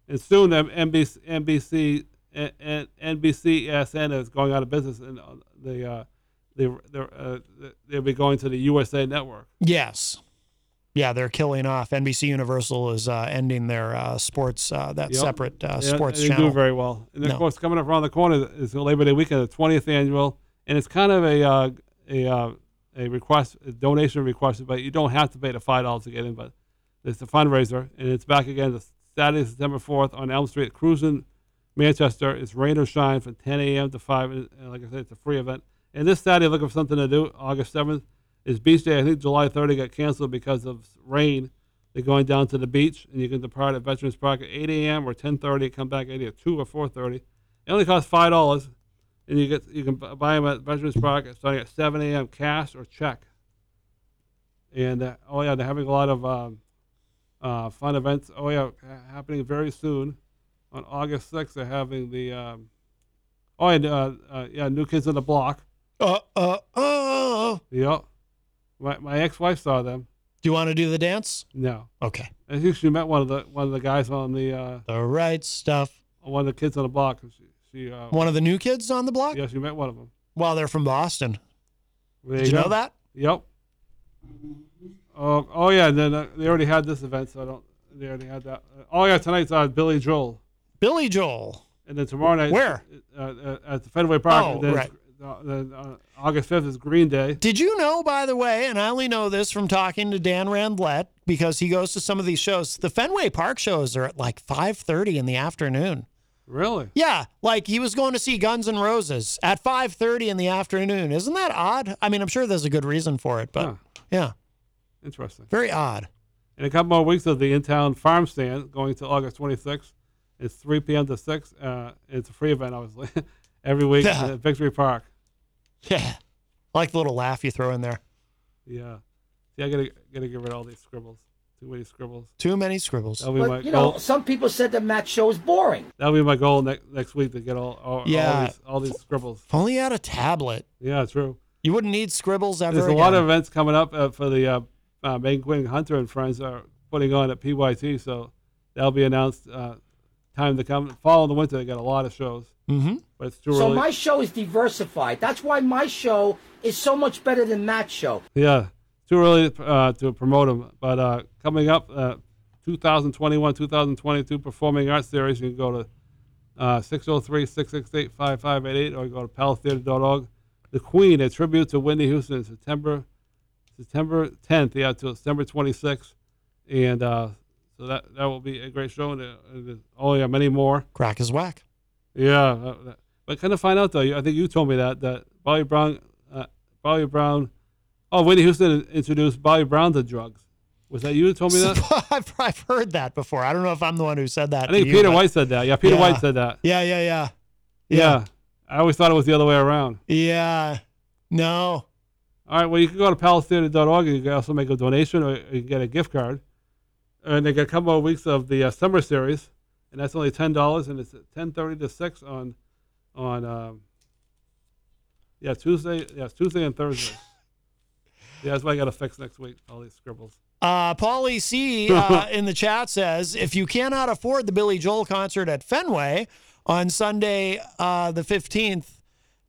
C: And soon, um, NBC, NBC, and- and NBCSN is going out of business, and uh, the uh, the, the, uh, the- they'll be going to the USA Network.
B: Yes. Yeah, they're killing off. NBC Universal is uh, ending their uh, sports, uh, that
C: Yep.
B: separate uh,
C: Yeah,
B: sports
C: they
B: channel.
C: do very well. And then,
B: No.
C: of course, coming up around the corner is the Labor Day weekend, the 20th annual, and it's kind of a uh, a uh, a request, a donation request, but you don't have to pay the five dollars to get in. But it's a fundraiser, and it's back again the Saturday, September 4th on Elm Street, cruising Manchester. It's rain or shine from 10 a.m. to 5. And, and like I said, it's a free event. And this Saturday, looking for something to do, August 7th is Beach Day. I think July 30 got canceled because of rain. They're going down to the beach, and you can depart at Veterans Park at 8 a.m. or 10:30. Come back at either 2 or 4:30. It only costs five dollars, and you get you can bu- buy them at Veterans Park at- starting at 7 a.m. cash or check. And uh, oh yeah, they're having a lot of um, uh, fun events. Oh yeah, ha- happening very soon. On August 6th, they're having the um, oh and uh, uh, yeah, New Kids on the Block.
B: Uh, uh, oh.
C: Yep. My, my ex-wife saw them.
B: Do you want to do the dance?
C: No.
B: Okay.
C: I think she met one of the one of the guys on the uh,
B: The right stuff.
C: one of the kids on the block. She, she uh,
B: One of the new kids on the block?
C: yes, you met one of them.
B: Well, they're from Boston.
C: There
B: Did you
C: go.
B: know that?
C: Yep. Oh, oh yeah. And then uh, they already had this event, so I don't. They already had that. Uh, oh yeah, tonight's uh, Billy Joel.
B: Billy Joel.
C: And then tomorrow night.
B: Where?
C: Uh, uh, at the Fenway Park.
B: Oh,
C: and then
B: right.
C: Uh, then, uh, August fifth is Green Day.
B: Did you know, by the way, and I only know this from talking to Dan Randlett because he goes to some of these shows. The Fenway Park shows are at like five thirty in the afternoon.
C: Really?
B: Yeah, like he was going to see Guns N' Roses at five thirty in the afternoon. Isn't that odd? I mean, I'm sure there's a good reason for it, but yeah,
C: Interesting.
B: very odd.
C: In a couple more weeks of the in-town farm stand going to August 26th. It's 3 p.m. to 6. Uh, it's a free event, obviously, <laughs> every week at Victory Park.
B: Yeah, I like the little laugh you throw in there.
C: Yeah. See, I gotta gotta get rid of all these scribbles. Too many scribbles.
B: Too many scribbles.
C: That'll be my
P: But, you know,
C: goal.
P: some people said that Matt's show is boring.
C: That'll be my goal next next week to get all all, all
B: Yeah.
C: these all these scribbles.
B: If only you had a tablet.
C: Yeah, true.
B: You wouldn't need scribbles ever.
C: There's a lot
B: again.
C: of events coming up uh, for the uh, uh, Megan Quinn Hunter and friends are putting on at PYT, so that'll be announced. Uh, time to come. Fall and the winter, they got a lot of shows,
B: Mhm.
C: but it's too
P: So
C: early.
P: my show is diversified. That's why my show is so much better than Matt's show.
C: Yeah, too early uh, to promote them. But uh, coming up, uh, 2021 2022 Performing Arts Series, you can go to uh, 603 668 5588 or go to paltheater.org. The Queen, a tribute to Whitney Houston, September September 10th, yeah, to September 26th. And uh, so that, that will be a great show. And, uh, and, oh, yeah, many more.
B: Crack is whack.
C: Yeah, that- that- but kind of find out though. you- I think you told me that that Bobby Brown, uh, Bobby Brown, oh Whitney Houston introduced Bobby Brown to drugs. Was that you
B: <laughs>
C: who told me that?
B: I've, I've heard that before. I don't know if I'm the one who said that.
C: I think
B: to you,
C: Peter
B: but-
C: White said that. Yeah, Peter White said that.
B: Yeah, yeah, yeah,
C: Yeah. I always thought it was the other way around.
B: yeah. No.
C: All right. Well, you can go to palacetheater.org and you can also make a donation or you can get a gift card. And they got a couple more weeks of the uh, summer series, and that's only ten dollars, and it's at ten thirty to six on, on, um, yeah Tuesday, yeah Tuesday and
B: <laughs>
C: Thursday. yeah, that's what I got to fix next week. All these scribbles.
B: Uh, Paulie
C: <laughs>
B: C uh, in the chat says if you cannot afford the Billy Joel concert at Fenway on Sunday, uh, the 15th,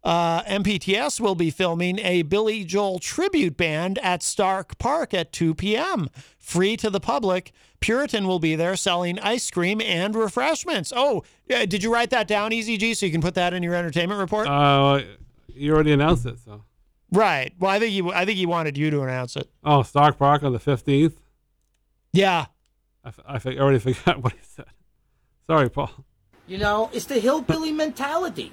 B: uh, MPTS will be filming a Billy Joel tribute band at Stark Park at 2 p.m. Free to the public. Puritan will be there selling ice cream and refreshments. Oh, yeah, did you write that down, EZG, so you can put that in your entertainment report?
C: Uh, you already announced it, so.
B: right. Well, I think you. I think he wanted you to announce it.
C: Oh, Stark Park on the fifteenth.
B: Yeah.
C: I, f- I fi- already forgot <laughs> what he said. Sorry, Paul.
P: You know, it's the hillbilly mentality.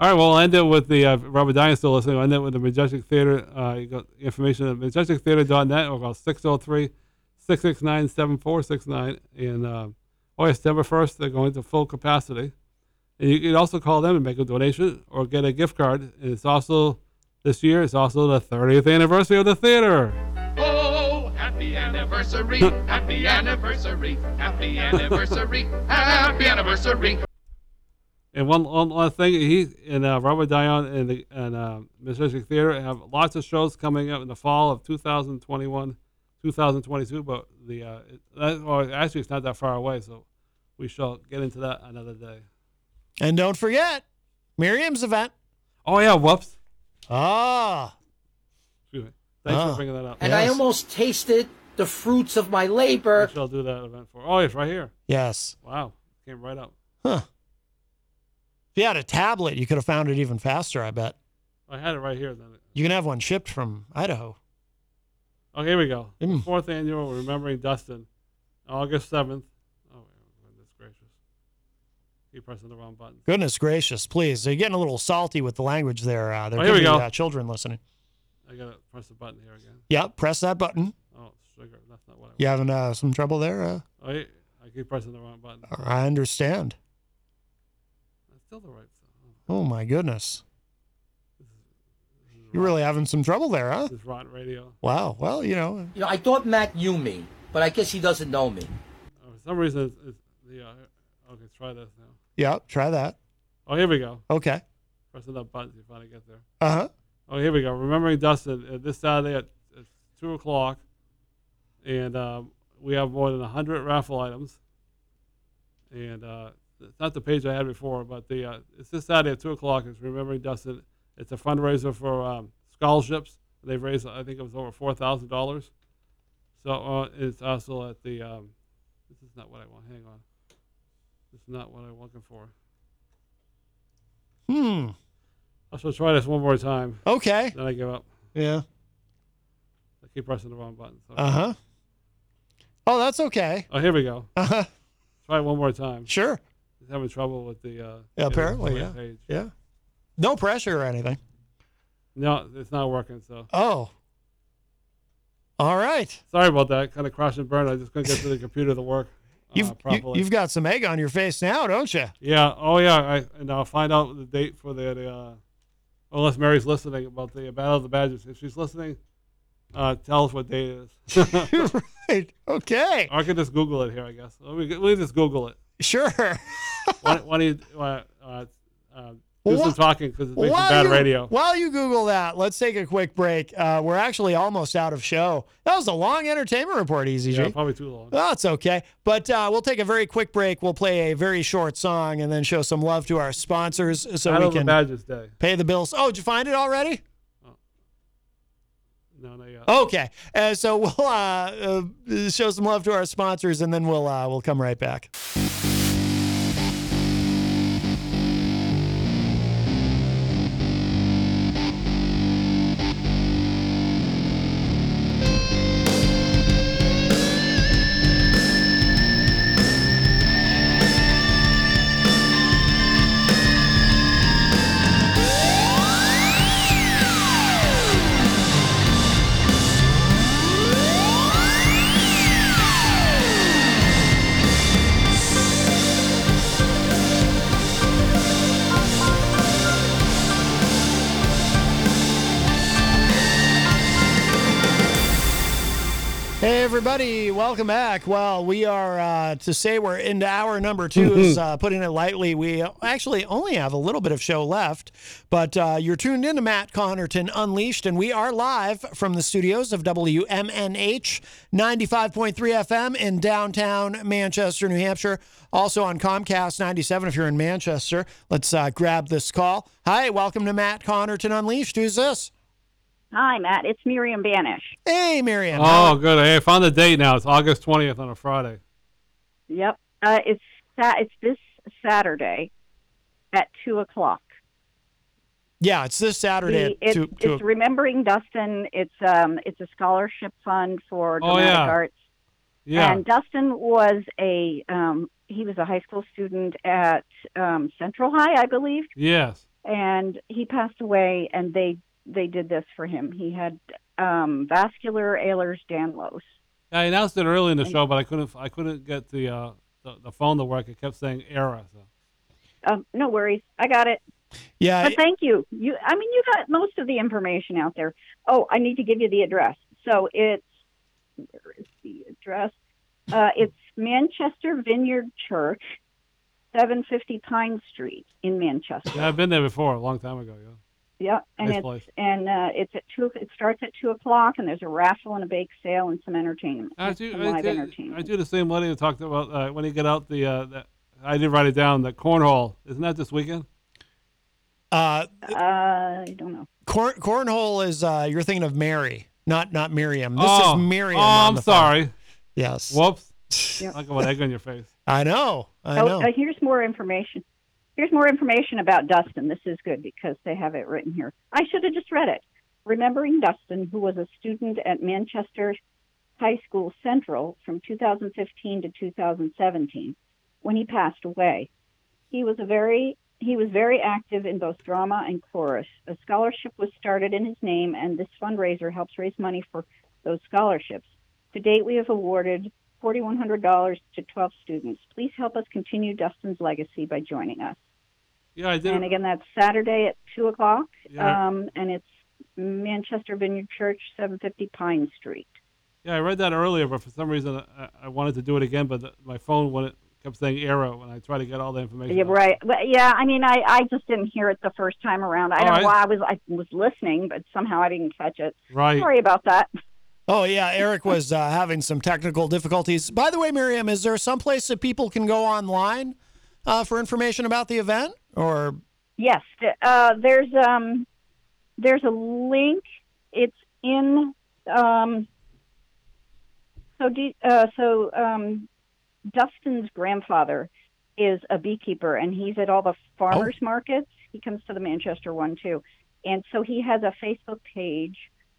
C: All right, well, I'll end it with the uh, Robert Dyan still listening. I'll end it with the Majestic Theater. Uh, you got information at majestictheater.net or call 603 669 7469. And um, oh, yeah, September 1st, they're going to full capacity. And you can also call them and make a donation or get a gift card. And it's also this year, it's also the 30th anniversary of the theater.
J: Oh, happy anniversary, happy anniversary, happy anniversary, happy anniversary.
C: And one, one last thing, he and uh, Robert Dion and the and uh, Majestic Theater have lots of shows coming up in the fall of 2021, 2022. But the uh, it, that, well, actually, it's not that far away, so we shall get into that another day.
B: And don't forget Miriam's event.
C: Oh yeah, whoops.
B: Ah.
C: Excuse me. Thanks
B: Ah.
C: for bringing that up.
P: And I almost tasted the fruits of my labor.
C: shall do that event for. Oh, it's right here.
B: Yes.
C: Wow, came right up.
B: Huh. If you had a tablet, you could have found it even faster, I bet.
C: I had it right here. Then.
B: You can have one shipped from Idaho.
C: Oh, here we go.
B: Mm.
C: Fourth annual Remembering Dustin, August 7th. Oh, goodness gracious. Keep pressing the wrong button.
B: Goodness gracious, please. You're getting a little salty with the language there. Uh, there
C: Oh,
B: could
C: here we
B: be,
C: go.
B: Uh, children listening.
C: I gotta press the button here again.
B: Yep, press that button.
C: Oh, sugar. That's not what I
B: You having uh, some trouble there? Uh,
C: want. I, I keep pressing the wrong button.
B: I understand.
C: That's still the right thing.
B: Oh, my goodness. You're really having some trouble there, huh?
C: This is rotten radio.
B: Wow. Well, you know.
P: You know, I thought Matt knew me, but I guess he doesn't know me.
C: Oh, for some reason, it's, it's the. Uh, okay, try this now.
B: Yep, try that.
C: Oh, here we go.
B: Okay.
C: Pressing that button. You finally get there.
B: Uh huh.
C: Oh, here we go. Remembering Dustin uh, this Saturday at, at two o'clock, and um, we have more than hundred raffle items. And uh, it's not the page I had before, but the uh, it's this Saturday at two o'clock. It's Remembering Dustin. It's a fundraiser for um, scholarships. They've raised, I think it was over four thousand dollars. So uh, it's also at the. Um, this is not what I want. Hang on. This is not what I'm looking for.
B: Hmm.
C: I shall try this one more time.
B: Okay.
C: Then I give up.
B: Yeah.
C: I keep pressing the wrong button. So.
B: Uh huh. Oh, that's okay.
C: Oh, here we go.
B: Uh huh.
C: Try it one more time.
B: Sure.
C: He's having trouble with the. Uh,
B: Yeah, apparently,
C: the
B: yeah.
C: page.
B: Yeah. No pressure or anything.
C: No, it's not working. So.
B: Oh. All right.
C: Sorry about that. Kind of crashed and burned. I just couldn't get to the computer to work uh,
B: You've, you,
C: properly.
B: you've got some egg on your face now, don't you?
C: Yeah. Oh, yeah. I, and I'll find out the date for the. the uh, unless Mary's listening about the Battle of the Badgers. If she's listening, uh, tell us what date it is.
B: <laughs> right. Okay.
C: Or I could just Google it here, I guess. Let me, let me just Google it.
B: Sure.
C: <laughs> why, why do you. Uh, uh, uh, do
B: Well,
C: some
B: wh-
C: talking because it makes some
B: While
C: bad
B: you-
C: radio.
B: While you Google that, let's take a quick break. Uh, we're actually almost out of show. That was a long entertainment report, Easy
C: Yeah,
B: G.
C: probably too long.
B: That's okay. But uh, we'll take a very quick break. We'll play a very short song and then show some love to our sponsors so
C: Battle of
B: we
C: the
B: can
C: Badgers Day. Oh.
B: pay the bills. Oh, did you find it already?
C: No, no, yeah.
B: Okay. Uh, so we'll uh, uh, show some love to our sponsors and then we'll uh, we'll come right back. Hey everybody, welcome back. Well, we are uh, to say we're into hour number 2 is uh, putting it lightly. We actually only have a little bit of show left, but uh, you're tuned in to Matt Connerton Unleashed, and we are live from the studios of WMNH 95.3 FM in downtown Manchester, New Hampshire. Also on Comcast 97 if you're in Manchester. Let's uh, grab this call. Hi, welcome to Matt Connerton Unleashed. Who's this?
Q: Hi, Matt. It's Miriam Banish.
B: Hey, Miriam.
C: Oh, good. Hey, I found the date now. It's August 20th on a Friday.
Q: Yep. Uh, it's sa- it's this Saturday at two o'clock.
B: Yeah, it's this Saturday
Q: The- it's,
B: at two, two
Q: it's remembering Dustin. It's um it's a scholarship fund for
B: Oh,
Q: dramatic
B: yeah.
Q: arts.
B: Yeah.
Q: And Dustin was a um, he was a high school student at um, Central High, I believe,
C: Yes.
Q: and he passed away. And they they did this for him. He had um, vascular Ehlers-Danlos.
C: Yeah, I announced it early in the show, but I couldn't. I couldn't get the uh, the, the phone to work. It kept saying error. So.
Q: Um, no worries, I got it.
B: Yeah.
Q: But thank you. You, I mean, you got most of the information out there. Oh, I need to give you the address. So it's where is the address? Uh, it's Manchester Vineyard Church, seven fifty Pine Street in Manchester.
C: Yeah, I've been there before a long time ago. Yeah.
Q: Yeah, and
C: Nice
Q: it's
C: place.
Q: and uh, it's at two. It starts at two o'clock, and there's a raffle and a bake sale and some entertainment.
C: I
Q: There's
C: do.
Q: some
C: I
Q: live
C: do,
Q: entertainment.
C: I do the same money I talked about uh, when you get out the, uh, the. I did write it down. The cornhole isn't that this weekend?
B: Uh,
Q: uh, I don't know.
B: Corn, cornhole is uh, you're thinking of Mary, not not Miriam. This
C: Oh.
B: is Miriam.
C: Oh,
B: on
C: I'm
B: the phone.
C: sorry.
B: Yes.
C: Whoops.
Q: <laughs> Yep.
C: Talk about egg on your face.
B: I know. I
Q: oh,
B: know.
Q: uh, here's more information. Here's more information about Dustin. This is good because they have it written here. I should have just read it. Remembering Dustin, who was a student at Manchester High School Central from 2015 to 2017, when he passed away, he was a very he was very active in both drama and chorus. A scholarship was started in his name, and this fundraiser helps raise money for those scholarships. To date, we have awarded $4,100 to 12 students. Please help us continue Dustin's legacy by joining us.
C: Yeah, I did.
Q: And again, that's Saturday at 2 o'clock,
C: Yeah.
Q: um, and it's Manchester Vineyard Church, 750 Pine Street.
C: Yeah, I read that earlier, but for some reason I, I wanted to do it again, but the, my phone wouldn't kept saying error when I tried to get all the information.
Q: Yeah,
C: out.
Q: right. But yeah, I mean, I, I just didn't hear it the first time around. I
C: All
Q: don't
C: right.
Q: know why I was I was listening, but somehow I didn't catch it.
C: Right.
Q: Sorry about that.
B: Oh yeah, Eric was uh, having some technical difficulties. By the way, Miriam, is there some place that people can go online uh, for information about the event? Or
Q: Yes, th- uh, there's um, There's a link. It's in. Um, so, D, uh, so um, Dustin's grandfather is a beekeeper, and he's at all the farmers markets. He comes to the Manchester one too, and so he has a Facebook page.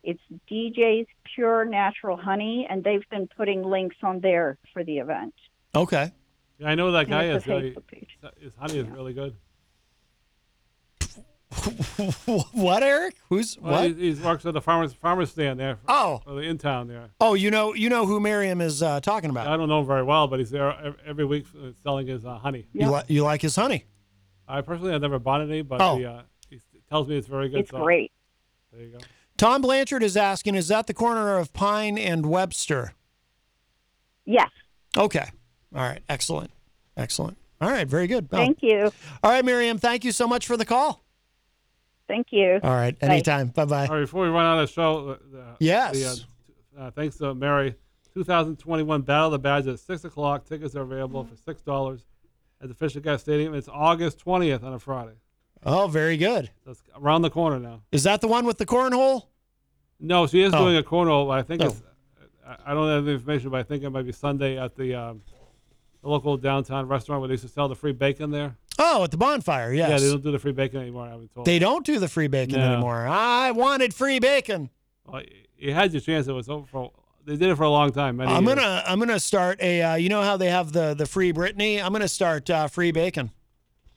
Q: It's DJ's Pure Natural Honey, and they've been putting links on there for the event.
B: Okay.
C: Yeah, I know that
Q: And
C: guy
Q: it's
C: is
Q: a
C: really.
Q: Facebook page.
C: His honey is really good.
B: <laughs> what, Eric? Who's
C: Well,
B: what?
C: He, he works at the farmers farmers stand there.
B: Oh,
C: in town there.
B: Oh, you know, you know who Miriam is uh, talking about.
C: I don't know him very well, but he's there ev- every week uh, selling his uh, honey.
B: You, li- you like his honey?
C: I personally I've never bought any, but
B: Oh.
C: he, uh, he s- tells me it's very good.
B: It's
C: so-
B: great.
C: There you go.
B: Tom Blanchard is asking, is that the corner of Pine and Webster?
Q: Yes.
B: Okay. All right. Excellent. Excellent. All right. Very good. Oh.
Q: Thank you.
B: All right, Miriam. Thank you so much for the call.
Q: Thank you.
B: All right. Anytime. Bye bye.
C: All right, before we run out of show, uh, the,
B: Yes.
C: the, uh, uh, thanks to Mary, 2021 Battle of the Badge at 6 o'clock. Tickets are available for $6 at the Fisher Gas Stadium. It's August 20th on a Friday.
B: Oh, very good.
C: That's around the corner now.
B: Is that the one with the cornhole?
C: No, she is
B: Oh.
C: doing a cornhole. but I think
B: Oh.
C: it's, I I don't have the information, but I think it might be Sunday at the, um, the local downtown restaurant where they used to sell the free bacon there.
B: Oh, at the bonfire. Yes.
C: Yeah, they don't do the free bacon anymore, I've been told.
B: They don't do the free bacon
C: No.
B: anymore. Ah, I wanted free bacon.
C: Well, y- you had your chance. It was over for, they did it for a long time. Many
B: I'm
C: years.
B: gonna I'm gonna start a. Uh, you know how they have the the free Brittany? I'm gonna start uh, free bacon.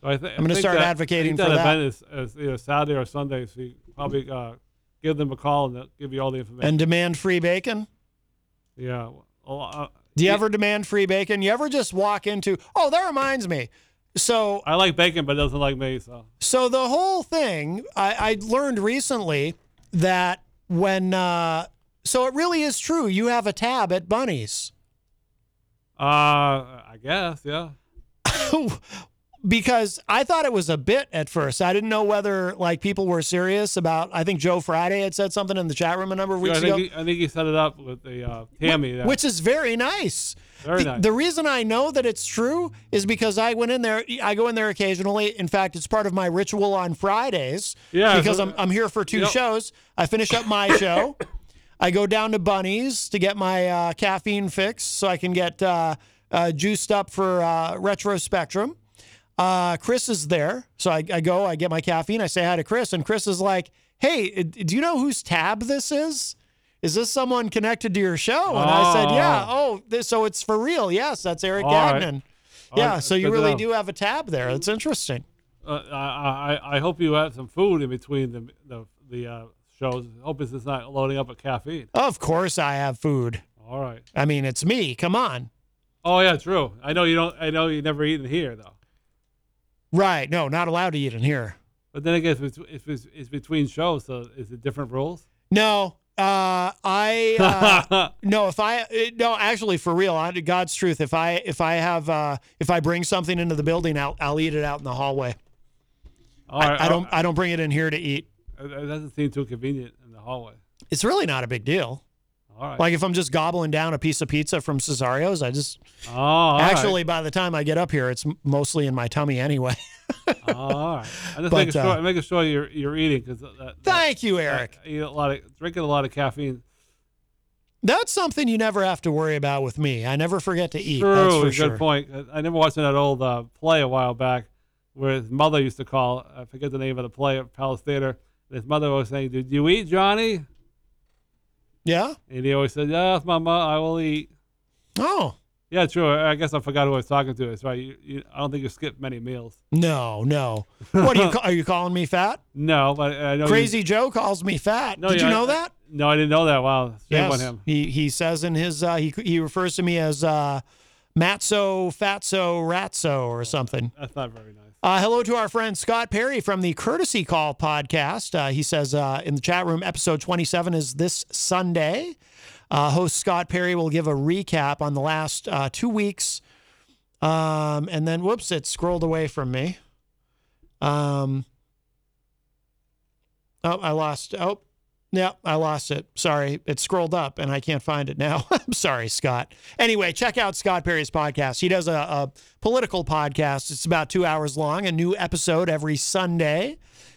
C: So I thi- I
B: I'm gonna
C: think
B: start
C: that-
B: advocating
C: I think
B: for that.
C: event is, is either Saturday or Sunday, so you probably uh, give them a call and they'll give you all the information.
B: and demand free bacon.
C: yeah. well, uh,
B: Do you ever demand free bacon? You ever just walk into? Oh, that reminds me. So
C: I like bacon, but it doesn't like me. So
B: So the whole thing, I, I learned recently that when, uh, so it really is true. You have a tab at Bunny's <laughs>
C: uh, I guess, yeah.
B: because I thought it was a bit at first. I didn't know whether like people were serious about. I think Joe Friday had said something in the chat room a number of
C: Yeah,
B: weeks
C: I, think
B: ago.
C: he, I think he set it up with the uh, Tammy. there.
B: Which is very nice.
C: Very
B: the,
C: nice.
B: the reason I know that it's true is because I went in there. I go in there occasionally. In fact, it's part of my ritual on Fridays.
C: Yeah,
B: Because
C: so-
B: I'm, I'm here for two
C: you know-
B: shows. I finish up
C: <coughs>
B: my show. I go down to Bunny's to get my uh, caffeine fix so I can get uh, uh, juiced up for uh, Retro Spectrum. Uh, Chris is there. So I, I go, I get my caffeine, I say hi to Chris, and Chris is like, Hey, uh, do you know whose tab this is? Is this someone connected to your show? And I said,
C: Oh.
B: Yeah. Oh, this, so it's for real. Yes, that's Eric
C: All right.
B: Gagnon.
C: All
B: Yeah,
C: right,
B: so
C: good
B: you
C: to
B: really
C: know.
B: do have a tab there. That's interesting.
C: Uh, I, I I hope you have some food in between the the, the uh, shows. Hope it's not loading up with caffeine.
B: Of course, I have food.
C: All right.
B: I mean, it's me. Come on.
C: Oh yeah, true. I know you don't. I know you never eaten here though.
B: Right. No, not allowed to eat in here.
C: But then I guess it's, it's, it's, it's between shows, so is it different rules?
B: No, uh, I
C: <laughs>
B: uh, no. If I it- no, actually, for real, I, God's truth. If I if I have uh, if I bring something into the building, I'll I'll eat it out in the hallway.
C: All
B: I,
C: right,
B: I don't I don't bring it in here to eat.
C: It it doesn't seem too convenient in the hallway.
B: It's really not a big deal.
C: All right.
B: Like if I'm just gobbling down a piece of pizza from Cesario's, I just
C: oh, all right.
B: actually by the time I get up here, it's m- mostly in my tummy anyway. <laughs>
C: all right. I'm
B: But,
C: just making sure,
B: uh,
C: making sure you're you're eating because
B: Thank you, Eric.
C: eat a lot of drinking a lot of caffeine.
B: That's something you never have to worry about with me. I never forget to eat.
C: True,
B: that's for
C: good
B: sure.
C: point. I- I remember watching that old uh, play a while back where his mother used to call. I forget the name of the play at Palace Theater. And his mother was saying, "Did you eat, Johnny?"
B: Yeah.
C: And he always said, "Yes, Mama, I will eat."
B: Oh
C: Yeah, true. I guess I forgot who I was talking to. That's right. You, you, I don't think you skipped many meals.
B: no, no. What
C: <laughs>
B: are you ca- are you calling me fat?
C: No, but I know you-
B: Crazy Joe calls me fat.
C: No,
B: Did
C: yeah,
B: you know
C: I-
B: that?
C: No, I didn't know that. Wow, shame on
B: Yes.
C: him.
B: He he says in his uh, he he refers to me as uh, Matzo Fatso Ratso or something.
C: That's not very nice.
B: Uh, hello to our friend Scott Perry from the Courtesy Call podcast. Uh, he says uh, in the chat room, episode 27 is this Sunday. Uh, host Scott Perry will give a recap on the last uh, two weeks. Um, and then, whoops, it scrolled away from me. Um, oh, I lost. Oh, Yep, I lost it. Sorry. It scrolled up and I can't find it now. <laughs> I'm sorry, Scott. Anyway, check out Scott Perry's podcast. He does a, a political podcast. It's about two hours long, a new episode every Sunday.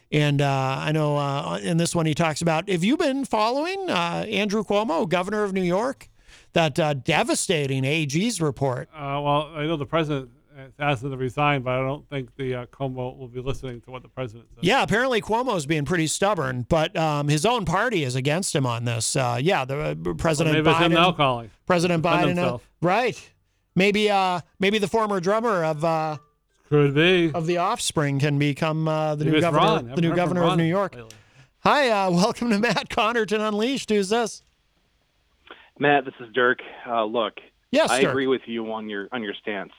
B: And uh, I know uh, in this one he talks about have you been following uh, Andrew Cuomo, governor of New York, that uh, devastating AG's report?
C: Uh, well, I know the president has asked him to resign, but I don't think the uh, Como will be listening to what the president says.
B: Yeah, apparently Cuomo's being pretty stubborn, but um, his own party is against him on this. Uh, yeah, the uh, President
C: maybe it's
B: Biden.
C: him now calling.
B: President
C: Defend
B: Biden. uh,
C: himself.
B: right. Maybe uh, maybe the former drummer of uh,
C: could be
B: of the Offspring can become uh, the
C: Maybe
B: new
C: it's
B: governor. The
C: Ron. Haven't heard
B: new
C: from
B: governor of
C: Ron
B: New York. Hi, uh, <laughs> welcome to Matt Connerton Unleashed. Who's this?
F: Matt, this is Dirk. Uh, look,
B: Yes,
F: I
B: Dirk.
F: agree with you on your on your stance,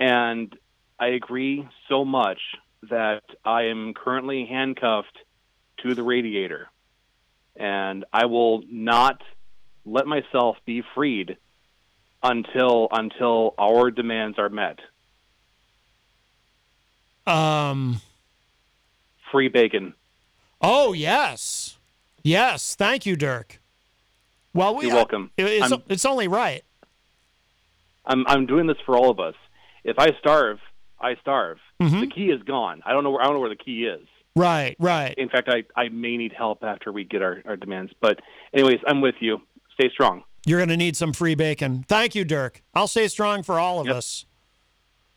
F: and I agree so much that I am currently handcuffed to the radiator, and I will not let myself be freed until until our demands are met.
B: Um.
F: Free bacon.
B: Oh yes, yes. Thank you, Dirk. Well, we,
F: You're welcome.
B: it- it's,
F: I'm-
B: it's only right.
F: I'm I'm doing this for all of us. If I starve, I starve.
B: Mhm.
F: The key is gone. I don't know where I don't know where the key is.
B: Right, right.
F: In fact, I, I may need help after we get our, our demands. But, anyways, I'm with you. Stay strong.
B: You're going to need some free bacon. Thank you, Dirk. I'll stay strong for all of us.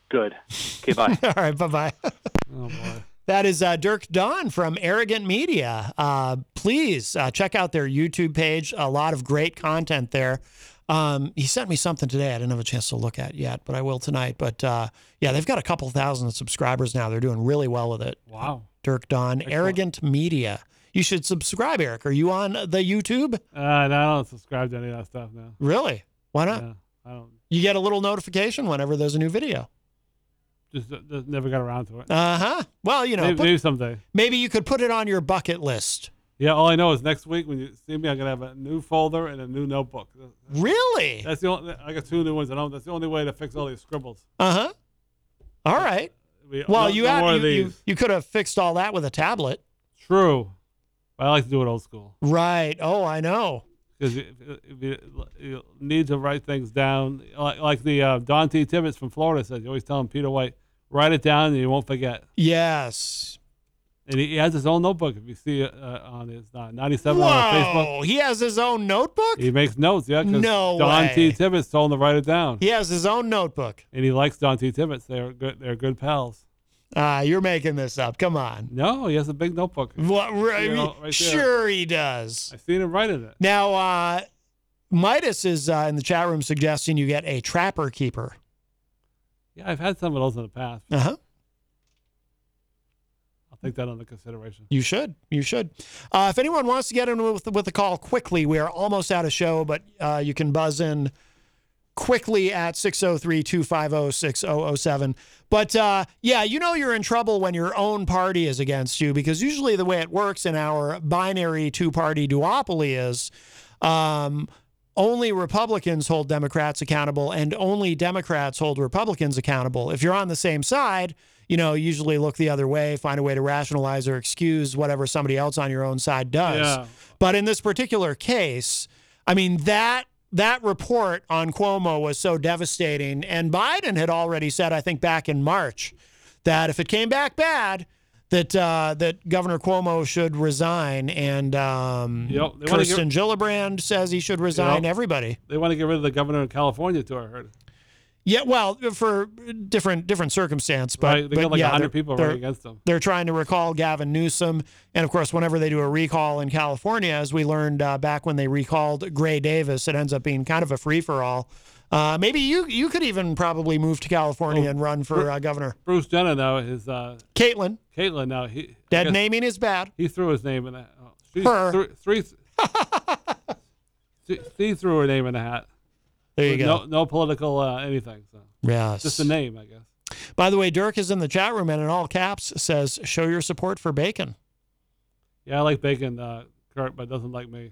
F: Good.
B: <laughs>
F: Okay, bye.
B: all right, bye bye.
C: Oh,
B: That is uh, Dirk Don from Arrogant Media. Uh, please uh, check out their YouTube page. A lot of great content there. Um, he sent me something today. I didn't have a chance to look at yet, but I will tonight. But uh, yeah, they've got a couple thousand subscribers now. They're doing really well with it.
C: Wow.
B: Dirk Don, Arrogant Media. You should subscribe, Eric. Are you on the YouTube?
C: Uh, no, I don't subscribe to any of that stuff now.
B: Really? Why not?
C: Yeah, I don't.
B: You get a little notification whenever there's a new video.
C: Just, just never got around to it.
B: Uh huh. Well, you know,
C: maybe,
B: put-
C: maybe someday.
B: maybe you could put it on your bucket list.
C: Yeah, all I know is next week when you see me, I'm gonna have a new folder and a new notebook.
B: Really?
C: That's the only. I got two new ones. I don't. That's the only way to fix all these scribbles.
B: Uh huh. All right.
C: We- uh,
B: well,
C: no-
B: you,
C: no
B: had-
C: more of
B: you, you-
C: these.
B: you could have fixed all that with a tablet.
C: True. But I like to do it old school
B: Right. Oh, I know.
C: because you, you, you need to write things down. Like, like the uh, Don T. Tibbetts from Florida says, you always tell him Peter White, write it down and you won't forget.
B: Yes.
C: And he, he has his own notebook. If you see it uh, on his uh, 97 on his Facebook,
B: Whoa. He has his own notebook?
C: he makes notes. Yeah, 'cause
B: No
C: Don T.
B: way.
C: Tibbetts told him to write it down.
B: He has his own notebook.
C: and he likes Don T. Tibbetts. They're good. They're good pals.
B: Ah, you're making this up. Come on.
C: No, he has a big notebook.
B: What? Right,
C: You know, right there.
B: sure, he does.
C: I've seen him writing it.
B: Now, uh, Midas is uh, in the chat room suggesting you get a trapper keeper.
C: Yeah, I've had some of those in the past.
B: Uh huh.
C: I'll take that under consideration.
B: You should. You should. Uh, if anyone wants to get in with, with a call quickly, we are almost out of show, but uh, you can buzz in quickly at 603 250 6007. But uh, yeah, you know you're in trouble when your own party is against you because usually the way it works in our binary two party duopoly is. Um, only Republicans hold Democrats accountable and only Democrats hold Republicans accountable. If you're on the same side, you know, usually look the other way, find a way to rationalize or excuse whatever somebody else on your own side does.
C: Yeah.
B: But in this particular case, I mean that that report on Cuomo was so devastating and Biden had already said I think back in March that if it came back bad that uh, that Governor Cuomo should resign and um,
C: Yep, they wanna get-
B: Kirsten Gillibrand says he should resign.
C: Yep.
B: Everybody.
C: They want to get rid of the governor in California too. I heard.
B: Yeah, well, for different different circumstance, but,
C: Right, they got
B: but
C: like
B: yeah,
C: 100
B: they're-
C: people
B: they're-
C: running against them.
B: They're trying to recall Gavin Newsom, and of course, whenever they do a recall in California, as we learned uh, back when they recalled Gray Davis, it ends up being kind of a free for all. Uh, maybe you you could even probably move to California
C: Oh,
B: and run for uh, governor.
C: Bruce Jenner now is uh,
B: Caitlin,
C: Caitlin now. He I
B: dead
C: guess
B: naming is bad.
C: He threw his name in the. Oh, she,
B: Her.
C: thr- three.
B: <laughs>
C: she, she threw her name in the hat.
B: There you
C: With
B: go.
C: No, no political uh, anything. So
B: Yes.
C: just a name, I guess.
B: By the way, Dirk is in the chat room and in all caps says, "Show your support for Bacon."
C: Yeah, I like bacon, uh, Kurt, but doesn't like me.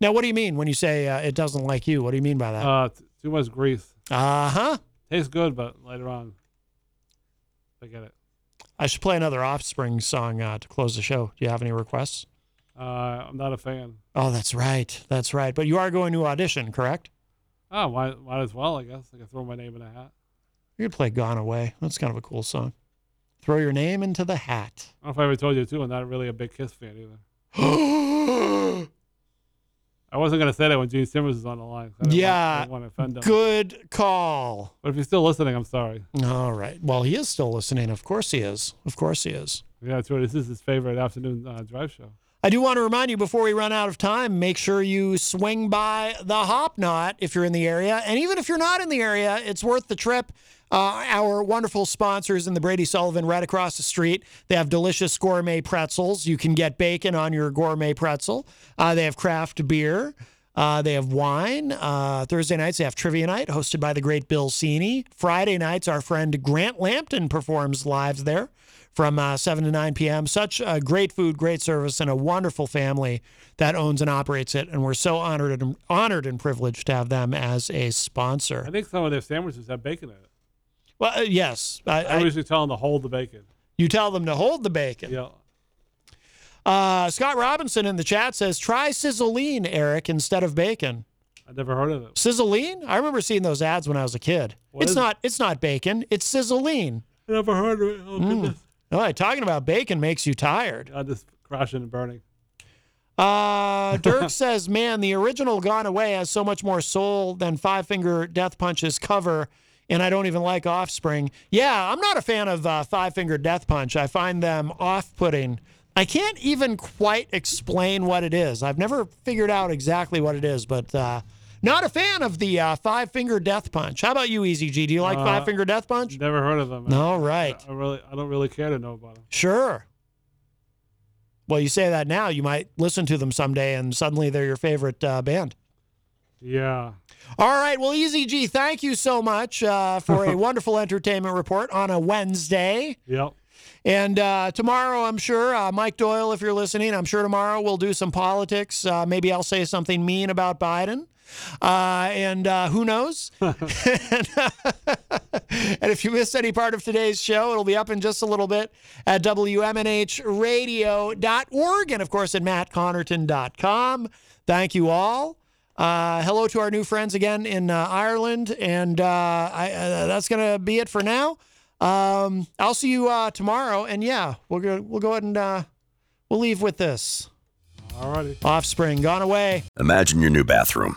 B: Now, what do you mean when you say uh, it doesn't like you? What do you mean by that?
C: Uh, t- too much grease.
B: Uh huh.
C: Tastes good, but later on, I get it.
B: I should play another Offspring song uh, to close the show. Do you have any requests?
C: Uh, I'm not a fan.
B: Oh, that's right. That's right. But you are going to audition, correct?
C: Oh, might, might as well, I guess. I can throw my name in a hat.
B: You could play Gone Away. That's kind of a cool song. Throw your name into the hat.
C: I don't know if I ever told you, too. I'm not really a big Kiss fan either.
B: <gasps>
C: I wasn't going to say that when Gene Simmons was on the line. 'cause I didn't
B: Yeah,
C: Want, I didn't want to offend him.
B: Good call.
C: But if he's still listening, I'm sorry.
B: All right. Well, he is still listening. Of course he is. Of course he is.
C: Yeah, that's right. This is his favorite afternoon uh, drive show.
B: I do want to remind you before we run out of time, make sure you swing by the Hop Knot if you're in the area. And even if you're not in the area, it's worth the trip. Uh, our wonderful sponsors in the Brady Sullivan right across the street. They have delicious gourmet pretzels. You can get bacon on your gourmet pretzel. Uh, they have craft beer. Uh, they have wine. Uh, Thursday nights, they have trivia night hosted by the great Bill Cini. Friday nights, our friend Grant Lampton performs live there from uh, 7 to 9 p.m. Such uh, great food, great service, and a wonderful family that owns and operates it. And we're so honored and, honored and privileged to have them as a sponsor.
C: I think some of their sandwiches have bacon in it.
B: Well, uh, yes. I,
C: I,
B: I-
C: usually tell them to hold the bacon.
B: you tell them to hold the bacon.
C: Yeah.
B: Uh, Scott Robinson in the chat says, try Sizzling, Eric, instead of bacon.
C: I never heard of it.
B: Sizzling? I remember seeing those ads when I was a kid.
C: What
B: it's
C: is-
B: not it's not bacon, it's sizzling.
C: I never heard of it. Oh, goodness.
B: Mm. All right, talking about bacon makes you tired.
C: I'm just crashing and burning. <laughs>
B: Uh, Dirk says, man, the original Gone Away has so much more soul than Five Finger Death Punch's cover, and I don't even like Offspring. Yeah, I'm not a fan of uh, Five Finger Death Punch. I find them off putting. I can't even quite explain what it is. I've never figured out exactly what it is, but uh, not a fan of the uh, Five Finger Death Punch. How about you, Easy G? Do you like
C: Uh,
B: Five Finger Death Punch?
C: Never heard of them.
B: All right.
C: I really, I don't really care to know about them.
B: Sure. Well, you say that now. You might listen to them someday, and suddenly they're your favorite uh, band.
C: Yeah.
B: All right. Well, Easy G, thank you so much uh, for a wonderful entertainment report on a Wednesday.
C: Yep.
B: And uh, tomorrow, I'm sure, uh, Mike Doyle, if you're listening, I'm sure tomorrow we'll do some politics. Uh, maybe I'll say something mean about Biden. Uh, and uh, who knows? And if you missed any part of today's show, it'll be up in just a little bit at WMNHradio.org and, of course, at mattconnerton.com. Thank you all. Uh, hello to our new friends again in uh, Ireland. And uh, I, uh, that's going to be it for now. Um, I'll see you uh, tomorrow. And yeah, we're gonna, we'll go ahead and uh, we'll leave with this.
C: Alrighty.
B: Offspring, gone away.
D: Imagine your new bathroom.